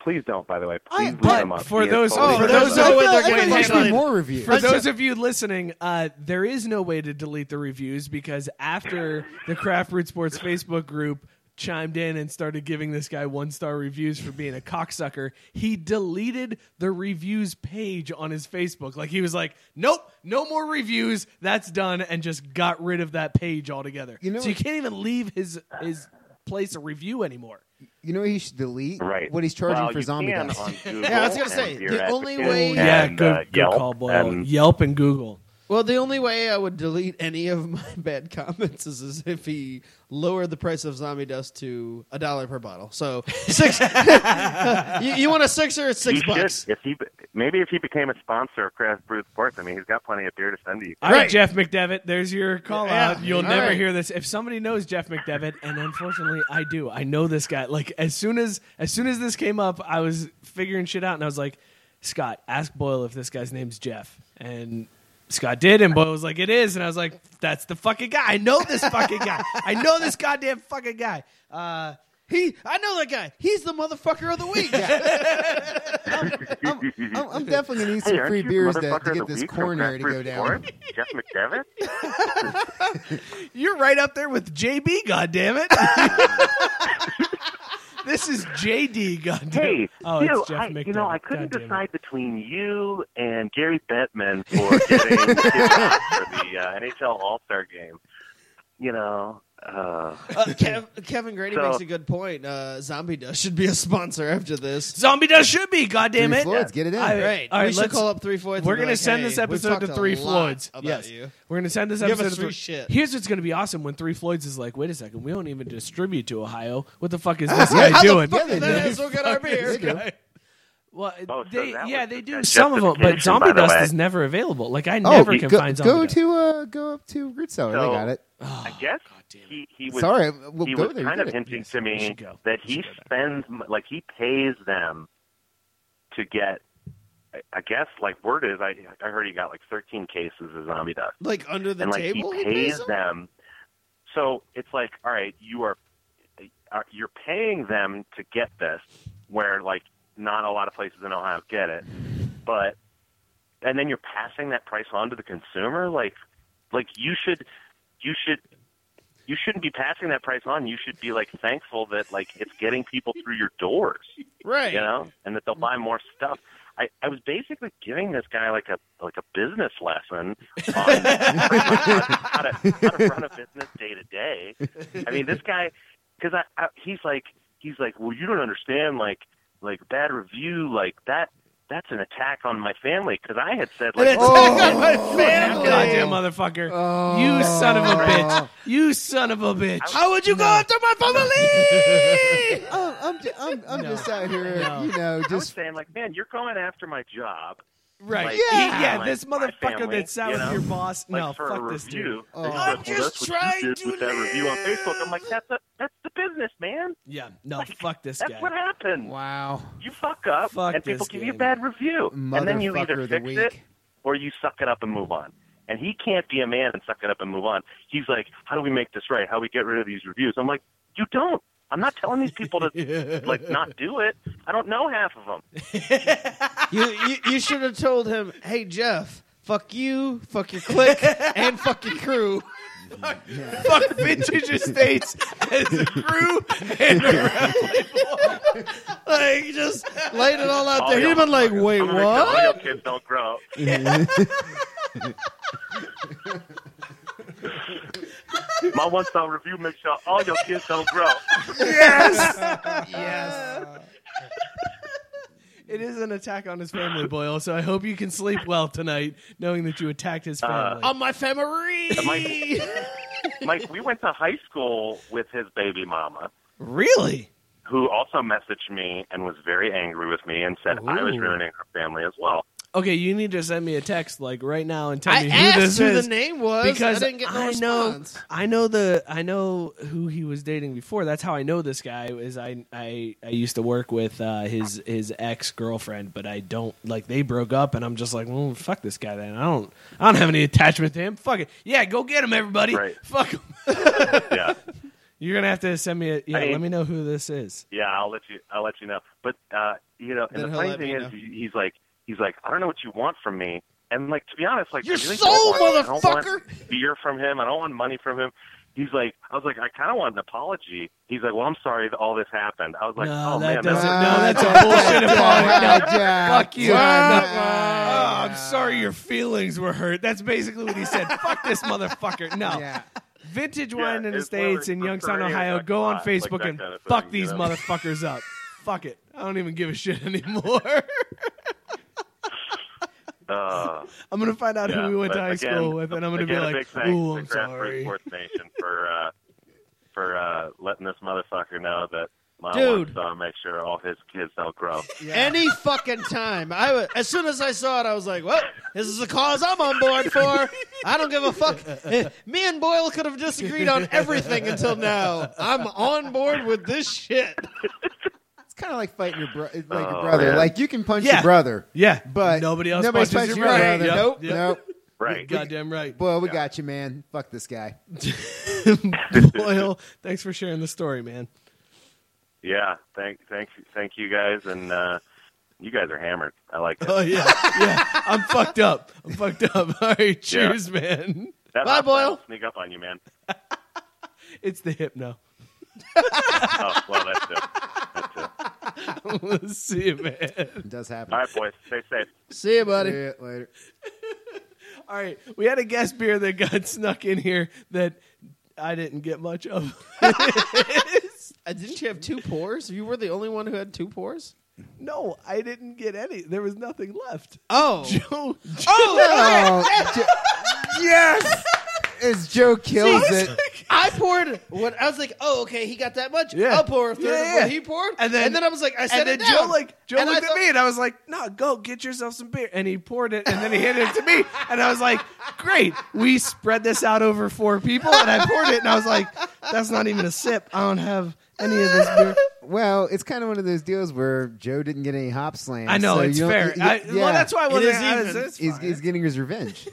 Speaker 17: please don't. By the way, please leave them up.
Speaker 1: for
Speaker 17: He is
Speaker 1: those oh,
Speaker 17: totally
Speaker 1: for
Speaker 2: oh,
Speaker 17: right.
Speaker 1: those
Speaker 17: Wait,
Speaker 1: wait,
Speaker 17: wait,
Speaker 1: wait,
Speaker 17: wait,
Speaker 1: hang
Speaker 17: wait.
Speaker 1: on. For
Speaker 17: I'm sorry.
Speaker 1: those of you listening, uh, there is no way to delete the reviews because after the Craft Root Sports Facebook group chimed in and started giving this guy one star reviews for being a cocksucker, he deleted the reviews page on his Facebook. Like he was like, "Nope, no more reviews. That's done," and just got rid of that page altogether.
Speaker 8: You know-
Speaker 1: so you can't even leave his his place a review anymore.
Speaker 8: You know what he should delete?
Speaker 17: Right.
Speaker 8: What he's charging
Speaker 1: Well,
Speaker 8: for
Speaker 1: you
Speaker 8: zombie
Speaker 1: can
Speaker 8: guys.
Speaker 1: on Google
Speaker 2: Yeah, I was gonna say,
Speaker 1: your
Speaker 2: the only
Speaker 1: advocate
Speaker 2: way.
Speaker 1: Yeah, and, good- uh, good Yelp call, Boyle. and- Yelp and Google.
Speaker 2: Well, the only way I would delete any of my bad comments is, is if he lowered the price of zombie dust to a dollar per bottle. So six. you, you want a sixer? It's six
Speaker 17: He should.
Speaker 2: bucks.
Speaker 17: If he maybe if he became a sponsor of Craft Brew Sports, I mean, he's got plenty of beer to send to you.
Speaker 1: All right, Jeff McDevitt, there's your call
Speaker 10: Yeah.
Speaker 1: out. You'll
Speaker 10: All
Speaker 1: never
Speaker 10: right.
Speaker 1: hear this. If somebody knows Jeff McDevitt, and unfortunately I do, I know this guy. Like as soon as as soon as this came up, I was figuring shit out and I was like, Scott, ask Boyle if this guy's name's Jeff. And Scott did, and Boyle was like, It is, and I was like, That's the fucking guy. I know this fucking guy. I know this goddamn fucking guy. Uh
Speaker 2: he I know that guy. He's the motherfucker of the week.
Speaker 8: I'm, I'm definitely gonna need
Speaker 17: Hey,
Speaker 8: some
Speaker 17: aren't
Speaker 8: free
Speaker 17: you
Speaker 8: beers to,
Speaker 17: motherfucker
Speaker 8: to
Speaker 17: of
Speaker 8: get
Speaker 17: the
Speaker 8: this
Speaker 17: week from
Speaker 8: coronary to
Speaker 17: Craft
Speaker 8: go
Speaker 17: Brew
Speaker 8: down.
Speaker 17: Sports? Jeff McDevitt.
Speaker 1: You're right up there with JB, goddammit. this is JD, goddammit.
Speaker 17: Hey,
Speaker 1: oh,
Speaker 17: you, know,
Speaker 1: it's Jeff
Speaker 17: I, you know,
Speaker 1: McDevitt.
Speaker 17: I couldn't
Speaker 1: Goddamn it.
Speaker 17: decide between you and Gary Bettman for getting kicked out for the uh, NHL All Star game. You know, uh,
Speaker 2: Uh, Kev, Kevin Grady
Speaker 17: So-
Speaker 2: makes a good point. Uh, zombie dust should be a sponsor after this.
Speaker 1: Zombie dust should be. God damn
Speaker 2: Three
Speaker 1: it!
Speaker 2: Floyds, get it in.
Speaker 1: All right,
Speaker 2: Right.
Speaker 1: all right,
Speaker 2: We should
Speaker 1: let's-
Speaker 2: call up Three Floyds and
Speaker 1: We're
Speaker 2: be
Speaker 1: gonna
Speaker 2: like,
Speaker 1: send
Speaker 2: "Hey,
Speaker 1: this
Speaker 2: we've
Speaker 1: episode to
Speaker 2: talked a
Speaker 1: Three
Speaker 2: lot
Speaker 1: Floyds.
Speaker 2: about
Speaker 1: yes,
Speaker 2: you."
Speaker 1: we're gonna send this
Speaker 2: Give us
Speaker 1: episode to
Speaker 2: free
Speaker 1: Three-
Speaker 2: shit.
Speaker 1: Here's what's gonna be awesome when Three Floyds is like, wait a second, we don't even distribute to Ohio. What the fuck is this
Speaker 2: Yeah,
Speaker 1: guy
Speaker 2: how the
Speaker 1: doing?
Speaker 2: fuck Yeah, they do.
Speaker 1: Who the
Speaker 2: We'll get our
Speaker 1: fuck is
Speaker 2: beer.
Speaker 1: this
Speaker 2: They do.
Speaker 1: guy? Well,
Speaker 17: Oh,
Speaker 1: they, yeah, they do
Speaker 17: just
Speaker 1: some of them, but
Speaker 17: justification, by
Speaker 1: Zombie
Speaker 17: the
Speaker 1: Dust
Speaker 17: way.
Speaker 1: is never available. Like I
Speaker 8: Oh,
Speaker 1: never
Speaker 8: you
Speaker 1: can
Speaker 8: go,
Speaker 1: find Zombie
Speaker 8: go
Speaker 1: Dust.
Speaker 8: to uh, go up to Root Cellar.
Speaker 17: So,
Speaker 8: they got it.
Speaker 17: I guess
Speaker 2: oh,
Speaker 17: he, he was.
Speaker 8: Sorry, we'll
Speaker 17: he
Speaker 8: go
Speaker 17: was
Speaker 8: there,
Speaker 17: kind
Speaker 8: get it.
Speaker 17: of hinting
Speaker 8: Yes,
Speaker 17: to
Speaker 8: we
Speaker 17: me
Speaker 8: should go.
Speaker 17: that he spends m- like he pays them to get. I- I guess like word is I I heard he got like 13 cases of zombie dust.
Speaker 2: Like under the
Speaker 17: and like
Speaker 2: table.
Speaker 17: he
Speaker 2: he
Speaker 17: pays
Speaker 2: pays
Speaker 17: them? So it's like, all right, you are are- you're paying them to get this, where like not a lot of places in Ohio get it, but and then you're passing that price on to the consumer, like like you should you should. You shouldn't be passing that price on. You should be like thankful that like it's getting people through your doors,
Speaker 2: Right.
Speaker 17: You know, and that they'll buy more stuff. I, I was basically giving this guy like a like a business lesson how to, how to run a business day to day. I mean, this guy, because I, I, he's like, he's like, well, you don't understand, like, like bad review, like that. That's an attack on my family because I had said like, "Oh,
Speaker 1: on my family. Goddamn motherfucker. You son of a bitch. You son of a bitch.
Speaker 2: How would you go after my family?
Speaker 8: I'm, I'm, ju- I'm, I'm just out here, um, you know,
Speaker 17: I was
Speaker 8: just
Speaker 17: saying like, man, you're going after my job.
Speaker 1: Right.
Speaker 10: Like,
Speaker 1: yeah, yeah,
Speaker 10: like
Speaker 1: this
Speaker 10: my
Speaker 1: motherfucker
Speaker 10: family,
Speaker 1: that's out
Speaker 10: you
Speaker 1: with
Speaker 10: know?
Speaker 1: your boss.
Speaker 10: Like,
Speaker 1: no,
Speaker 10: for a
Speaker 1: fuck this
Speaker 10: review,
Speaker 1: dude. Oh.
Speaker 10: they said, "Well, I'm that's just what you trying did to with that review on
Speaker 17: Facebook. I'm like, that's a, that's the business, man.
Speaker 1: Yeah, no, fuck this
Speaker 17: That's
Speaker 1: guy.
Speaker 17: what happened.
Speaker 8: Wow.
Speaker 17: You fuck up,
Speaker 1: Fuck
Speaker 17: and people
Speaker 1: this
Speaker 17: give you a
Speaker 1: game.
Speaker 17: bad review, and then you
Speaker 8: Motherfucker
Speaker 17: either
Speaker 8: of the
Speaker 17: fix it or you suck it up and move on. And he can't be a man and suck it up and move on. He's like, how do we make this right? How do we get rid of these reviews? I'm like, you don't. I'm not telling these people to like not do it. I don't know half of them.
Speaker 2: you you, you should have told him, hey Jeff, fuck you, fuck your clique, and fuck your crew.
Speaker 1: fuck vintage estates as a crew and a rally
Speaker 2: Like just laid it all out
Speaker 17: All
Speaker 2: there.
Speaker 17: y'all
Speaker 2: He'd been like, wait,
Speaker 17: I'm gonna make sure all your
Speaker 2: what?
Speaker 17: kids don't grow up. My one star review makes sure all your kids don't grow.
Speaker 1: Yes! Yes.
Speaker 10: It is an attack on his family, Boyle. So I hope you can sleep well tonight, knowing that you attacked
Speaker 17: Uh,
Speaker 10: his family.
Speaker 2: On my family.
Speaker 17: Mike, Mike, we went to high school with his baby mama,
Speaker 1: Really?
Speaker 17: who also messaged me and was very angry with me and said I was
Speaker 1: Ooh.
Speaker 17: ruining her family as well.
Speaker 1: Okay, you need to send me a text like right now and tell
Speaker 2: I
Speaker 1: me
Speaker 2: asked
Speaker 1: who this
Speaker 2: who the
Speaker 1: is
Speaker 2: name was. I
Speaker 1: because
Speaker 2: didn't get no
Speaker 1: I know
Speaker 2: response.
Speaker 1: I know the I know who he was dating before. That's how I know this guy is I I, I used to work with uh, his his ex girlfriend, but I don't like they broke up and I'm just like, well, fuck this guy then. I don't I don't have any attachment to him. Fuck it. Yeah, go get him, everybody.
Speaker 17: Right.
Speaker 1: Fuck him.
Speaker 17: yeah.
Speaker 1: You're gonna have to send me a yeah.
Speaker 17: I-
Speaker 1: let me know who this is.
Speaker 17: Yeah, I'll let you. I'll let you know. But uh, you know,
Speaker 1: Then
Speaker 17: and the
Speaker 1: he'll
Speaker 17: funny
Speaker 1: let me
Speaker 17: thing
Speaker 1: know.
Speaker 17: is, he- he's like, he's like, I don't know what you want from me. And like, to be honest, like,
Speaker 2: Your
Speaker 17: I really
Speaker 2: soul,
Speaker 17: don't want, I don't want beer from him. I don't want money from him. He's like, I was like, I kind of want an apology. He's like, well, I'm sorry that all this happened. I was like,
Speaker 1: No,
Speaker 17: oh
Speaker 1: that
Speaker 17: man,
Speaker 1: doesn't-
Speaker 17: that's-
Speaker 1: no, that's a bullshit apology. No, fuck you.
Speaker 17: Wow.
Speaker 1: No. Oh, I'm sorry your feelings were hurt. That's basically what he said. fuck this motherfucker. No. Vintage wine in the
Speaker 10: it's
Speaker 1: States in
Speaker 10: literally
Speaker 1: Youngstown,
Speaker 10: referring
Speaker 1: Ohio.
Speaker 10: back
Speaker 1: Go
Speaker 10: to
Speaker 1: on
Speaker 10: that, like
Speaker 1: Facebook
Speaker 10: that
Speaker 1: and
Speaker 10: kind of
Speaker 1: fuck
Speaker 10: thing, you
Speaker 1: these
Speaker 10: know?
Speaker 1: motherfuckers up. Fuck it. I don't even give a shit anymore.
Speaker 17: Uh,
Speaker 1: I'm gonna find out who we went
Speaker 17: but
Speaker 1: to high
Speaker 17: again-
Speaker 1: school with, and I'm gonna be
Speaker 17: again, a
Speaker 1: like,
Speaker 17: big thanks
Speaker 1: "Ooh,
Speaker 17: to
Speaker 1: I'm
Speaker 17: Grassroots
Speaker 1: sorry."
Speaker 17: Sports Nation for uh, for uh, letting this motherfucker know that my
Speaker 2: Dude.
Speaker 17: one son make sure all his kids don't grow.
Speaker 2: Any fucking time. I wa- as soon as I saw it, I was like, "Well, this is the cause I'm on board for. I don't give a fuck." Eh, Me and Boyle could have disagreed on everything until now. I'm on board with this shit.
Speaker 8: It's kind of like fighting your, bro- like your
Speaker 17: Oh,
Speaker 8: brother.
Speaker 17: yeah.
Speaker 8: Like you can punch
Speaker 17: Yeah.
Speaker 8: your brother.
Speaker 1: Yeah.
Speaker 8: But
Speaker 1: Nobody else
Speaker 8: nobody
Speaker 1: punches your brother.
Speaker 8: brother.
Speaker 1: Yep,
Speaker 8: Nope.
Speaker 1: yep.
Speaker 8: Nope.
Speaker 17: Right.
Speaker 1: Goddamn right.
Speaker 8: Boy, we got you, man. Fuck this guy.
Speaker 1: Boyle, thanks for sharing the story, man.
Speaker 17: Yeah, thank thank thank you guys, and uh, you guys are hammered. I like it.
Speaker 1: Oh yeah, yeah. I'm fucked up. I'm fucked up. All right,
Speaker 17: Yeah.
Speaker 1: cheers, man.
Speaker 17: That hot flash will Sneak up on you, man.
Speaker 1: It's the hypno.
Speaker 17: oh, well, that's it.
Speaker 1: Let's see you, man. It
Speaker 8: does happen.
Speaker 17: All right, boys, stay safe.
Speaker 2: See you, buddy.
Speaker 8: Yeah, later.
Speaker 1: All right, we had a guest beer that got snuck in here that I didn't get much of.
Speaker 2: Uh, Didn't you have two pours? You were the only one who had two pours.
Speaker 1: no, I didn't get any. There was nothing left.
Speaker 2: Oh,
Speaker 1: Joe.
Speaker 2: Oh,
Speaker 8: yes. As Joe kills
Speaker 2: See?
Speaker 8: it.
Speaker 2: I poured what I was like, oh, okay, he got that much.
Speaker 1: Yeah.
Speaker 2: I'll pour a third
Speaker 1: Yeah,
Speaker 2: of
Speaker 1: yeah, yeah.
Speaker 2: what he poured. And then, I was like, I said
Speaker 1: and then
Speaker 2: it
Speaker 1: Joe
Speaker 2: down.
Speaker 1: like Joe
Speaker 2: And I
Speaker 1: looked at
Speaker 2: thought-
Speaker 1: me and I was like, "No, go get yourself some beer." And he poured it and then he handed it to me and I was like, "Great, we spread this out over four people." And I poured it and I was like, "That's not even a sip. I don't have any of this beer."
Speaker 8: Well, it's kind of one of those deals where Joe didn't get any hop slams.
Speaker 1: I know,
Speaker 8: so
Speaker 1: it's
Speaker 8: you don't-
Speaker 1: fair.
Speaker 8: you-
Speaker 1: I- well, that's why I It wasn't- is I was- even.
Speaker 8: He's,
Speaker 1: it's
Speaker 8: he's, getting his revenge.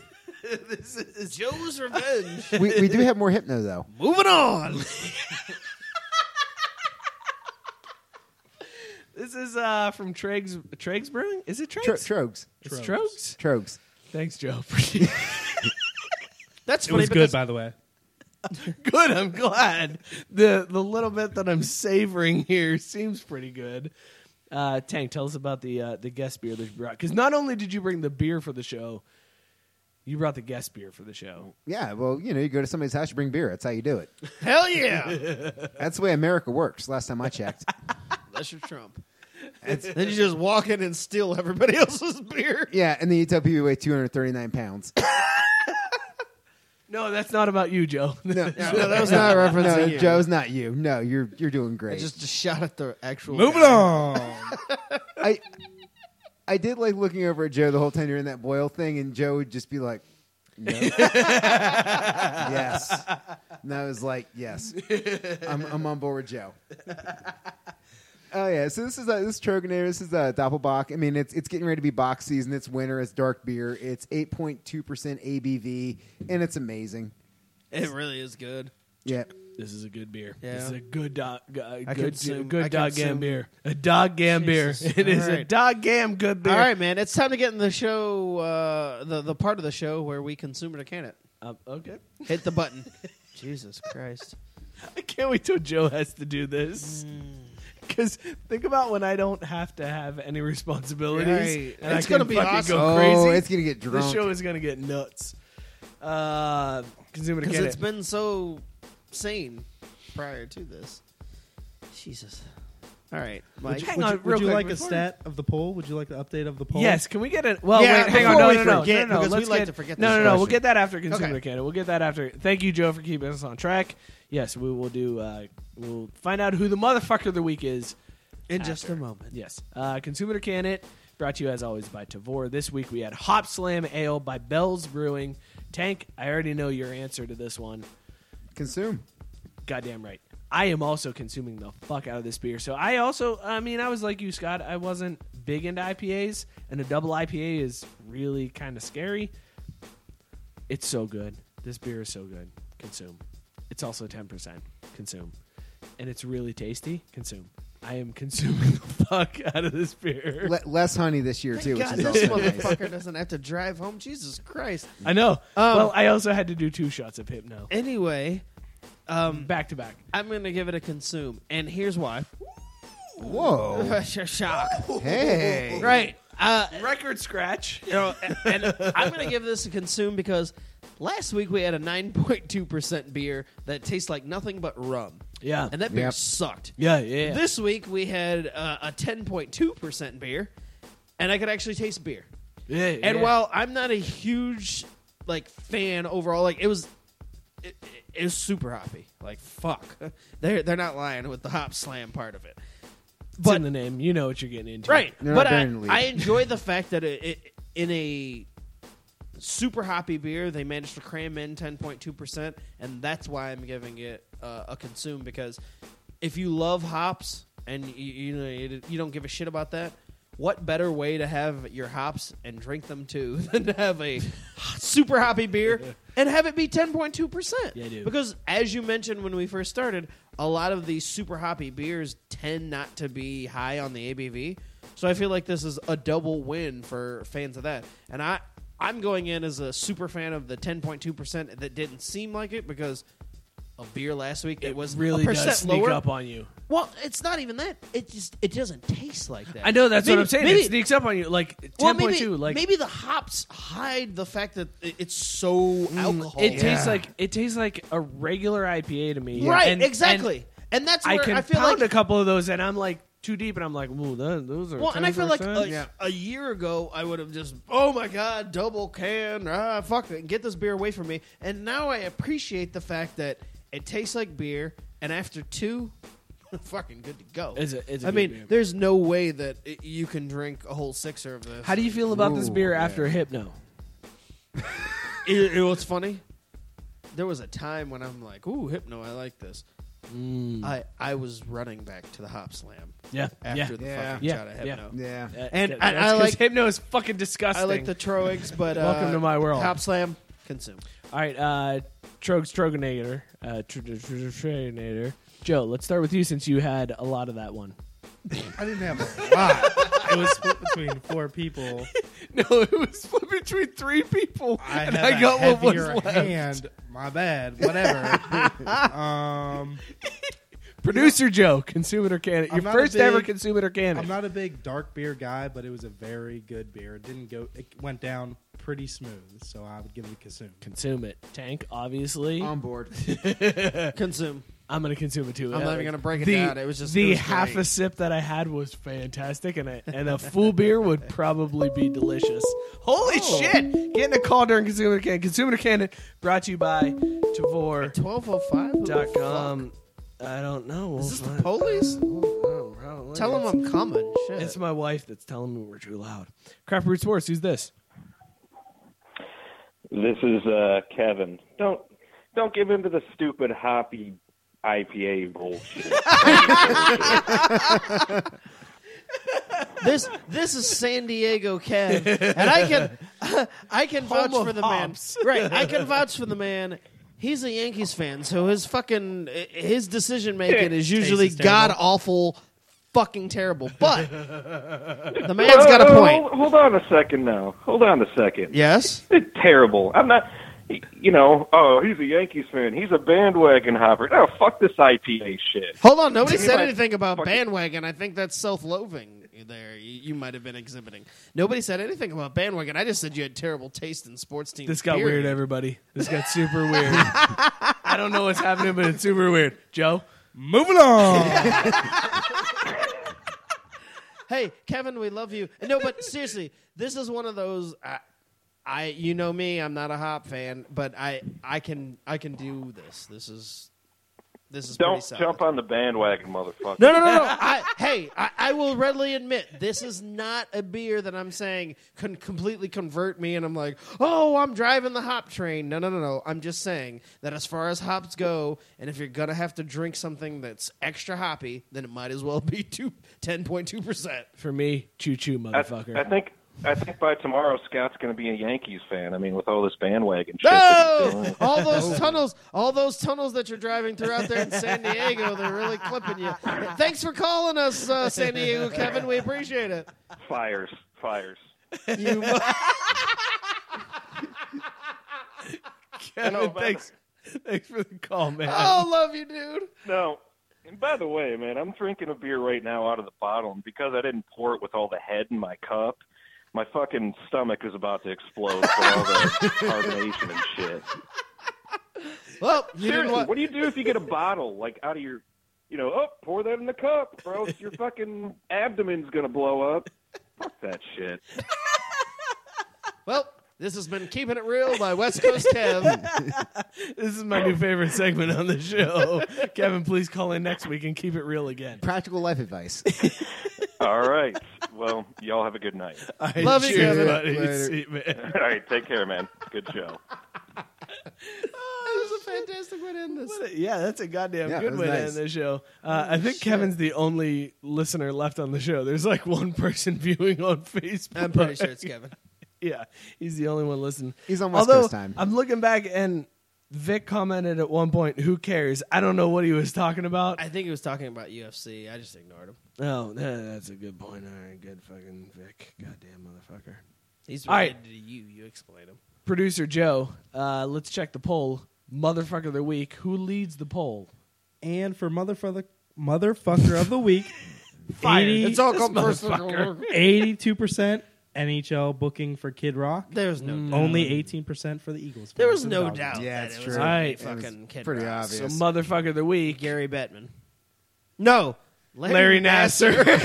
Speaker 1: this is
Speaker 2: Joe's revenge.
Speaker 8: we, we do have more hypno though.
Speaker 2: Moving on.
Speaker 1: This is uh, from Treg's Treg's Brewing. Is it Treg's?
Speaker 8: Tro- Trogs.
Speaker 1: It's Trogs.
Speaker 8: Trogs.
Speaker 1: Thanks, Joe.
Speaker 2: That's
Speaker 10: it was good, by the way.
Speaker 1: good. I'm glad the the little bit that I'm savoring here seems pretty good. Uh, Tank, tell us about the uh, the guest beer that you brought. Because not only did you bring the beer for the show, you brought the guest beer for the show.
Speaker 8: Yeah, well, you know, you go to somebody's house, you bring beer. That's how you do it.
Speaker 2: Hell yeah.
Speaker 8: That's the way America works. Last time I checked.
Speaker 2: That's your Trump. then you just walk in and steal everybody else's beer.
Speaker 8: yeah, and then you tell people you weigh 239 pounds.
Speaker 1: No, that's not about you, Joe. No,
Speaker 2: that was not
Speaker 8: no,
Speaker 2: referencing you.
Speaker 8: Joe's not you. No, you're you're doing
Speaker 2: I
Speaker 8: great.
Speaker 2: just a shot at the actual.
Speaker 8: Moving
Speaker 2: guy.
Speaker 8: on. I I did like looking over at Joe the whole time during that boil thing, and Joe would just be like, no. yes. And I was like, yes, I'm, I'm on board with Joe. Oh yeah, so this is uh, this is Troganator. This is uh, Doppelbock. I mean, it's it's getting ready to be box season. It's winter. It's dark beer. It's 8.2 percent ABV, and it's amazing.
Speaker 2: It really is good.
Speaker 8: Yeah,
Speaker 1: This is a good beer.
Speaker 2: Yeah.
Speaker 1: This is a good dog. Uh,
Speaker 2: I
Speaker 1: good
Speaker 2: consume- I
Speaker 1: good dog
Speaker 2: consume-
Speaker 1: gam beer. A dog gam
Speaker 2: Jesus.
Speaker 1: beer. It is a
Speaker 2: Alright.
Speaker 1: dog gam good beer.
Speaker 2: All right, man. It's time to get in the show, uh, the the part of the show where we consume it or can it.
Speaker 1: Um, okay.
Speaker 2: Hit the button. Jesus Christ.
Speaker 1: I can't wait till Joe has to do this. Because think about when I don't have to have any responsibilities,
Speaker 2: Right.
Speaker 1: and
Speaker 2: It's
Speaker 1: I can
Speaker 2: gonna be
Speaker 1: fucking
Speaker 2: awesome.
Speaker 1: go
Speaker 2: Oh,
Speaker 1: crazy.
Speaker 2: it's gonna get
Speaker 1: This
Speaker 2: drunk.
Speaker 1: show is gonna get nuts. Uh, consume it. or
Speaker 2: Because
Speaker 1: Get
Speaker 2: it's
Speaker 1: It.
Speaker 2: been so sane prior to this. Jesus. All right, Mike.
Speaker 9: Would you,
Speaker 2: Hang
Speaker 9: would
Speaker 2: on
Speaker 9: you-
Speaker 2: real
Speaker 9: would you
Speaker 2: quick
Speaker 9: like a
Speaker 2: before-
Speaker 9: stat of the poll? Would you like the update of the poll?
Speaker 1: Yes, can we get it? Well, wait, hang on.
Speaker 9: before Oh,
Speaker 1: No,
Speaker 9: we
Speaker 1: no, no,
Speaker 9: forget,
Speaker 1: no, no,
Speaker 9: because
Speaker 1: Let's
Speaker 9: we like
Speaker 1: get,
Speaker 9: to forget
Speaker 1: No,
Speaker 9: this
Speaker 1: no, no. We'll
Speaker 9: question.
Speaker 1: get that after consumer
Speaker 9: Okay.
Speaker 1: Canada. We'll get that after. Thank you, Joe, for keeping us on track. Yes, we will do. Uh, we'll find out who the motherfucker of the week is
Speaker 2: In just a
Speaker 1: after.
Speaker 2: moment.
Speaker 1: Yes, uh, consumer can it. Brought to you as always by Tavor. This week we had Hop Slam Ale by Bell's Brewing. Tank, I already know your answer to this one.
Speaker 8: Consume.
Speaker 1: Goddamn right. I am also consuming the fuck out of this beer. So I also, I mean, I was like you, Scott. I wasn't big into IPAs, and a double IPA is really kind of scary. It's so good. This beer is so good. Consume. It's also 10%. Consume. And it's really tasty. Consume. I am consuming the fuck out of this beer.
Speaker 8: Le- less honey this year too,
Speaker 2: God,
Speaker 8: which is
Speaker 2: this
Speaker 8: also nice.
Speaker 2: motherfucker doesn't have to drive home. Jesus Christ.
Speaker 1: I know.
Speaker 2: Um,
Speaker 1: well, I also had to do two shots of hypno.
Speaker 2: Anyway, um,
Speaker 1: back to back.
Speaker 2: I'm going to give it a consume, and here's why.
Speaker 8: Whoa.
Speaker 2: Shock.
Speaker 8: Hey.
Speaker 2: Right. Uh,
Speaker 1: Record scratch.
Speaker 2: You know, and I'm going to give this a consume because last week we had a 9.2% beer that tastes like nothing but rum.
Speaker 1: Yeah.
Speaker 2: And that beer
Speaker 1: Yep.
Speaker 2: sucked.
Speaker 1: Yeah, yeah, yeah.
Speaker 2: This week we had uh, a 10.2% beer and I could actually taste beer.
Speaker 1: Yeah,
Speaker 2: And
Speaker 1: yeah.
Speaker 2: while I'm not a huge like fan overall, like it was it, it- it was super hoppy. Like fuck. They're they're not lying with the hop slam part of it.
Speaker 1: It's in the name. You know what you're getting into.
Speaker 2: Right. but I, I enjoy the fact that it, it, in a super hoppy beer, they managed to cram in 10.2%, and that's why I'm giving it uh, a consume because if you love hops and you, you know you, you don't give a shit about that, what better way to have your hops and drink them too than to have a super hoppy beer and have it be 10.2%? Yeah,
Speaker 1: dude.
Speaker 2: Because as you mentioned when we first started, a lot of these super hoppy beers tend not to be high on the ABV. So I feel like this is a double win for fans of that. And I I'm going in as a super fan of the 10.2% that didn't seem like it because a beer last week it was
Speaker 1: really
Speaker 2: a percent
Speaker 1: does sneak
Speaker 2: lower.
Speaker 1: up on you.
Speaker 2: Well, it's not even that. It just it doesn't taste like that.
Speaker 1: I know that's
Speaker 2: Maybe-
Speaker 1: what I'm saying.
Speaker 2: Maybe,
Speaker 1: it sneaks up on you like
Speaker 2: well,
Speaker 1: ten
Speaker 2: maybe,
Speaker 1: point two. Like
Speaker 2: maybe the hops hide the fact that it- it's so alcohol.
Speaker 1: Mm, it tastes like it tastes like a regular IPA to me.
Speaker 2: Right,
Speaker 1: And-
Speaker 2: exactly. And that's
Speaker 1: I
Speaker 2: where
Speaker 1: can
Speaker 2: I feel
Speaker 1: pound
Speaker 2: like-
Speaker 1: a couple of those, and I'm like too deep, and I'm like, ooh, tho- those are.
Speaker 2: Well, and I feel like uh, a,
Speaker 1: 10%.
Speaker 2: a year ago I would have just, oh my god, double can, ah, fuck it, get this beer away from me. And now I appreciate the fact that it tastes like beer, and after two, fucking good to go.
Speaker 1: It's a- it's a
Speaker 2: I
Speaker 1: good
Speaker 2: mean,
Speaker 1: beer.
Speaker 2: there's no way that it, you can drink a whole sixer of this.
Speaker 1: How do you feel about this beer after hypno?
Speaker 2: It, it was funny. There was a time when I'm like, ooh, hypno, I like this. I I was running back to the hop slam.
Speaker 1: Yeah,
Speaker 2: after
Speaker 1: yeah.
Speaker 2: the
Speaker 1: Yeah.
Speaker 2: fucking
Speaker 1: Yeah,
Speaker 2: shot of
Speaker 1: yeah,
Speaker 2: hypno.
Speaker 8: yeah.
Speaker 1: Uh,
Speaker 2: and,
Speaker 1: that-
Speaker 2: and
Speaker 1: that's
Speaker 2: I
Speaker 1: 'cause
Speaker 2: like
Speaker 1: hypno is fucking disgusting.
Speaker 2: I like the Troigs, but uh,
Speaker 1: Welcome to my world.
Speaker 2: Hop slam, consume.
Speaker 1: All right, uh, Trogs Troganator, uh, Tr- Tr- Tr- Troganator. Joe, let's start with you since you had a lot of that one.
Speaker 9: I didn't have a lot. it was split between four people.
Speaker 1: No, it was split between three people,
Speaker 9: I
Speaker 1: and
Speaker 9: had
Speaker 1: I got
Speaker 9: a
Speaker 1: what was
Speaker 9: heavier
Speaker 1: left.
Speaker 9: hand. My bad. Whatever. um,
Speaker 1: Producer Joe, consume it or can it?
Speaker 9: I'm
Speaker 1: Your
Speaker 9: not a
Speaker 1: first ever
Speaker 9: big-
Speaker 1: consume it or can it?
Speaker 9: I'm not a big dark beer guy, but it was a very good beer. It didn't go. It went down pretty smooth, so I would give it a consume.
Speaker 1: consume it. Tank, obviously.
Speaker 9: On board.
Speaker 2: consume.
Speaker 1: I'm gonna consume it too.
Speaker 2: I'm not even
Speaker 1: Like,
Speaker 2: gonna break it
Speaker 1: the-
Speaker 2: down. It was just-
Speaker 1: the
Speaker 2: it was
Speaker 1: half a
Speaker 2: great.
Speaker 1: sip that I had was fantastic, and a, and a full beer would probably be delicious. Holy shit! Getting a call during Consumer Can. Consumer Can brought to you by Tavor.
Speaker 2: Twelve oh five.
Speaker 1: dot com.
Speaker 10: I don't know.
Speaker 2: Is this the police? Oh, Tell them I'm coming. Shit.
Speaker 10: It's my wife that's telling me we're too loud. Crap Root Sports, who's this?
Speaker 17: This is uh, Kevin. Don't don't give into the stupid hoppy IPA bullshit.
Speaker 2: this this is San Diego Kev, and I can I can
Speaker 9: Home
Speaker 2: vouch
Speaker 9: of
Speaker 2: for the man.
Speaker 9: hops.
Speaker 2: Right, I can vouch for the man. He's a Yankees fan, so his fucking his decision making is
Speaker 9: Taste
Speaker 2: usually
Speaker 9: is terrible.
Speaker 2: god awful, fucking terrible. But the
Speaker 17: man
Speaker 2: man's got a point.
Speaker 17: Hold, hold on a second now. Hold on a second.
Speaker 2: Yes?
Speaker 17: terrible. I'm not. You know, oh, he's a Yankees fan. He's a bandwagon hopper. No, fuck this IPA shit.
Speaker 2: Hold on, nobody
Speaker 17: Give me
Speaker 2: said
Speaker 17: my
Speaker 2: anything about bandwagon. I think that's self-loathing. There, you, you might have been exhibiting. Nobody said anything about bandwagon. I just said you had terrible taste in sports teams.
Speaker 10: This got
Speaker 2: period.
Speaker 10: weird, everybody. This got super weird. I don't know what's happening, but it's super weird. Joe, moving on.
Speaker 2: hey kevin we love you no but seriously this is one of those I, I you know me i'm not a hop fan but i i can i can do this this is this is
Speaker 17: Don't
Speaker 2: pretty solid.
Speaker 17: jump on the bandwagon, motherfucker.
Speaker 2: no no no no I, hey I, I will readily admit this is not a beer that i'm saying can completely convert me and i'm like oh i'm driving the hop train no no no no i'm just saying that as far as hops go and if you're gonna have to drink something that's extra hoppy then it might as well be two, 10.2%
Speaker 10: For me, choo choo, motherfucker.
Speaker 17: I think I think by tomorrow Scott's going to be a Yankees fan. I mean, with all this bandwagon shit. that he's
Speaker 2: No!
Speaker 17: doing.
Speaker 2: all those tunnels, all those tunnels that you're driving through out there in San Diego, they're really clipping you. Thanks for calling us, uh, San Diego Kevin. We appreciate it.
Speaker 17: fires, fires.
Speaker 2: You
Speaker 10: Kevin,
Speaker 17: No, but-
Speaker 10: thanks, thanks for the call, man.
Speaker 2: Oh, love you, dude.
Speaker 17: No. And by the way, man, I'm drinking a beer right now out of the bottle, and because I didn't pour it with all the head in my cup, my fucking stomach is about to explode from all the carbonation and shit.
Speaker 2: Well,
Speaker 17: you Seriously, what do you do if you get a bottle like out of your, you know, oh, pour that in the cup, bro? Your fucking abdomen's gonna blow up. Fuck that shit.
Speaker 2: Well, this has been keeping it real by West Coast Kev.
Speaker 10: This is my new favorite segment on the show. Kevin, please call in next week and keep it real again.
Speaker 8: Practical life advice.
Speaker 17: All right. Well, y'all have a good night.
Speaker 10: All right, Love you, cheers, Kevin. buddy. See you, man.
Speaker 17: All right, take care, man. Good show.
Speaker 2: That was Oh, a fantastic way to end this.
Speaker 10: Yeah, that's a goddamn
Speaker 2: Yeah,
Speaker 10: good
Speaker 2: that was
Speaker 10: way to
Speaker 2: nice.
Speaker 10: end the show. Uh, I think Kevin's the only listener left on the show. There's like one person viewing on Facebook.
Speaker 2: I'm pretty sure it's Kevin.
Speaker 10: yeah, he's the only one listening.
Speaker 8: He's on West
Speaker 10: Although,
Speaker 8: Coast time.
Speaker 10: I'm looking back and Vic commented at one point, "Who cares?" I don't know what he was talking about.
Speaker 2: I think he was talking about UFC. I just ignored him.
Speaker 10: Oh, yeah, that's a good point. All right, good fucking Vic. Goddamn motherfucker.
Speaker 2: He's
Speaker 10: All right.
Speaker 2: related to you. You explain him.
Speaker 10: Producer Joe, uh, let's check the poll. Motherfucker of the week. Who leads the poll?
Speaker 9: And for motherfucker motherfucker of the week,
Speaker 10: Fired.
Speaker 9: 80
Speaker 10: It's all come This personal. motherfucker.
Speaker 9: 82% NHL booking for Kid Rock.
Speaker 2: There's no doubt.
Speaker 9: only 18% for the Eagles.
Speaker 2: There
Speaker 9: players
Speaker 2: was
Speaker 9: in
Speaker 2: no
Speaker 9: Belgium.
Speaker 2: doubt. that it was
Speaker 10: All right.
Speaker 2: Fucking kid Rock.
Speaker 10: So motherfucker of the week.
Speaker 2: Gary Bettman. No.
Speaker 10: Larry Nasser.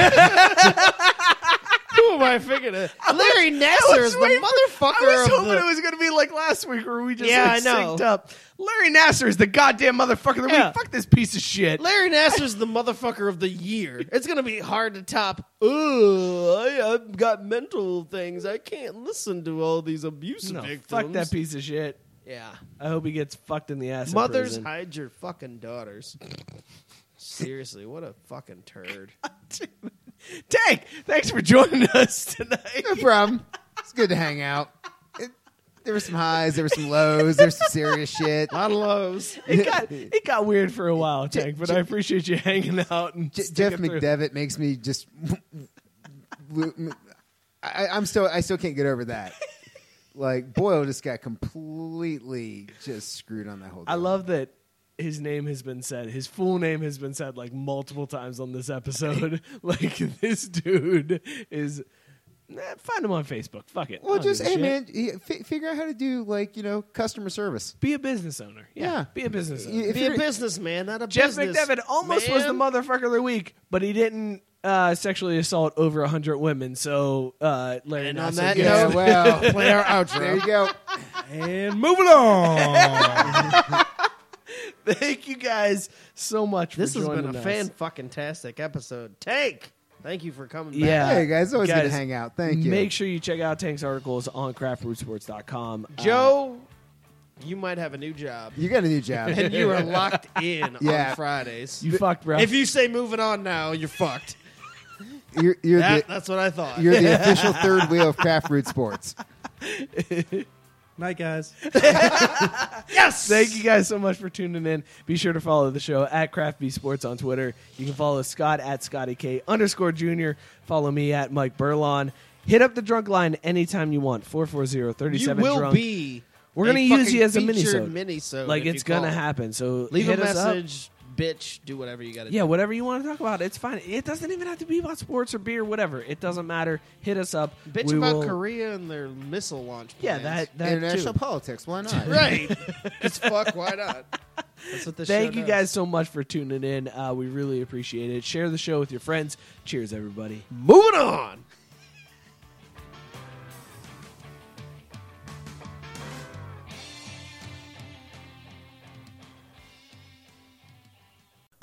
Speaker 2: Who am I figuring it? Larry Nasser is the motherfucker
Speaker 10: I was
Speaker 2: of
Speaker 10: hoping
Speaker 2: the-
Speaker 10: it was going to be like last week where we just
Speaker 2: Yeah,
Speaker 10: like,
Speaker 2: I know.
Speaker 10: synced up. Larry Nasser is the goddamn motherfucker of the
Speaker 2: Yeah.
Speaker 10: week. Fuck this piece of shit.
Speaker 2: Larry Nasser's the motherfucker of the year. It's gonna be hard to top. Ooh, I, I've got mental things. I can't listen to all these abusive
Speaker 10: No,
Speaker 2: victims.
Speaker 10: fuck that piece of shit.
Speaker 2: Yeah.
Speaker 10: I hope he gets fucked in the ass. in
Speaker 2: Mothers
Speaker 10: prison.
Speaker 2: hide your fucking daughters. Seriously, what a fucking turd.
Speaker 10: Tank, thanks for joining us tonight.
Speaker 8: No problem. It's good to hang out. It- there were some highs, there were some lows, there's some serious shit. A
Speaker 2: lot of lows.
Speaker 10: It got it got weird for a while, Tank, but I appreciate you hanging out and
Speaker 8: Jeff
Speaker 10: sticking through.
Speaker 8: McDevitt makes me just. I, I'm still. I still can't get over that. Like Boyle just got completely just screwed on that whole.
Speaker 10: I love that his name has been said. His full name has been said like multiple times on this episode. like this dude is. Nah, find him on Facebook. Fuck it. I
Speaker 8: Well,
Speaker 10: don't
Speaker 8: just
Speaker 10: give a
Speaker 8: hey
Speaker 10: shit.
Speaker 8: man, yeah, fi- figure out how to do like you know customer service.
Speaker 10: Be a business owner. Yeah, be a business owner.
Speaker 2: Be a businessman, not a
Speaker 10: Jeff
Speaker 2: business.
Speaker 10: McDevitt almost was the
Speaker 2: man.
Speaker 10: motherfucker of the week, but he didn't uh, sexually assault over hundred women. So uh, Larry
Speaker 2: And on
Speaker 10: Nassar
Speaker 2: that
Speaker 10: gets-
Speaker 2: note, well, play our outro.
Speaker 8: There you go.
Speaker 9: And moving on.
Speaker 2: Thank you guys
Speaker 1: so much.
Speaker 2: This
Speaker 1: for
Speaker 2: has been
Speaker 1: joining
Speaker 2: a
Speaker 1: us.
Speaker 2: fan fucking tastic episode. Tank, thank you for coming.
Speaker 1: Yeah.
Speaker 2: back.
Speaker 1: Guys, Make
Speaker 2: Make
Speaker 1: sure you check out Tank's articles on craftbrewsports.com. Uh,
Speaker 2: Joe, you might have a new job.
Speaker 8: You got a new job.
Speaker 2: and you are locked in
Speaker 8: Yeah.
Speaker 2: on Fridays.
Speaker 8: You fucked, bro.
Speaker 2: If you say moving on now, you're fucked.
Speaker 8: You're, you're
Speaker 2: That-
Speaker 8: the,
Speaker 2: that's what I thought.
Speaker 8: You're the official third wheel of Craft Root Sports.
Speaker 9: Night, guys.
Speaker 1: yes. Thank you guys so much for tuning in. Be sure to follow the show at Craft Bee Sports on Twitter. You can follow Scott at Scotty K underscore Junior. Follow me at Mike Burlon. Hit up the drunk line anytime you want. 440-37
Speaker 2: You will
Speaker 1: drunk.
Speaker 2: be
Speaker 1: We're
Speaker 2: a
Speaker 1: gonna use
Speaker 2: fucking
Speaker 1: you as a
Speaker 2: featured
Speaker 1: minisode.
Speaker 2: minisode
Speaker 1: like
Speaker 2: if
Speaker 1: it's
Speaker 2: you call.
Speaker 1: gonna happen. So
Speaker 2: Leave
Speaker 1: hit
Speaker 2: a
Speaker 1: us up.
Speaker 2: message, bitch. Do whatever you got to
Speaker 1: Yeah,
Speaker 2: do.
Speaker 1: whatever you want to talk about, it's fine. It doesn't even have to be about sports or beer, whatever. It doesn't matter. Hit us up.
Speaker 2: Bitch
Speaker 1: We
Speaker 2: about
Speaker 1: will-
Speaker 2: Korea and their missile launch.
Speaker 1: Yeah,
Speaker 2: Plans.
Speaker 1: that- that International too.
Speaker 8: politics. Why
Speaker 1: not?
Speaker 2: right. Just fuck. Why not? That's what this.
Speaker 1: Thank
Speaker 2: show
Speaker 1: you
Speaker 2: does.
Speaker 1: guys so much for tuning in. Uh, we really appreciate it. Share the show with your friends. Cheers, everybody.
Speaker 2: Moving on.